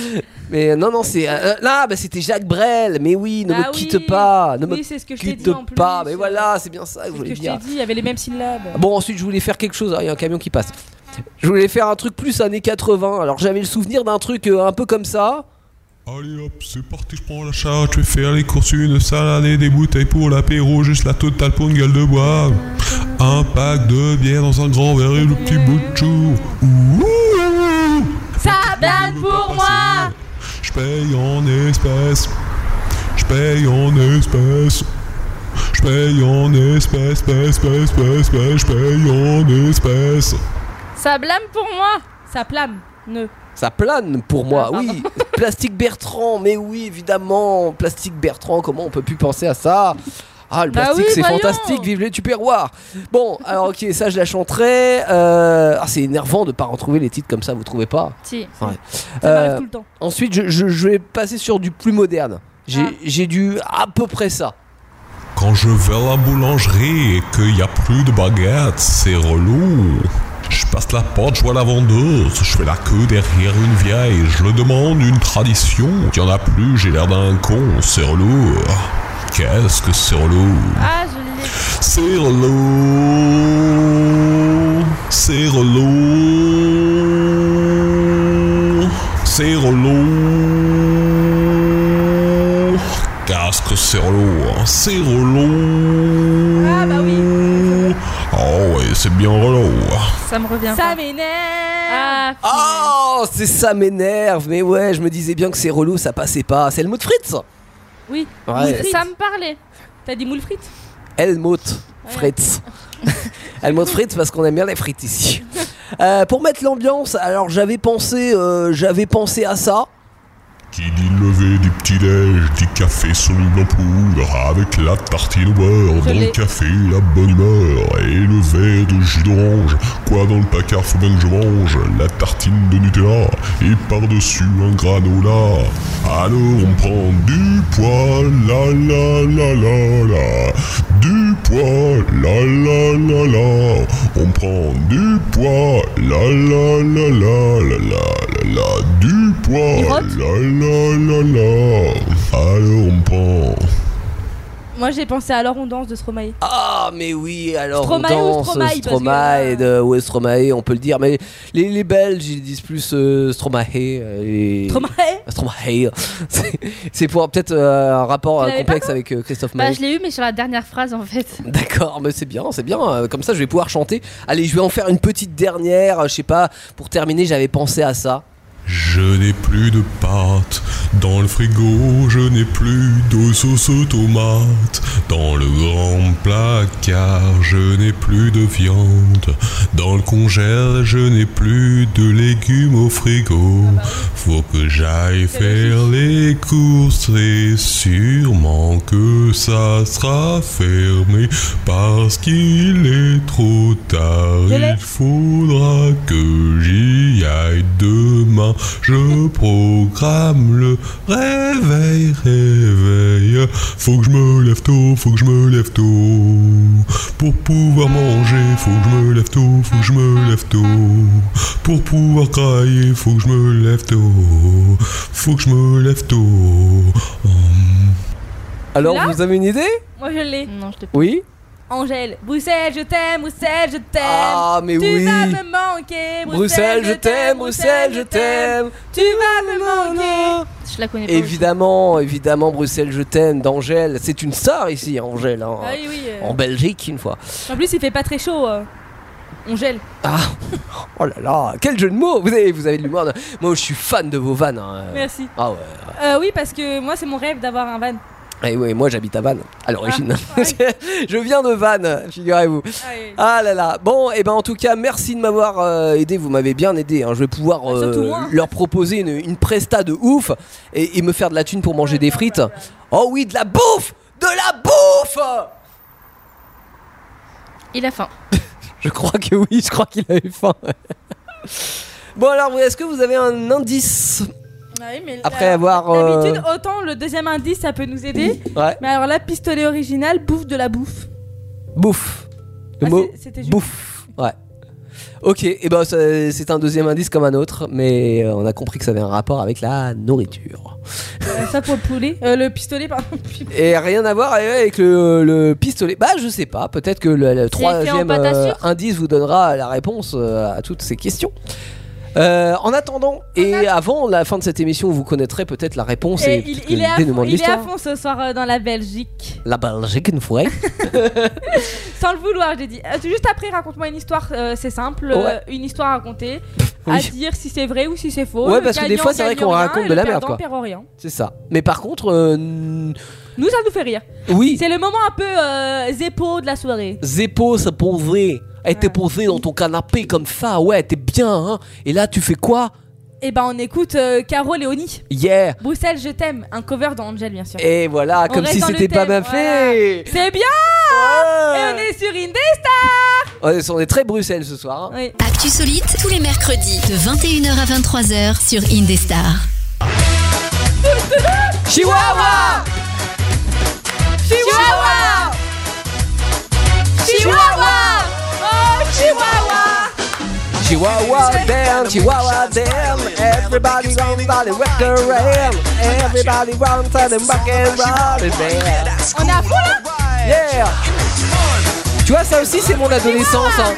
D: Mais non, non, c'est. euh, là, bah, c'était Jacques Brel. Mais oui, ne
F: Ah
D: me quitte
F: oui.
D: pas. Ne
F: Oui,
D: me
F: c'est ce que je t'ai
D: quitte
F: dit en plus.
D: pas. Mais voilà, Ah, c'est bien ça que je
F: Ce
D: voulais
F: que je t'ai
D: dire.
F: dit, il y avait les mêmes syllabes.
D: Bon, ensuite, je voulais faire quelque chose. Ah, Il y a un camion qui passe. Je voulais faire un truc plus années 80. Alors, j'avais le souvenir d'un truc euh, un peu comme ça.
K: Allez hop, c'est parti, je prends la charge, je vais faire les courses, une salade et des bouteilles pour l'apéro, juste la totale pour une gueule de bois. Un pack de bière dans un grand verre et le petit bout de chou. Ouh,
F: Ça blâme pour moi
K: Je paye en espèces, je paye en espèces. Je paye en espèces, espèces, espèces, espèces, espèces, je paye en espèces.
E: Ça blâme pour moi.
F: Ça plame. Ne.
D: Ça plane pour
C: Ah,
D: moi, oui. Plastique Bertrand, mais oui, évidemment. Plastique Bertrand, comment on peut plus penser à ça Ah, le
C: Bah
D: plastique,
C: oui,
D: c'est
C: voyons.
D: fantastique, vive les tupperwares Bon, alors ok, ça je la chanterai. Euh, ah, c'est énervant de pas retrouver les titres comme ça, vous trouvez pas
F: Si.
D: Ouais.
F: Ça
D: Euh,
F: m'arrive tout le temps.
D: Ensuite, je, je- je vais passer sur du plus moderne. J'ai
C: Ah.
D: j'ai du à peu près ça.
K: Quand je vais à la boulangerie et qu'il n'y a plus de baguettes, c'est relou. Je passe la porte, je vois la vendeuse, je fais la queue derrière une vieille, je le demande une tradition. Il n'y en a plus, j'ai l'air d'un con, c'est relou. Qu'est-ce que c'est relou
E: Ah, je l'ai.
K: C'est relou. C'est relou. C'est relou. Casque, c'est relou. C'est relou. Ah bah oui. Oh ouais, c'est bien relou.
F: Ça me revient. Ça
E: Ah,
F: m'énerve.
D: Oh, c'est ça m'énerve, mais ouais, je me disais bien que c'est relou, ça passait pas. C'est le mot de frites
F: Oui.
D: Ouais.
F: Moules frites.
E: Ça me parlait.
F: T'as dit moules frites
D: Helmut Fritz. Helmut Fritz parce qu'on aime bien les frites ici. Euh, pour mettre l'ambiance, alors j'avais pensé, euh, j'avais pensé à ça.
K: Qui dit lever du petit-déj, dit café sous une poudre, avec la tartine au beurre,
D: Je
K: dans
D: l'ai.
K: le café, la bonne humeur, et le verre de jus d'orange. Quoi dans le placard, faut bien que je mange, la tartine de Nutella, et par-dessus un granola. Alors on prend du poids, la la la la la, du poids, la la la la, on prend du poids, la la la la la la la la, du
F: Il
K: poids,
F: rote
K: la la la la. Alors on prend.
F: Moi j'ai pensé à alors on danse de Stromae.
D: Ah, mais oui, alors
F: Stromae
D: on
F: ou
D: danse
F: Stromae, parce que- euh,
D: Stromae, de- ouais, Stromae, on peut le dire, mais les, les Belges ils disent plus euh, Stromae. euh, et-
F: Stromae
D: Stromae. C'est- C'est pour peut-être euh, un rapport
E: Tu
D: euh,
E: l'avais
D: complexe
E: pas,
D: avec euh, Christophe
E: Bah,
D: Maé.
E: je l'ai eu, mais sur la dernière phrase en fait.
D: D'accord, mais c'est bien, c'est bien. euh, Comme ça, je vais pouvoir chanter. Allez, je vais en faire une petite dernière. euh, Je sais pas, pour terminer, j'avais pensé à ça.
K: Je n'ai plus de pâtes dans le frigo, je n'ai plus de sauce aux tomates dans le grand placard, je n'ai plus de viande dans le congèle, je n'ai plus de légumes au frigo. Faut que j'aille faire les courses et sûrement que ça sera fermé parce qu'il est trop tard.
F: Je l'ai.
K: Il faudra que j'y aille demain. Je programme le réveil, réveil. Faut que je me lève tôt, faut que je me lève tôt. Pour pouvoir manger, faut que je me lève tôt, faut que je me lève tôt. Pour pouvoir crailler, faut que je me lève tôt. Faut que je me lève tôt.
D: Alors,
F: Là
D: vous avez une idée
F: Moi je l'ai. Non, je te
D: Oui
F: Angèle, Bruxelles, je t'aime, Bruxelles, je t'aime.
D: Ah, mais
F: tu
D: oui.
F: vas me manquer.
D: Bruxelles, je t'aime, Bruxelles, je t'aime.
F: Tu vas me manquer.
E: Je la connais pas.
D: Évidemment, évidemment, Bruxelles, je t'aime, d'Angèle. C'est une star ici, Angèle. hein.
F: Ah oui, oui, euh.
D: En Belgique, une fois.
F: En plus, il fait pas très chaud. euh. On gèle.
D: Ah, oh là là, quel jeu de mots Vous avez, vous avez de l'humour. de- Moi, je suis fan de vos vannes. hein.
F: Merci.
D: Ah ouais.
F: Euh, oui, parce que moi, c'est mon rêve d'avoir un van.
D: Et oui, moi, j'habite à Vannes, à l'origine. je viens de Vannes, figurez-vous. Ah là là. Bon, et ben en tout cas, merci de m'avoir euh, aidé. Vous m'avez bien aidé. hein. Je vais pouvoir euh,
F: Bah, surtout moi.
D: leur proposer une, une presta de ouf et, et me faire de la thune pour manger des frites. Oh oui, de la bouffe De la bouffe
E: Il a faim.
D: Je crois que oui, je crois qu'il avait faim. bon alors, est-ce que vous avez un indice
F: Ah
D: Après avoir, euh,
F: D'habitude, autant le deuxième indice, ça peut nous aider.
D: Ouais.
F: Mais alors là, pistolet original, bouffe de la bouffe.
D: Bouffe. Le mot
F: c'était Ah, juste.
D: bouffe. Ouais. Ok, et ben ça- c'est un deuxième indice comme un autre, mais euh, on a compris que ça avait un rapport avec la nourriture.
F: Euh, ça pour le poulet. Euh, le pistolet, pardon.
D: Et rien à voir euh, avec le, le pistolet. Bah, je sais pas. Peut-être que le, le troisième
F: fait en pâte à
D: euh,
F: sucre
D: indice vous donnera la réponse euh, à toutes ces questions. Euh, en attendant, et avant la fin de cette émission, vous connaîtrez peut-être la réponse et,
F: Et il,
D: peut-être
F: Eh, il
D: le
F: est à
D: dénouement
F: fond,
D: de
F: il est à
D: l'histoire.
F: fond ce soir euh, dans la Belgique.
D: La Belgique, une fois.
F: Sans le vouloir, j'ai dit. Euh, Juste après, raconte-moi une histoire, euh, c'est simple. euh,
D: Ouais.
F: une histoire à raconter.
D: Oui.
F: À dire si Ah, c'est vrai ou si c'est faux.
D: Ouais,
F: Le
D: parce que des
F: gagnant
D: fois, c'est vrai
F: gagne
D: qu'on
F: rien
D: raconte
F: et
D: de
F: le
D: la merde,
F: perdant
D: quoi.
F: perd rien.
D: C'est ça. Mais par contre, euh, n-
F: Nous, ça nous fait rire.
D: oui,
F: C'est le moment un peu euh, zépo de la soirée.
D: Zeppo se posait. Elle était posée dans ton canapé comme ça. Ouais, t'es bien. Hein. Et là, tu fais quoi
F: Et ben on écoute euh, Caro Léoni.
D: Yeah
F: Bruxelles, je t'aime. Un cover d'Angel, bien sûr.
D: Et voilà,
F: On
D: comme
F: reste
D: si
F: dans le
D: c'était pas ma
F: thème,
D: fait
F: C'est bien
D: Euh.
F: Et on est sur Indestar
D: On est- on est très Bruxelles ce soir. hein.
B: Actu Solite, tous les mercredis, de 21h à 23h sur Indestar.
D: hein.
C: Chihuahua
F: Chihuahua Chihuahua Oh, Chihuahua
D: Chihuahua damn, Chihuahua damn, everybody round the record ram, everybody round the rock and roll man.
F: On est à fond là
D: Yeah Tu vois, ça aussi c'est mon adolescence. hein.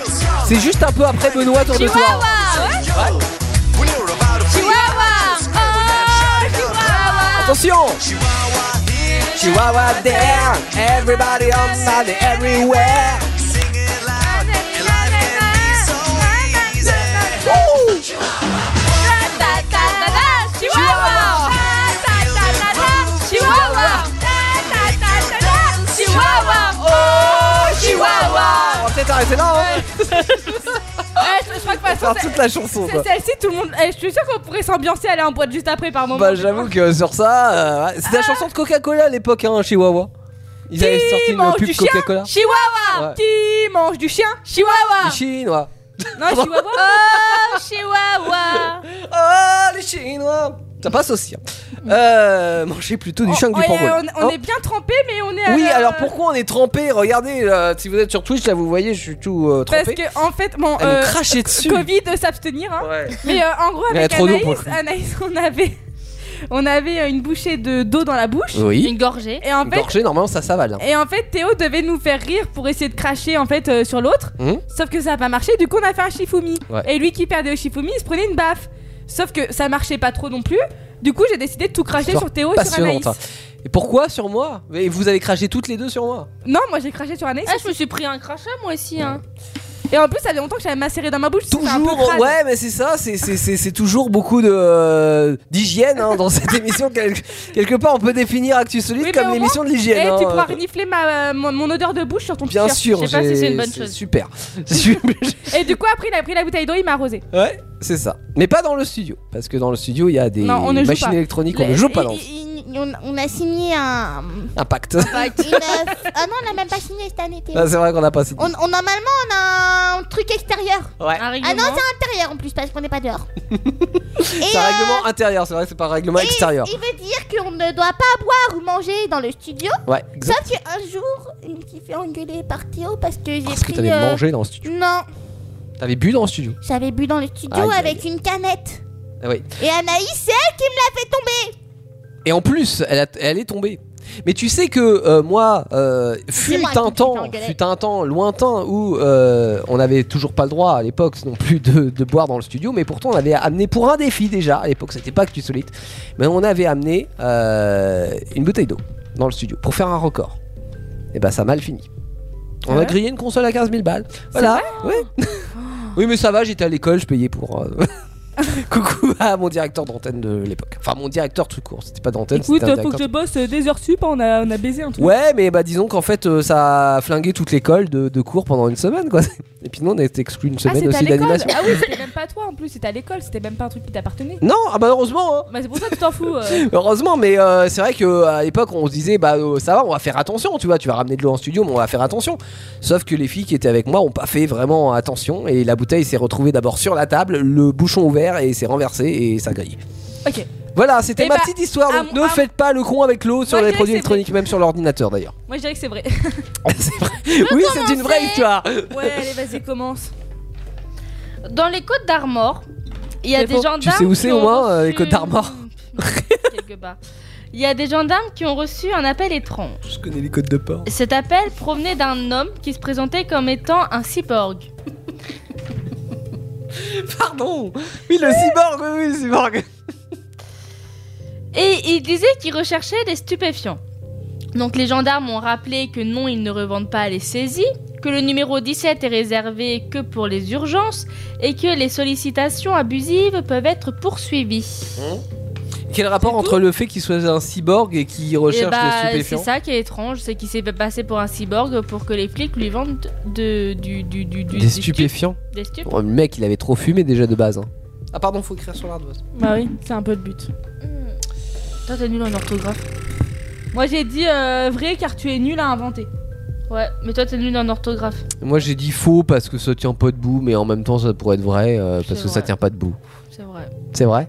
D: C'est juste un peu après Benoît autour de toi.
C: Chihuahua
D: Attention Chihuahua damn, everybody on the everywhere.
C: Chihuahua
D: Oh Chihuahua On va peut-être arrêter là, hein
F: Ouais, Eh, je, je crois que ma
D: Faire toute la chanson, quoi.
F: Celle-ci, tout le monde. eh, je suis sûr qu'on pourrait s'ambiancer aller en boîte juste après par moment.
D: Bah j'avoue que sur ça, euh, ouais. c'était la chanson de Coca-Cola à l'époque, hein, Chihuahua. Ils avaient
F: Ah. Qui
D: sorti
F: mange
D: le
F: du
D: pub
F: chien
D: Coca-Cola.
F: Chihuahua
D: Ouais.
F: Qui mange du chien Chihuahua
D: Les Chinois.
F: Non, Chihuahua
E: Oh, Chihuahua
D: Oh, les Chinois Ça passe aussi. hein. Euh, mangez plutôt du chien que
F: Oh,
D: du
F: et
D: pangolin.
F: On, on
D: hein.
F: est euh, bien trempé, mais on est. à
D: Oui,
F: la-
D: alors pourquoi on est trempé Regardez, euh, si vous êtes sur Twitch, là vous voyez, je suis tout euh,
F: Parce
D: trempé.
F: que en fait, mon
D: Elles m'ont craché dessus.
F: Covid euh, s'abstenir. hein.
D: Ouais.
F: Mais euh, en gros,
D: Elle est
F: avec
D: trop dure
F: Anaïs,
D: pour le coup.
F: Anaïs, on avait, on avait euh, une bouchée de d'eau dans la bouche,
D: Oui. Une
F: gorgée. Et en fait,
D: Gorgé, normalement ça s'avale. hein.
F: et en fait, Théo devait nous faire rire pour essayer de cracher en fait euh, sur l'autre.
D: Hmm
F: Sauf que ça a pas marché. Du coup, on a fait un Shifumi.
D: Ouais.
F: Et lui qui perdait au Shifumi, il se prenait une baffe. Sauf que ça marchait pas trop non plus. Du coup, j'ai décidé de tout cracher
D: Histoire
F: sur Théo et sur
D: passionnante.
F: Anaïs.
D: hein. Et pourquoi sur moi Et vous avez craché toutes les deux sur moi.
F: Non, moi j'ai craché sur Anaïs.
E: Ah, je me suis pris un crachat moi aussi. Hein.
F: Et en plus, ça fait longtemps que j'avais macéré dans ma bouche. c'est un peu
D: Toujours,
F: crade.
D: ouais, mais c'est ça, c'est- c'est c'est- c'est toujours beaucoup de, euh, d'hygiène hein, dans cette émission. Quel- quelque part, on peut définir Actu Solide
F: Oui, mais
D: comme
F: au
D: l'émission de
F: moins,
D: l'hygiène.
F: eh,
D: hein.
F: tu pourras renifler ma, euh, mon, mon odeur de bouche sur ton
D: Bien
F: t-shirt.
D: sûr,
F: Je sais pas si
D: j'ai-
F: c'est une bonne
D: c'est
F: chose.
D: Super. Super.
F: Et du coup, après, il a pris la bouteille d'eau, il m'a arrosé.
D: ouais, c'est ça. Mais pas dans le studio, parce que dans le studio, il y a des
F: Non, on ne joue
D: machines
F: pas.
D: électroniques, on ne joue pas dans
H: Il- il- on, on a signé un.
D: un pacte.
H: une, euh, ah non, on n'a même pas signé cette année. Théo.
D: Ah, c'est vrai qu'on n'a pas assez.
H: On, on- normalement, on a un truc extérieur.
D: Ouais.
H: Ah non, c'est intérieur en plus parce qu'on n'est pas dehors.
D: C'est un règlement intérieur, c'est vrai, c'est pas un règlement extérieur.
H: Il veut dire qu'on ne doit pas boire ou manger dans le studio.
D: Ouais, exact. Oh,
H: Sauf qu'un jour, il s'est fait engueuler par Théo parce que j'ai
D: Parce que
H: pris.
D: t'avais
H: euh,
D: mangé dans le studio.
H: Non,
D: T'avais bu dans le studio.
H: j'avais bu dans le studio
D: Aïe, aïe,
H: avec une canette.
D: Ah oui.
H: Et Anaïs, c'est elle qui me l'a fait tomber.
D: Et en plus, elle, a- elle est tombée. Mais tu sais que euh, moi, euh, fut
H: moi qui
D: un
H: me suis
D: temps,
H: fait engueuler.
D: fut un temps lointain où euh, on n'avait toujours pas le droit à l'époque non plus de, de boire dans le studio, mais pourtant on avait amené pour un défi déjà. À l'époque, c'était pas que du solide, mais on avait amené euh, une bouteille d'eau dans le studio pour faire un record. Et bah ça a mal fini. On a
C: Ouais.
D: grillé une console à 15 000 balles. Voilà. Oui.
F: Oh.
D: oui, mais ça va, j'étais à l'école, je payais pour. euh, Coucou à mon directeur d'antenne de l'époque. Enfin, mon directeur tout court, c'était pas d'antenne,
F: Écoute,
D: c'était un
F: euh, faut que
D: directeur.
F: je bosse euh, des heures sup, hein, on a, on a baisé un truc.
D: Ouais, mais bah disons qu'en fait, euh, ça a flingué toute l'école de, de cours pendant une semaine, quoi. Et puis nous, on a été exclus une
F: Ah,
D: semaine
F: c'était à
D: aussi
F: l'école.
D: d'animation.
F: Ah oui, c'était même pas toi en plus, c'était à l'école, c'était même pas un truc qui t'appartenait.
D: Non, ah bah heureusement, hein.
F: Bah, c'est pour ça que tu t'en fous. euh.
D: Heureusement, mais euh, c'est vrai que à l'époque, on se disait, bah euh, ça va, on va faire attention, tu vois, tu vas ramener de l'eau en studio, mais on va faire attention. Sauf que les filles qui étaient avec moi ont pas fait vraiment attention, et la bouteille s'est retrouvée d'abord sur la table, le bouchon ouvert, et s'est renversé, et ça grille.
F: Ok.
D: Voilà, c'était
F: Eh
D: ma
F: bah,
D: petite histoire.
F: à
D: Donc
F: mon-
D: ne
F: à-
D: faites pas le con avec l'eau sur
F: Moi, je Oh.
D: les produits
F: dirais que c'est vrai.
D: électroniques, même sur l'ordinateur d'ailleurs.
F: Moi, je dirais que c'est vrai.
D: oui, c'est une vraie histoire.
F: Ouais, allez, vas-y, commence.
E: Dans les Côtes d'Armor, il y a
F: C'est
E: des
F: faux.
E: gendarmes.
D: Tu sais où
E: qui
D: c'est
E: ont
D: au moins, euh,
E: reçu-
D: les Côtes d'Armor
E: Quelque part. Il y a des gendarmes qui ont reçu un appel étrange.
D: Je connais les codes de port.
E: Cet appel provenait d'un homme qui se présentait comme étant un cyborg.
D: Pardon Oui, le cyborg, oui, oui, le cyborg.
E: Et il disait qu'il recherchait des stupéfiants. Donc les gendarmes ont rappelé que non, ils ne revendent pas les saisies, que le numéro 17 est réservé que pour les urgences et que les sollicitations abusives peuvent être poursuivies.
D: Quel rapport entre le fait qu'il soit un cyborg et qu'il
E: et
F: Eh
D: recherche
E: bah,
D: des
E: c'est
D: stupéfiants
E: ça qui est étrange, c'est qu'il s'est fait passer pour un cyborg pour que les flics lui vendent de, du, du, du, du-
D: Des
E: du stup-
D: stupéfiants
E: Des stup-
D: Oh, Le mec, il avait trop fumé déjà de base. hein. Ah pardon, faut écrire sur l'ardoise.
F: Bah oui, c'est un peu le but. Mmh. Toi, t'es nul en orthographe. Moi, j'ai dit euh, vrai car tu es nul à inventer.
E: Ouais, mais toi, t'es nul en orthographe.
D: Moi j'ai dit faux parce que ça tient pas debout, mais en même temps ça pourrait être vrai euh, parce que ça
E: vrai.
D: tient pas debout.
E: C'est vrai.
D: C'est vrai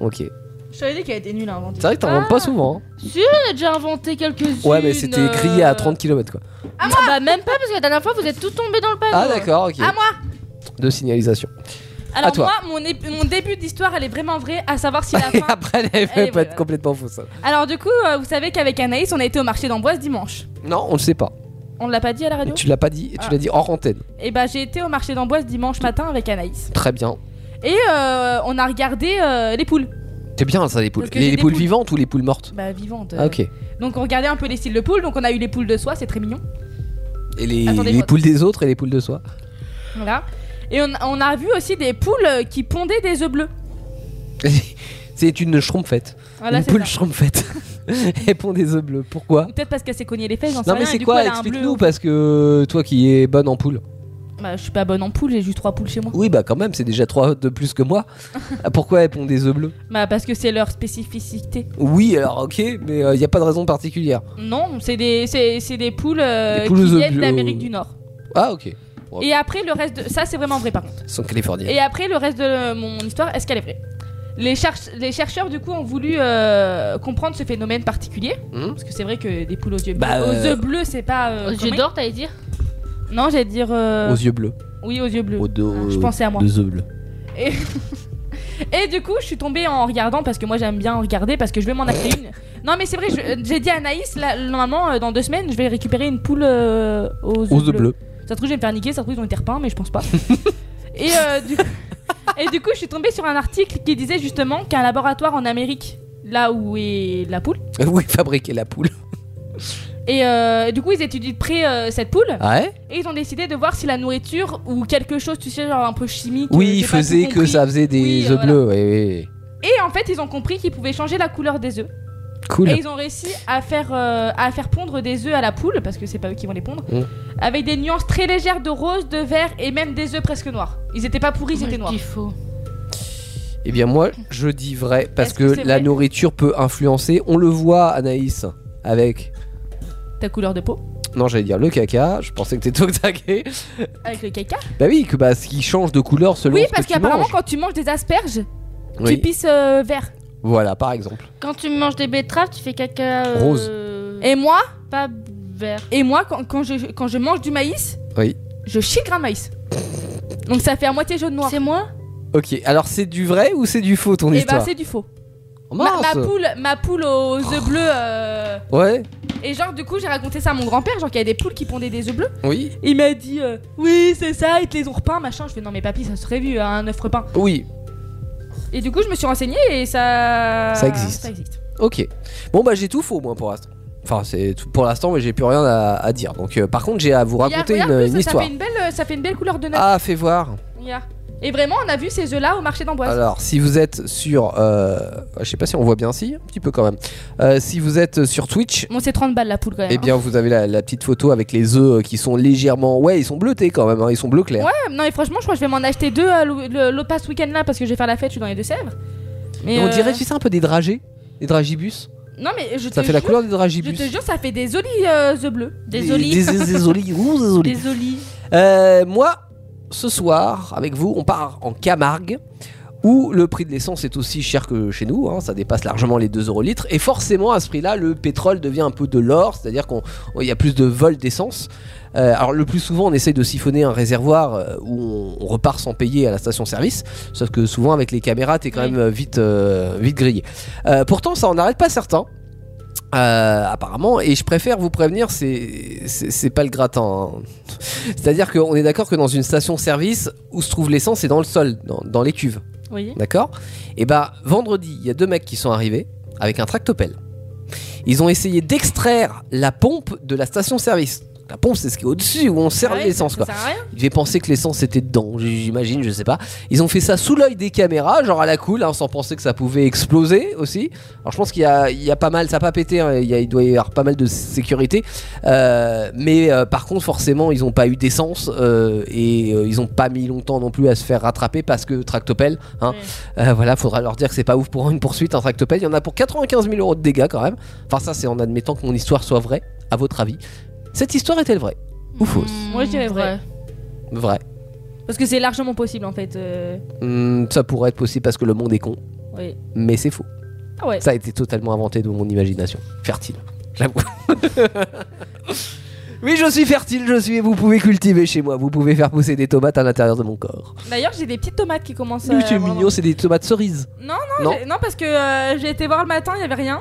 D: Ok. C'est
F: Je t'avais dit qu'elle était nulle à inventer.
D: vrai que t'en
F: Ah,
D: inventes pas
E: Ah,
D: souvent. hein.
E: Si, on a déjà inventé quelques-unes.
D: Ouais, mais c'était écrit à 30 km quoi.
E: Ah, moi Bah, même pas, parce que la dernière fois, vous êtes tous tombés dans le panneau.
D: Ah d'accord, ok.
F: À moi
D: De signalisation.
F: Alors
D: à toi.
F: moi, mon, ép- mon début d'histoire, elle est vraiment vraie, à savoir si la fin...
D: Après, elle
F: Allez,
D: peut
F: voilà.
D: être complètement fausse. hein.
F: Alors du coup, euh, vous savez qu'avec Anaïs, on a été au marché d'Amboise dimanche.
D: Non, on le sait pas.
F: On l'a pas dit à la radio
D: Tu l'as pas dit, et tu
F: Ah.
D: l'as dit hors antenne.
F: Et bah j'ai été au marché d'Amboise dimanche matin avec Anaïs.
D: Très bien.
F: Et euh, on a regardé euh, les poules.
D: C'est bien ça, les poules.
F: Parce que
D: Les,
F: j'ai
D: les
F: des
D: poules,
F: poules.
D: vivantes ou les poules mortes
F: Bah vivantes.
D: Ah, ok.
F: euh. Donc on regardait un peu les styles de poules, donc on a eu les poules de soie, c'est très mignon.
D: Et les,
F: Attendez,
D: les
F: moi-
D: poules des autres et les poules de soi.
F: Voilà. Et on, on a vu aussi des poules euh, qui pondaient des œufs bleus.
D: C'est une schrumpfette.
F: Voilà,
D: une
F: Ah, c'est
D: poule
F: ça.
D: schrumpfette. Elle pond des œufs bleus. Pourquoi
F: Peut-être parce qu'elle s'est cognée les fesses, j'en sais
D: Non, mais
F: rien, et
D: c'est
F: du
D: quoi
F: coup, elle a un bleu.
D: Explique-nous, parce que toi qui es bonne en poule.
F: Bah je suis pas bonne en poules, j'ai juste trois poules chez moi.
D: Oui, bah quand même, c'est déjà 3 de plus que moi. Ah, Pourquoi elle pond des œufs bleus
F: Bah parce que c'est leur spécificité.
D: Oui, alors ok, mais il n'y a pas de raison particulière.
F: Non, c'est des, c'est, c'est des poules, euh,
D: Des poules aux
F: qui
D: œufs
F: viennent
D: bleus.
F: d'Amérique du Nord.
D: Ah, ok. Bon,
F: Et après le reste de... Ça c'est vraiment vrai par contre.
D: Ils sont californiens.
F: Et après, le reste de mon histoire, est-ce qu'elle est vraie les, cherche- les chercheurs, du coup, ont voulu euh, comprendre ce phénomène particulier.
D: Hmm.
F: Parce que c'est vrai que des poules aux yeux bleus.
D: Bah,
F: aux
D: euh,
F: yeux bleus, c'est pas.
E: Aux yeux d'or, t'allais dire
F: Non, j'allais dire. euh,
D: Aux yeux bleus.
F: Oui, aux yeux bleus. Ah,
D: Aux deux,
F: je pensais à moi.
D: Deux œufs bleus.
F: Et... Et du coup, je suis tombée en regardant parce que moi j'aime bien regarder parce que je vais m'en acheter une. Non, mais c'est vrai, je- euh, j'ai dit à Anaïs, là, normalement, euh, dans deux semaines, je vais récupérer une poule euh, aux œufs
D: Aux œufs bleus.
F: Ça se trouve, je vais me faire niquer, ça se trouve, ils ont été repeints, mais je pense pas. et, euh, du... et du coup, je suis tombée sur un article qui disait justement qu'un laboratoire en Amérique, là où est la poule,
D: oui, fabriquer la poule.
F: et euh, du coup, ils étudient de près euh, cette poule.
D: Ouais
F: Et ils ont décidé de voir si la nourriture ou quelque chose, tu sais, genre un peu chimique. euh,
D: Oui,
F: j'ai
D: il
F: pas tout
D: faisait que
F: compris.
D: ça faisait des
F: Oui, euh,
D: œufs
F: voilà.
D: bleus, oui, oui.
F: Et en fait, ils ont compris qu'ils pouvaient changer la couleur des œufs.
D: Cool.
F: Et ils ont réussi à faire, euh, à faire pondre des œufs à la poule, parce que c'est pas eux qui vont les pondre,
D: Mm.
F: avec des nuances très légères de rose, de vert et même des œufs presque noirs. Ils étaient pas pourris,
E: Moi,
F: c'était
E: je
F: noir.
E: dis faux.
D: Eh bien, moi, je dis vrai, parce
F: Est-ce
D: que,
F: que c'est
D: la
F: vrai
D: nourriture peut influencer. On le voit, Anaïs, avec.
F: Ta couleur de peau
D: Non, j'allais dire le caca, je pensais que t'étais au taquet.
F: Avec le caca
D: Bah oui, que bah, ce qui change de couleur selon
F: Oui,
D: ce
F: parce
D: que tu
F: qu'apparemment,
D: manges.
F: quand tu manges des asperges,
D: Oui.
F: tu pisses euh, vert.
D: Voilà, par exemple.
E: Quand tu manges des betteraves, tu fais caca. euh,
D: Rose.
F: Et moi,
E: Pas vert.
F: et moi quand, quand je, quand je mange du maïs,
D: Oui.
F: je chie le grain de maïs. Donc ça fait à moitié jaune-noir.
E: C'est moi
D: Ok, alors c'est du vrai ou c'est du faux ton
F: Et bah,
D: histoire
F: c'est du faux.
D: Oh,
F: Ma,
D: mince. Oh.
F: ma poule, ma poule aux œufs bleus. euh,
D: Ouais,
F: Et genre, du coup, j'ai raconté ça à mon grand-père, genre qu'il y a des poules qui pondaient des œufs bleus.
D: oui,
F: Il m'a dit euh, oui c'est ça, ils te les ont repeints machin. Je fais non mais papy ça serait vu un œuf repeint.
D: oui,
F: Et du coup je me suis renseignée et ça
D: Ça existe. ok. Bon, bah j'ai tout faux, moi, pour l'instant. Enfin, c'est tout pour l'instant, mais j'ai plus rien à, à dire. Donc, euh, par contre, j'ai à vous raconter
F: Regarde,
D: une, une
F: regarde, ça- ça,
D: histoire.
F: fait une belle, euh, ça fait une belle couleur de neuf.
D: Ah, fais voir.
F: Regarde. Et vraiment on a vu ces œufs là au marché d'Amboise.
D: Alors, si vous êtes sur. euh, je sais pas si on voit bien, si, un petit peu quand même. Euh, si vous êtes sur Twitch,
F: Bon c'est 30 balles la poule quand même.
D: Ah. eh bien, vous avez la, la petite photo avec les œufs euh, qui sont légèrement. Ouais, ils sont bleutés quand même, hein, ils sont bleu clair.
F: Ouais non et franchement je crois que je vais m'en acheter deux euh, le- le- l'autre pas ce week-end là parce que je vais faire la fête je suis dans les Deux-Sèvres. Mais
D: Et on
F: euh,
D: dirait, tu sais, un peu des dragées, des dragibus.
F: Non mais je
D: Ça
F: te
D: fait la
F: jure-
D: couleur des
F: Je
D: dragibus.
F: te jure ça fait des jolis euh, œufs bleus.
E: Des olives.
D: Des, des- des olives. Ouh, des olives.
F: Des olives.
D: Euh, moi, ce soir, avec vous, on part en Camargue, où le prix de l'essence est aussi cher que chez nous, hein, ça dépasse largement les 2 euros le litre, et forcément à ce prix-là, le pétrole devient un peu de l'or, c'est-à-dire qu'on- on- il y a plus de vols d'essence. Euh, alors le plus souvent, on essaye de siphonner un réservoir euh, où on, on repart sans payer à la station-service, sauf que souvent avec les caméras, t'es quand
E: Oui.
D: même euh, vite, euh, vite grillé. Euh, pourtant, ça en arrête pas certains. Euh, apparemment, et je préfère vous prévenir, c'est c'est c'est pas le gratin. hein. C'est-à-dire qu'on est d'accord que dans une station-service, où se trouve l'essence, c'est dans le sol, dans, dans les cuves,
F: Oui.
D: d'accord Et bah, vendredi, il y a deux mecs qui sont arrivés avec un tractopelle. Ils ont essayé d'extraire la pompe de la station-service. La pompe, c'est ce qui est au-dessus où on sert
E: Ah ouais,
D: l'essence.
E: ça
D: quoi.
E: sert à rien.
D: Il devait penser que l'essence était dedans, j- j'imagine, je sais pas. Ils ont fait ça sous l'œil des caméras, genre à la cool, hein, sans penser que ça pouvait exploser aussi. Alors je pense qu'il y a, il y a pas mal, ça a pas pété, hein, il, y a- il doit y avoir pas mal de sécurité. Euh, mais euh, par contre, forcément, ils ont pas eu d'essence euh, et euh, ils ont pas mis longtemps non plus à se faire rattraper parce que Tractopelle, hein, euh, voilà, faudra leur dire que c'est pas ouf pour une poursuite, un Tractopelle. Il y en a pour 95 000 euros de dégâts quand même. Enfin, ça, c'est en admettant que mon histoire soit vraie, à votre avis. Cette histoire est-elle vraie
E: Hmm.
D: ou fausse
F: Moi je dirais vrai.
D: Vraie.
F: Parce que c'est largement possible en fait. euh,
D: Hmm, ça pourrait être possible parce que le monde est con,
F: Oui.
D: mais c'est faux.
F: Ah ouais.
D: Ça a été totalement inventé de mon imagination. Fertile, j'avoue. oui, je suis fertile, je suis. Vous pouvez cultiver chez moi, vous pouvez faire pousser des tomates à l'intérieur de mon corps.
F: D'ailleurs j'ai des petites tomates qui commencent à.
D: Oui, c'est mignon, c'est des tomates cerises.
F: Non, non,
D: Non.
F: j'ai- non, parce que euh, j'ai été voir le matin, il n'y avait rien.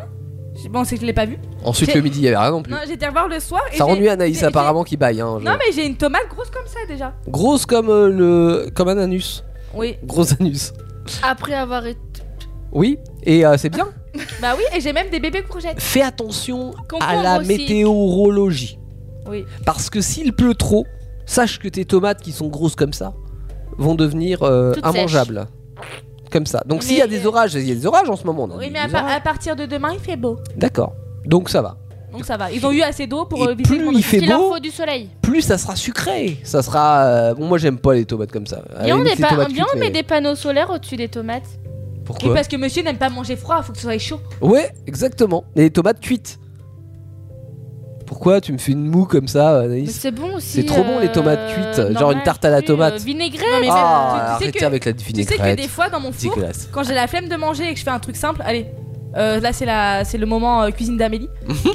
F: J'ai- Bon, c'est que je l'ai pas vu.
D: Ensuite,
F: J'ai-
D: le midi, il y avait rien non plus.
F: Non, j'ai été revoir le soir. Et
D: ça
F: j'ai-
D: ennuie Anaïs
F: j'ai-
D: apparemment qui baille. hein, je-
F: Non, mais j'ai une tomate grosse comme ça déjà.
D: Grosse comme euh, le, comme un anus.
F: Oui.
D: Gros anus.
F: Après avoir été.
D: Oui, et euh, c'est bien.
F: Bah oui, et j'ai même des bébés courgettes.
D: Fais attention à
F: Concombre
D: la
F: aussi.
D: météorologie.
F: Oui.
D: Parce que s'il pleut trop, sache que tes tomates qui sont grosses comme ça vont devenir euh,
F: Toutes
D: immangeables. Comme ça. Donc s'il y a des orages, il y a des orages en ce moment. on a
F: Oui,
D: des
F: mais à,
D: orages.
F: par- à partir de demain, il fait beau.
D: D'accord. Donc ça va.
F: Donc ça va. Ils ont eu assez d'eau pour euh,
D: Et
F: éviter
D: plus
F: qu'on-
D: il fait
F: qu'il leur
D: beau,
F: faut du soleil.
D: Plus ça sera sucré, ça sera. euh, Bon, moi j'aime pas les tomates comme ça. À la
E: Bien, on,
D: limite,
E: met
D: les
E: pas-
D: tomates
E: viens, on
D: cuites,
E: met
D: mais
E: des panneaux solaires au-dessus des tomates.
D: Pourquoi
F: Parce que monsieur n'aime pas manger froid, faut que ce soit chaud.
D: Ouais, exactement. Les tomates cuites. Pourquoi tu me fais une moue comme ça, Anaïs
E: Mais c'est bon aussi.
D: C'est trop bon les tomates
E: euh,
D: cuites, genre
E: normal,
D: une tarte à la
E: cuit,
D: tomate.
E: euh, vinaigrette.
F: Non, mais même,
D: ah,
F: tu- tu sais
D: arrêtez
F: que-
D: avec la
F: Tu
D: vinaigrette.
F: sais que des fois dans mon four,
D: Dégueulasse.
F: quand j'ai la flemme de manger et que je fais un truc simple, allez, euh, là c'est la, c'est le moment euh, cuisine d'Amélie.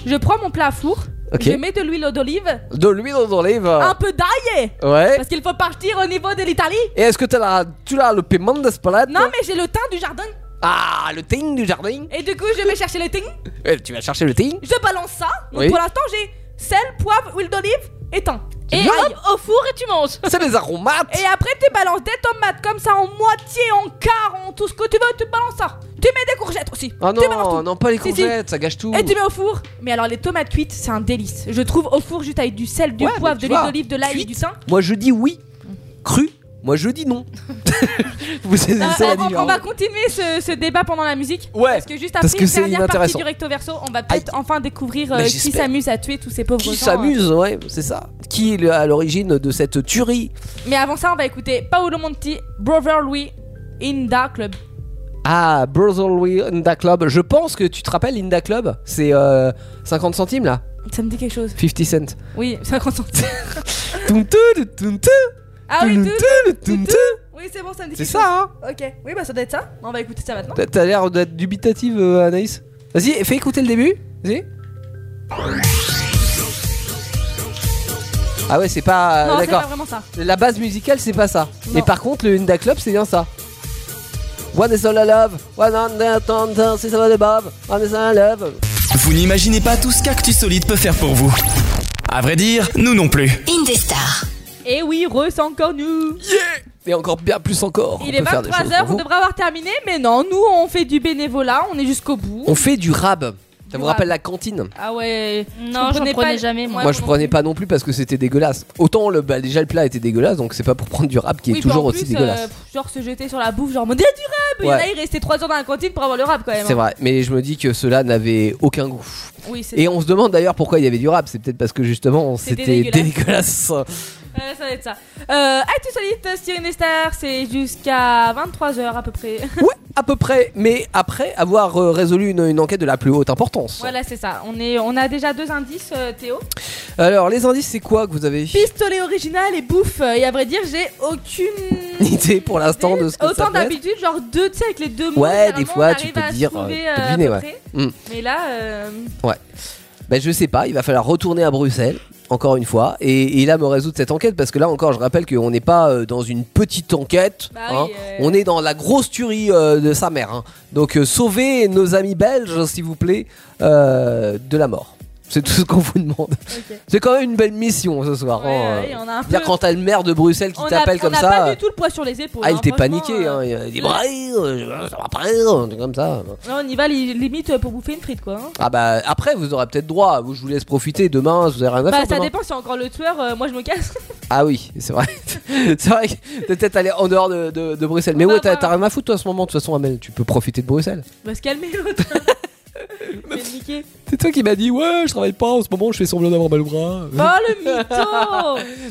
F: je prends mon plat à four,
D: Ok. Ah.
F: je mets de l'huile d'olive,
D: De l'huile d'olive.
F: un peu d'ail,
D: Ouais.
F: parce qu'il faut partir au niveau de l'Italie.
D: Et est-ce que t'as la, tu l'as le piment de spalade
F: Non mais j'ai le thym du jardin
D: Ah, le thym du jardin.
F: et du coup je vais chercher le thym,
D: Eh, tu vas chercher le thym.
F: je balance ça. Donc
D: Oui.
F: pour l'instant j'ai sel, poivre, huile d'olive et thym.
D: Et
F: hop, au four et tu manges.
D: C'est des aromates.
F: Et après tu balances des tomates comme ça en moitié, en quart, en tout ce que tu veux, tu balances ça. Tu mets des courgettes aussi.
D: Ah
F: Tu balances
D: non,
F: tout.
D: non pas les
F: Si, si.
D: courgettes, ça gâche tout.
F: Et tu mets au four. Mais alors les tomates cuites, c'est un délice. Je trouve au four juste avec du sel, du
D: Ouais, mais
F: poivre,
D: tu
F: de l'huile
D: vois,
F: d'olive, de l'ail, du thym.
D: Moi je dis oui. Cru. Moi je dis non. Vous savez
F: Euh,
D: c'est la
F: on- on,
D: différence.
F: va continuer ce, ce débat pendant la musique.
D: Ouais,
F: Parce que juste
D: parce
F: après
D: que
F: une
D: c'est
F: dernière partie
D: inintéressant.
F: du recto verso, on va peut-être enfin découvrir euh,
D: Mais
F: qui
D: j'espère.
F: s'amuse à tuer tous ces pauvres gens.
D: Qui s'amuse, ouais, c'est ça. Qui est le- à l'origine de cette tuerie
F: hein. Mais avant ça, on va écouter Paolo Monti, Brother Louis, in Dark Club.
D: Ah, Brotherly Inda Club. Je pense que tu te rappelles Inda Club C'est euh, 50 centimes là
F: Ça me dit quelque chose.
D: 50 cents.
F: Oui, 50 centimes. Ah
D: Ah
F: oui, tout,
D: tout,
F: Oui, c'est bon, ça me dit
D: C'est
F: quelque
D: ça, hein.
F: chose. Ok, oui, bah ça doit être ça. On va écouter ça maintenant.
D: T'as- T'as l'air d'être dubitative, euh, Anaïs. Vas-y, fais écouter le début. Vas-y. Ah ouais, c'est pas.
F: Non, c'est
D: D'accord.
F: pas vraiment ça.
D: La base musicale, c'est pas ça. Mais par contre, le Inda Club, c'est bien ça. One is all I love. One on the thunder, c'est ça, Bob. One is all I love.
L: Vous n'imaginez pas tout ce qu'Actu Solide peut faire pour vous. À vrai dire, nous non plus.
F: Indestar. Et oui, re, c'est encore nous.
D: Et encore bien plus encore.
F: Il
D: on
F: est
D: peut faire des choses
F: 23h,
D: pour
F: on
D: vous.
F: devrait avoir terminé, mais non, nous on fait du bénévolat, on est jusqu'au bout.
D: On fait du rab. Ça vous
F: rab.
D: rappelle la cantine
F: Ah ouais.
E: Non, j'en prenais jamais, moi.
D: Moi je prenais pas non plus parce que c'était dégueulasse. Autant le, bah, déjà le plat était dégueulasse donc c'est pas pour prendre du rab qui est
F: bah,
D: toujours aussi dégueulasse.
F: euh, genre se jeter sur la bouffe, genre, on dirait du rap. Il y en a,
D: Ouais.
F: il restait 3 heures dans la cantine pour avoir le rap quand même.
D: C'est
F: hein.
D: vrai, mais je me dis que cela n'avait aucun goût.
F: Oui, c'est
D: Et
F: ça.
D: on se demande d'ailleurs pourquoi il y avait du rap, c'est peut-être parce que justement
F: C'était
D: c'était
F: dégueulasse.
D: dégueulasse.
F: Euh, ça va être ça. Euh, Actu Solite, Cyril Nestar, c'est jusqu'à 23h à peu près.
D: Ouais, à peu près, mais après avoir euh, résolu une, une enquête de la plus haute importance.
F: voilà, c'est ça. On, est, on a déjà deux indices, euh, Théo.
D: Alors les indices c'est quoi que vous avez
F: Pistolet original et bouffe. Et à vrai dire, j'ai aucune
D: idée pour l'instant de ce que ça
F: Autant
D: peut être
F: d'habitude, genre deux, tu sais, avec les deux mots.
D: Ouais,
F: généralement,
D: des fois, tu
F: on arrive
D: peux
F: à
D: dire,
F: trouver,
D: euh,
F: à
D: deviner,
F: peu
D: ouais.
F: près.
D: Mm.
F: Mais là, euh,
D: Ouais. Ben je sais pas, il va falloir retourner à Bruxelles, encore une fois, et, et là me résoudre cette enquête, parce que là encore je rappelle qu'on n'est pas euh, dans une petite enquête,
F: Bah
D: hein.
F: Euh,
D: on est dans la grosse tuerie euh, de sa mère. hein. Donc euh, sauvez nos amis belges, s'il vous plaît, euh, de la mort. C'est tout ce qu'on vous demande. C'est quand même une belle mission ce soir. hein.
F: ouais, on a un
D: Dire
F: peu-
D: quand t'as le maire de Bruxelles qui
F: On a-
D: t'appelle
F: on
D: comme
F: a
D: ça.
F: pas du tout le poids sur les épaules.
D: Ah, il
F: hein,
D: était
F: franchement,
D: paniqué, hein. il il dit braille, euh, ça va pas, euh, un truc comme ça.
F: Ouais, on y va li- limite euh, pour bouffer une frite quoi. hein.
D: Ah bah après vous aurez peut-être droit, vous je vous laisse profiter demain, vous avez rien à
F: Bah
D: faire
F: ça
D: demain.
F: dépend si encore le tueur, euh, moi je me casse.
D: Ah oui, c'est vrai. c'est vrai que t'es peut-être allé en dehors de, de- de Bruxelles. Mais ouais, t'as t'as rien à foutre toi à ce moment, de toute façon Amel, tu peux profiter de Bruxelles.
F: On va se calmer l'autre. Je vais le niquer.
D: C'est toi qui m'as dit ouais, je travaille pas en ce moment, je fais semblant d'avoir mal au bras.
F: Oh le mytho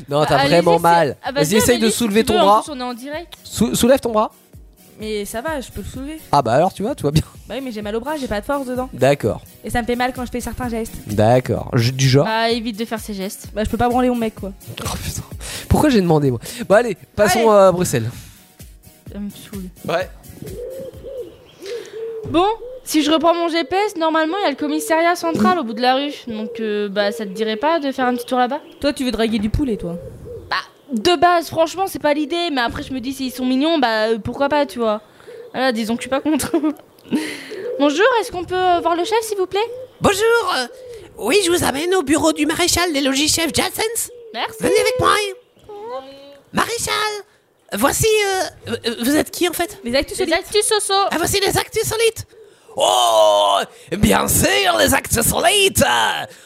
D: non, t'as
F: Allez-y,
D: vraiment
F: c'est-
D: mal.
J: bah,
F: Ah,
D: Vas-y, essaye de
F: Amélie, si
D: soulever
F: tu
D: ton
F: veux, en
D: bras.
F: plus, on est en direct.
D: Sou- soulève ton bras.
F: Mais ça va, je peux le soulever.
D: Ah bah alors tu vois, tu vois bien.
F: Bah oui, mais j'ai mal au bras, j'ai pas de force dedans.
D: D'accord,
F: Et ça me fait mal quand je fais certains gestes.
D: d'accord. Je- Du genre. Oh,
F: Ah, évite de faire ces gestes. Bah je peux pas branler mon mec quoi.
D: Pourquoi j'ai demandé moi Bon allez, passons à Bruxelles.
E: Ça me saoule.
D: Ouais.
E: Bon, si je reprends mon GPS, normalement il y a le commissariat central au bout de la rue. Donc euh, bah ça te dirait pas de faire un petit tour là-bas
F: Toi tu veux draguer du poulet toi.
E: Bah de base franchement c'est pas l'idée, mais après je me dis s'ils sont mignons, bah euh, pourquoi pas tu vois. Voilà, disons que je suis pas contre. Bonjour, est-ce qu'on peut euh, voir le chef s'il vous plaît
G: Bonjour euh, Oui, je vous amène au bureau du maréchal des logis chefs Janssens.
E: Merci.
G: Venez avec moi. Maréchal Voici... euh, euh, vous êtes qui en fait
F: Les actus
G: solites.
E: soso
G: Ah, voici les actus solites
J: Oh, bien sûr, les actes solites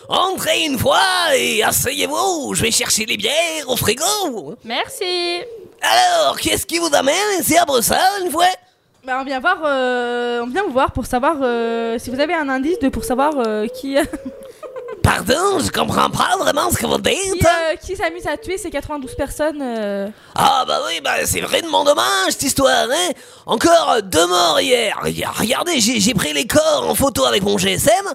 J: Entrez une fois et asseyez-vous, je vais chercher les bières au frigo
E: Merci
J: Alors, qu'est-ce qui vous amène ici à Bruxelles, une fois
F: Bah on vient voir, euh, on vient vous voir pour savoir euh, si vous avez un indice de pour savoir euh, qui.
J: Pardon, je comprends pas vraiment ce que vous dites
F: qui, euh, qui s'amuse à tuer ces 92 personnes euh.
J: Ah bah oui, bah c'est vraiment dommage cette histoire, hein Encore euh, deux morts hier Hier, Regardez, j'ai j'ai pris les corps en photo avec mon GSM,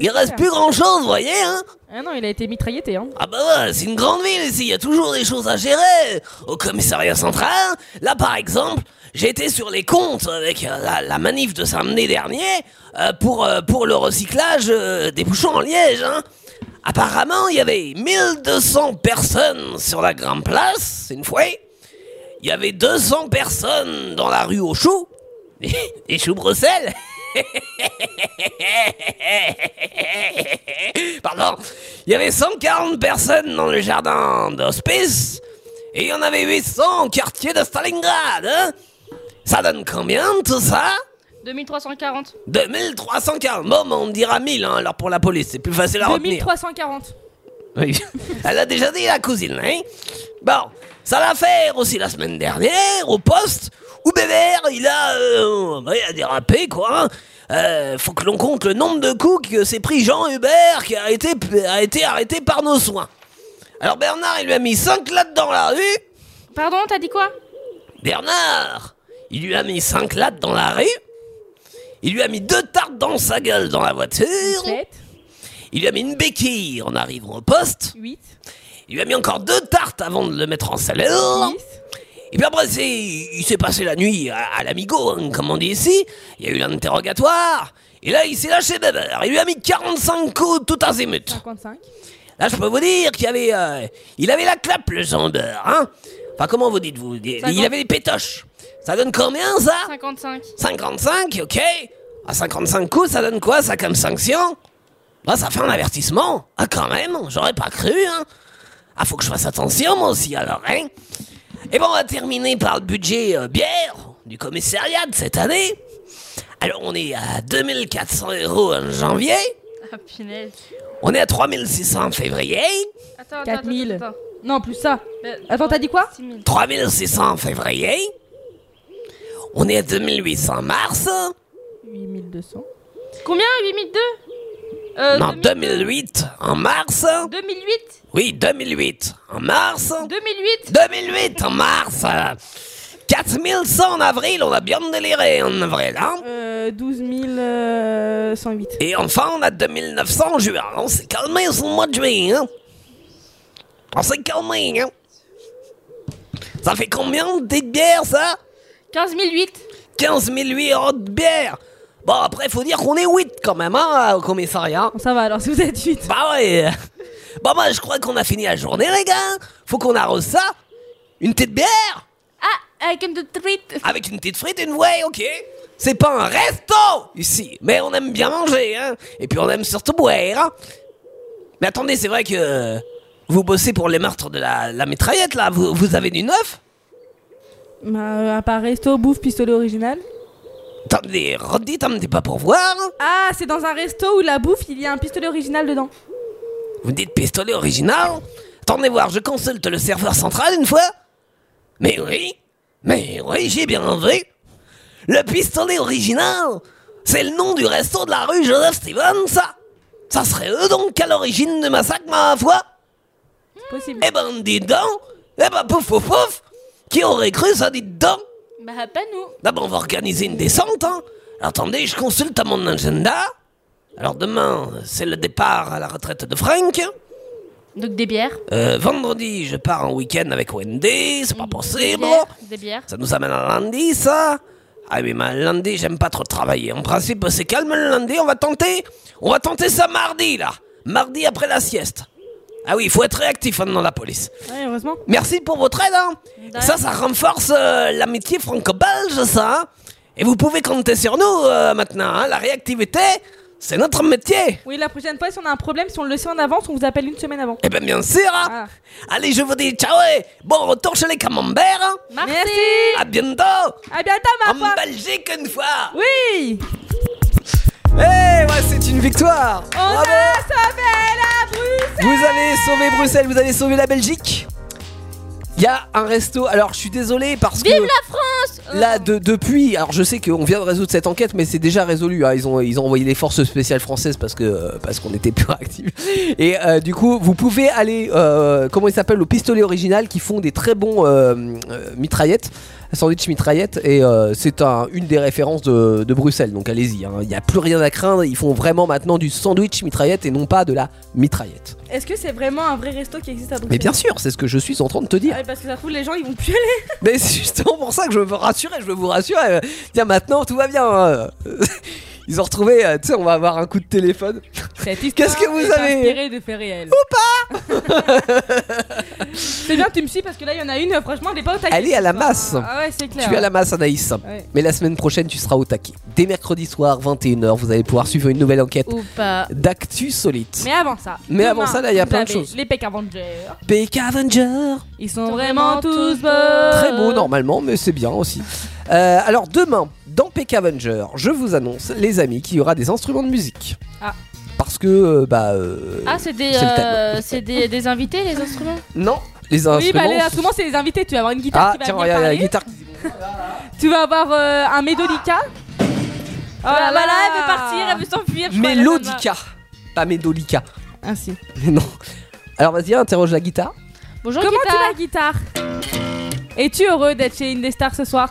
J: il reste
F: clair.
J: plus grand-chose, vous voyez, hein
F: Ah non, il a été mitrailleté. Hein.
J: Ah bah ouais, c'est une grande ville ici, il y a toujours des choses à gérer. Au commissariat central, là par exemple, j'étais sur les comptes avec euh, la, la manif de samedi dernier euh, pour, euh, pour le recyclage euh, des bouchons en liège. hein. Apparemment, il y avait 1200 personnes sur la grande place, une fois. Il y avait 200 personnes dans la rue aux choux. Les choux Bruxelles Pardon. Il y avait 140 personnes dans le jardin d'hospice. Et il y en avait 800 au quartier de Stalingrad. hein. ça donne combien tout ça
E: 2340.
J: 2340. Bon, mais on dira 1000. hein. alors pour la police, c'est plus facile à retenir.
F: 2340.
J: Oui. Elle a déjà dit la cousine, hein Bon, ça l'a fait aussi la semaine dernière au poste où Bébert, il a, euh, bah, il a dérapé, quoi. hein. Euh, faut que l'on compte le nombre de coups que s'est pris Jean Hubert qui a été, a été arrêté par nos soins. Alors Bernard, il lui a mis 5 lattes dans la rue.
E: Pardon, t'as dit quoi
J: Bernard, il lui a mis 5 lattes dans la rue. Il lui a mis deux tartes dans sa gueule dans la voiture. Il lui a mis une béquille en arrivant au poste.
F: 8.
J: Il lui a mis encore deux tartes avant de le mettre en salaire. Et puis après, c'est, il s'est passé la nuit à, à l'amigo, hein, comme on dit ici. Il y a eu l'interrogatoire. Et là, il s'est lâché bébert. Il lui a mis 45 coups tout azimut.
F: 55.
J: Là, je peux vous dire qu'il avait, euh, il avait la clap, le Jean Hubert, hein. Enfin, comment vous dites-vous Il
E: Cinquante.
J: il avait des pétoches. Ça donne combien, ça
E: 55.
J: 55, ok. À 55 coups, ça donne quoi, ça, comme sanction Bah, ça fait un avertissement. Ah, quand même, j'aurais pas cru, hein. Ah, faut que je fasse attention, moi aussi, alors, hein. Et bon, on va terminer par le budget euh, bière du commissariat de cette année. Alors, on est à 2400 euros en janvier.
E: Ah punaise.
J: On est à 3600 en février.
E: Attends, attends,
F: 4000.
E: attends, attends.
F: Non, plus ça. Euh, Attends, t'as dit quoi
J: 3600 en février. On est à 2800 en mars.
F: 8200.
E: Combien 8002 euh,
J: non, 2008 en mars.
E: 2008
J: Oui, 2008 en mars.
E: 2008
J: 2008 en mars. 4100 en avril, on a bien déliré en avril, hein
F: Euh, 12108.
J: Et enfin, on a 2900 en juin. On s'est calmé sur le mois de juillet, hein On s'est calmé, hein Ça fait combien de petites bières, ça
E: 15008
J: 15008 euros de bière Bon, après, faut dire qu'on est 8 quand même, hein, au commissariat.
F: Ça va, alors, si vous êtes 8.
J: Bah ouais Bah moi, je crois qu'on a fini la journée, les gars Faut qu'on arrose ça Une petite bière
E: Ah, avec une petite frite
J: Avec une petite frite, une ouais, ok. C'est pas un resto ici, mais on aime bien manger, hein. Et puis on aime surtout boire. hein. Mais attendez, c'est vrai que euh, vous bossez pour les meurtres de la, la mitraillette, là. Vous, vous avez du neuf
F: Bah, euh, à part resto, bouffe, pistolet original.
J: Attendez, redites, hein, t'es pas pour voir.
F: Ah, c'est dans un resto où la bouffe, il y a un pistolet original dedans.
J: Vous dites pistolet original Attendez voir, je consulte le serveur central une fois. Mais oui, mais oui, j'ai bien vu. Le pistolet original, c'est le nom du resto de la rue Joseph Stevens, ça. Ça serait eux donc à l'origine du massacre, ma foi.
F: Possible.
J: Eh ben, dis donc. Eh ben, pouf, pouf, pouf. Qui aurait cru ça, dites donc
E: Bah, pas nous.
J: D'abord, on va organiser une descente. Hein. Attendez, je consulte à mon agenda. Alors demain, c'est le départ à la retraite de Frank.
E: Donc des bières.
J: Euh, vendredi, je pars en week-end avec Wendy, c'est pas
E: Des
J: possible.
E: bières. Des bières.
J: Ça nous amène à lundi, ça Ah oui, mais lundi, j'aime pas trop travailler. En principe, c'est calme le lundi, on va tenter. On va tenter ça mardi, là. Mardi après la sieste. Ah oui, il faut être réactif hein, dans la police.
F: Ouais, heureusement.
J: Merci pour votre aide. Hein. Ça, ça renforce euh, l'amitié franco-belge, ça. hein. Et vous pouvez compter sur nous euh, maintenant. hein. La réactivité, c'est notre métier.
F: Oui, la prochaine fois, si on a un problème, si on le sait en avance, on vous appelle une semaine avant.
J: Eh ben bien sûr. hein. Allez, je vous dis ciao et bon retour chez les camemberts. hein.
F: Merci.
J: À bientôt.
F: À bientôt,
J: ma En Belgique, une fois.
F: Oui.
D: Eh ouais, c'est une victoire.
F: On a sauvé la Bruxelles.
D: Vous avez sauvé Bruxelles, vous avez sauvé la Belgique. Il y a un resto. Alors, je suis désolé parce que
E: Vive la France Euh.
D: là, de- depuis, alors je sais qu'on vient de résoudre cette enquête, mais c'est déjà résolu. hein. Ils ont ils ont envoyé les forces spéciales françaises parce que euh, parce qu'on était plus actifs. Et euh, du coup, vous pouvez aller, euh, comment ils s'appellent, au pistolet original qui font des très bons euh, euh, mitraillettes, sandwich mitraillette. Et euh, c'est un, une des références de, de Bruxelles. Donc allez-y, hein. il n'y a plus rien à craindre. Ils font vraiment maintenant du sandwich mitraillette et non pas de la mitraillette.
F: Est-ce que c'est vraiment un vrai resto qui existe à Bruxelles
D: Mais bien sûr, c'est ce que je suis en train de te dire.
F: Ah oui, parce que ça se trouve, les gens, ils vont plus aller.
D: Mais c'est justement pour ça que je veux vous rassurer, je veux vous rassurer. Euh, Tiens, maintenant tout va bien. hein. Ils ont retrouvé, euh, tu sais, on va avoir un coup de téléphone. Qu'est-ce que vous avez
F: Ah, inspiré de faits réels. Ou pas C'est bien que tu me suis parce que là, il y en a une, euh, franchement, elle est pas au taquet.
D: Elle est à la masse.
F: Ah ouais, c'est clair.
D: Tu es à la masse, Anaïs.
F: Ouais.
D: Mais la semaine prochaine, tu seras au taquet. Dès mercredi soir, 21h, vous allez pouvoir suivre une nouvelle enquête
E: Ou pas.
D: d'actu solite.
F: Mais avant ça.
D: Mais avant
F: demain,
D: ça, là, il y a
F: vous
D: plein de
F: avez
D: choses.
F: Les Peck Avengers.
D: PK Avenger.
F: Ils sont vraiment tous beaux.
D: Très beau normalement, mais c'est bien aussi. Euh, alors demain, dans PK Avenger, je vous annonce, les amis, qu'il y aura des instruments de musique.
F: Ah.
D: Parce que, euh, bah. euh,
E: Ah, c'est des,
D: C'est le thème.
E: euh, c'est des, des invités, les instruments
D: Non, les
F: Oui, bah
D: instruments.
F: les instruments, c'est les invités. Tu vas avoir une guitare
D: ah,
F: qui va
D: tiens,
F: venir
D: regarde, la
F: parler.
D: guitare.
F: Tu vas avoir euh, un Médolica. Oh là
E: Voilà,
F: là.
E: Ah elle veut partir, elle veut s'enfuir. je crois, la
D: Mélodica. Pas Médolica.
F: Ah si.
D: Mais non. Alors vas-y, interroge la guitare.
E: Bonjour,
F: Comment
E: guitare.
F: tu vas, guitare Es-tu heureux d'être chez Indestar ce soir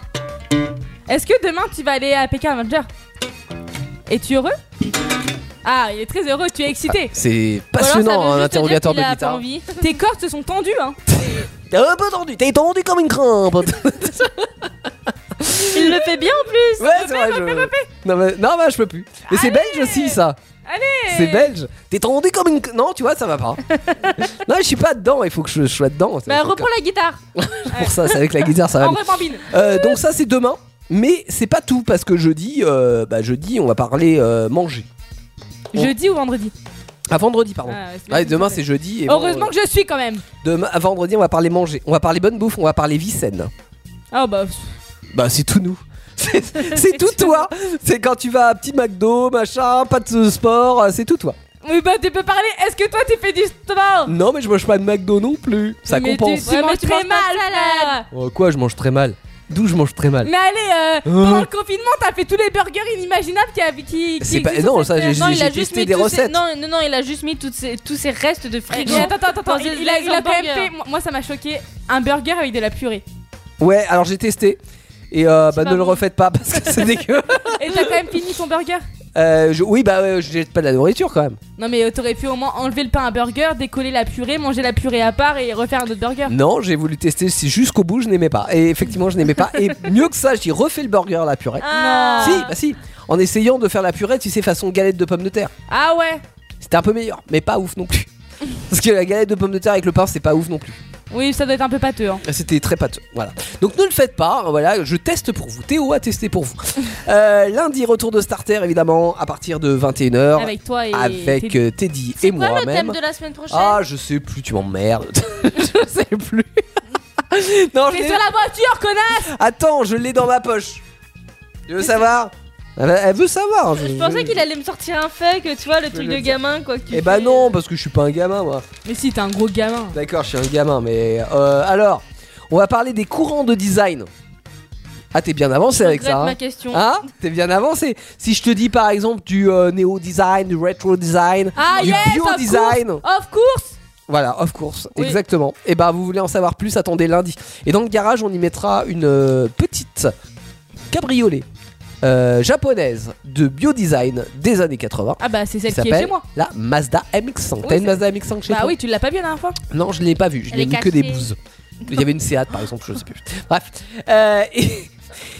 F: Est-ce que demain tu vas aller à PK Avenger Es-tu heureux Ah, il est très heureux, tu es excité.
D: C'est
F: Ou alors, ça
D: passionnant,
F: veut juste
D: un
F: dire
D: interrogatoire de
F: qu'il a pas
D: guitare.
E: envie.
F: Tes cordes se sont tendues, hein
D: T'es un peu tendu, t'es tendu comme une crampe.
E: Il le fait bien en plus.
D: Ouais, c'est vrai. je- Non, mais, non, bah, je peux plus. Mais c'est belge aussi, ça.
F: Allez
D: C'est belge. T'es tendu comme une. Non, tu vois, ça va pas. non, je suis pas dedans. Il faut que je, je sois dedans. C'est
F: Bah, reprends la guitare
D: pour ça. C'est avec la guitare, ça va.
F: On
D: mieux.
F: rebambine
D: Euh, donc ça, c'est demain. Mais c'est pas tout parce que jeudi, euh, bah, jeudi, on va parler euh, manger. On-
F: Jeudi ou vendredi
D: À vendredi, pardon.
F: Ah, c'est
D: Ouais,
F: bien
D: demain,
F: fait.
D: c'est jeudi. Et
F: Heureusement
D: bon,
F: que je suis quand même
D: euh, demain, à vendredi, on va parler manger. On va parler bonne bouffe. On va parler vie saine.
F: Ah bah, pff,
D: Bah, c'est tout nous. C'est c'est tout toi. C'est quand tu vas à petit McDo, machin, pas de sport, euh, c'est tout toi.
F: oui bah tu peux parler, est-ce que toi tu fais du sport
D: Non, mais je mange pas de McDo non plus. Ça
F: Mais tu-
D: compense.
F: Tu,
E: Ouais, mais
F: manges
E: tu
F: très
E: manges pas
F: mal,
E: de
F: frère
D: Oh, quoi, je mange très mal. D'où je mange très mal.
F: Mais allez, euh,
D: Euh.
F: pendant le confinement, t'as fait tous les burgers inimaginables qui, qui, qui
D: C'est pas-
F: existent sur
D: non,
F: cette
D: ça,
F: terre.
D: j'ai-
E: Non, il a
D: testé
E: juste mis
D: des
E: tous ces-
D: recettes.
E: Non, non, non, il a juste mis toutes ces- tous ses restes de frigo.
F: Mais attends, attends, attends,
E: Dans
F: il,
E: des-
F: il a, il a
E: des
F: quand même
E: hamburgers.
F: fait, moi moi, ça m'a choqué, un burger avec de la purée.
D: Ouais, alors j'ai testé. Et euh, bah,
F: pas
D: ne le
F: bon.
D: refaites pas parce que c'est dégueu.
F: Et t'as quand même fini ton burger
D: Euh, je- oui, bah, ouais, je jette pas de la nourriture quand même.
F: Non mais euh, t'aurais pu au moins enlever le pain à burger, décoller la purée, manger la purée à part et refaire un autre burger.
D: Non, j'ai voulu tester si jusqu'au bout je n'aimais pas. Et effectivement, je n'aimais pas. Et mieux que ça, j'ai refait le burger, la purée.
F: Ah.
D: Si, bah si. En essayant de faire la purée, tu sais, façon galette de pommes de terre.
F: Ah ouais
D: C'était un peu meilleur, mais pas ouf non plus. Parce que la galette de pommes de terre avec le pain, c'est pas ouf non plus.
F: Oui, ça doit être un peu pâteux. hein.
D: Ah, C'était très pâteux, voilà. Donc ne le faites pas, voilà, je teste pour vous. Théo a testé pour vous. Euh, lundi, retour de Starter, évidemment, à partir de 21h.
E: Avec toi et
D: avec,
E: Teddy.
D: euh, Teddy
E: C'est
D: et
E: quoi le
D: moi-même.
E: thème de la semaine prochaine
D: Ah, je sais plus, tu m'emmerdes. je sais plus. non, je
F: T'es
D: l'ai-
F: sur la voiture, connasse
D: Attends, je l'ai dans ma poche. Tu veux savoir elle, elle veut savoir.
E: Je pensais qu'il allait me sortir un fuck, tu vois, le truc de
D: le-
E: gamin, quoi.
D: Eh bah
E: euh,
D: non, parce que je suis pas un gamin, moi.
F: Mais si, t'es un gros gamin.
D: D'accord, je suis un gamin, mais euh, alors, on va parler des courants de design. Ah, t'es bien avancé
E: Je
D: avec
E: regrette
D: ça.
E: ma
D: hein.
E: question.
D: Hein T'es bien avancé. Si je te dis par exemple du euh, néo design, du retro design,
F: Ah
D: du
F: yes,
D: bio
F: of
D: design.
F: course, Of course
D: Voilà, of course,
F: Oui.
D: exactement. Et bah vous voulez en savoir plus, attendez lundi. Et dans le garage, on y mettra une euh, petite cabriolet euh, japonaise de biodesign des années 80.
F: Ah bah c'est celle qui est
D: s'appelle
F: chez moi.
D: La Mazda MX-5. T'as
F: Oui,
D: une Mazda MX-5 chez
F: Bah
D: toi
F: oui, tu l'as pas vu la dernière fois
D: Non, je l'ai pas vue. Je
F: Elle
D: n'ai vu
F: est
D: que des
F: cachée.
D: blouses. Il y avait une Seat par exemple, je sais plus. Bref. Euh, et,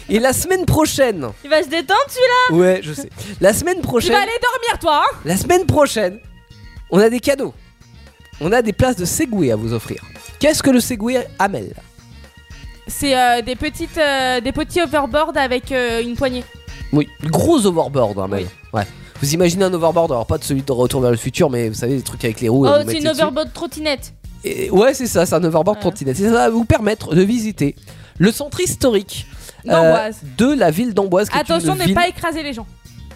D: et la semaine prochaine.
E: Il va se détendre celui-là
D: Ouais, je sais. La semaine
F: Tu
D: prochaine.
F: vas aller dormir, toi hein
D: La semaine prochaine, on a des cadeaux. On a des places de Segway à vous offrir. Qu'est-ce que le Segway Amel
F: C'est euh, des petites, euh, des petits overboards avec euh, une poignée.
D: Oui, gros overboard hein, Amel. Ouais. Vous imaginez un overboard, alors pas de celui de Retour vers le futur, mais vous savez, les trucs avec les roues. là,
E: Oh,
D: vous
E: c'est
D: mettez
E: une
D: dessus.
E: overboard trottinette.
D: Et- ouais, c'est ça, c'est un overboard trottinette. Et Ça va vous permettre de visiter le centre historique euh,
F: D'Amboise.
D: de la ville d'Amboise. qui est
F: Attention,
D: une
F: ne
D: ville-
F: pas écraser les gens.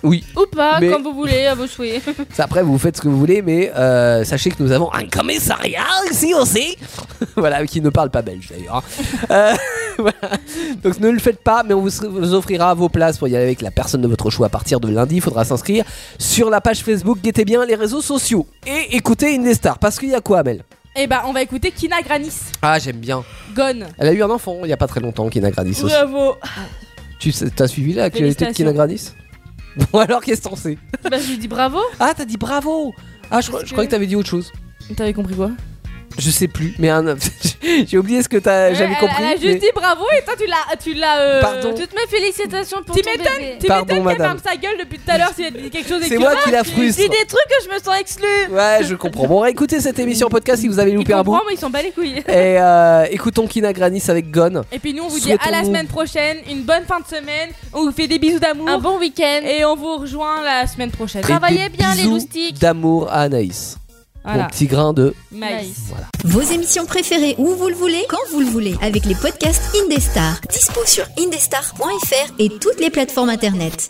D: Oui,
E: Ou pas,
D: Mais-
E: comme vous voulez, à vos souhaits.
D: Ça, Après, vous faites ce que vous voulez, mais euh, sachez que nous avons un commissariat ici aussi. voilà, qui ne parle pas belge d'ailleurs. hein. Euh, voilà. Donc ne le faites pas, mais on vous, vous offrira vos places pour y aller avec la personne de votre choix à partir de lundi. Il faudra s'inscrire sur la page Facebook. Guettez bien les réseaux sociaux et écoutez Indestar. Parce qu'il y a quoi, Amel
F: Et bah on va écouter Kina Granis.
D: Ah, j'aime bien.
F: Gone.
D: Elle a eu un enfant il n'y a pas très longtemps, Kina Gradis aussi.
F: Bravo.
D: Tu sais- t'as suivi l'actualité de
E: Félicitations.
D: Kina Gradis Bon, alors qu'est-ce que t'en sais
E: bah, je lui dis bravo.
D: Ah, t'as dit bravo Ah, je, crois- je croyais que t'avais dit autre chose.
F: T'avais compris quoi
D: Euh, Je sais plus, mais un... j'ai oublié ce que t'as- j'avais
F: elle,
D: compris.
F: Elle a juste
D: mais-
F: dit bravo et toi tu l'as. Tu l'as euh,
D: Pardon.
F: tu-
E: Toutes mes félicitations pour
F: Tu
E: ton
F: m'étonnes,
E: bébé.
F: tu
D: Pardon,
F: m'étonnes qu'elle
D: madame.
F: ferme sa gueule depuis tout à l'heure si elle dit quelque chose et
D: C'est
F: que-
D: moi qui la
F: Ah, tu-
D: frustre.
F: tu dis-
E: Des trucs que je me sens exclu.
D: Ouais, je comprends. Bon, écoutez cette émission podcast si vous avez loupé un bout.
E: Comprends, mais ils sont pas les couilles.
D: Et euh, écoutons Kina Granis avec Gone.
F: Et puis nous on vous dit à la
D: Souhaitons-nous-
F: semaine prochaine, une bonne fin de semaine, on vous fait des bisous d'amour. Un
E: bon week-end.
F: Et on vous rejoint la semaine prochaine.
D: Et des bisous D'amour à Anaïs.
B: Voilà.
D: Mon petit grain de.
F: Maïs.
B: Vos émissions préférées où vous le voulez, quand vous le voulez, avec les podcasts Indestar. Dispo sur indestar.fr et toutes les plateformes internet.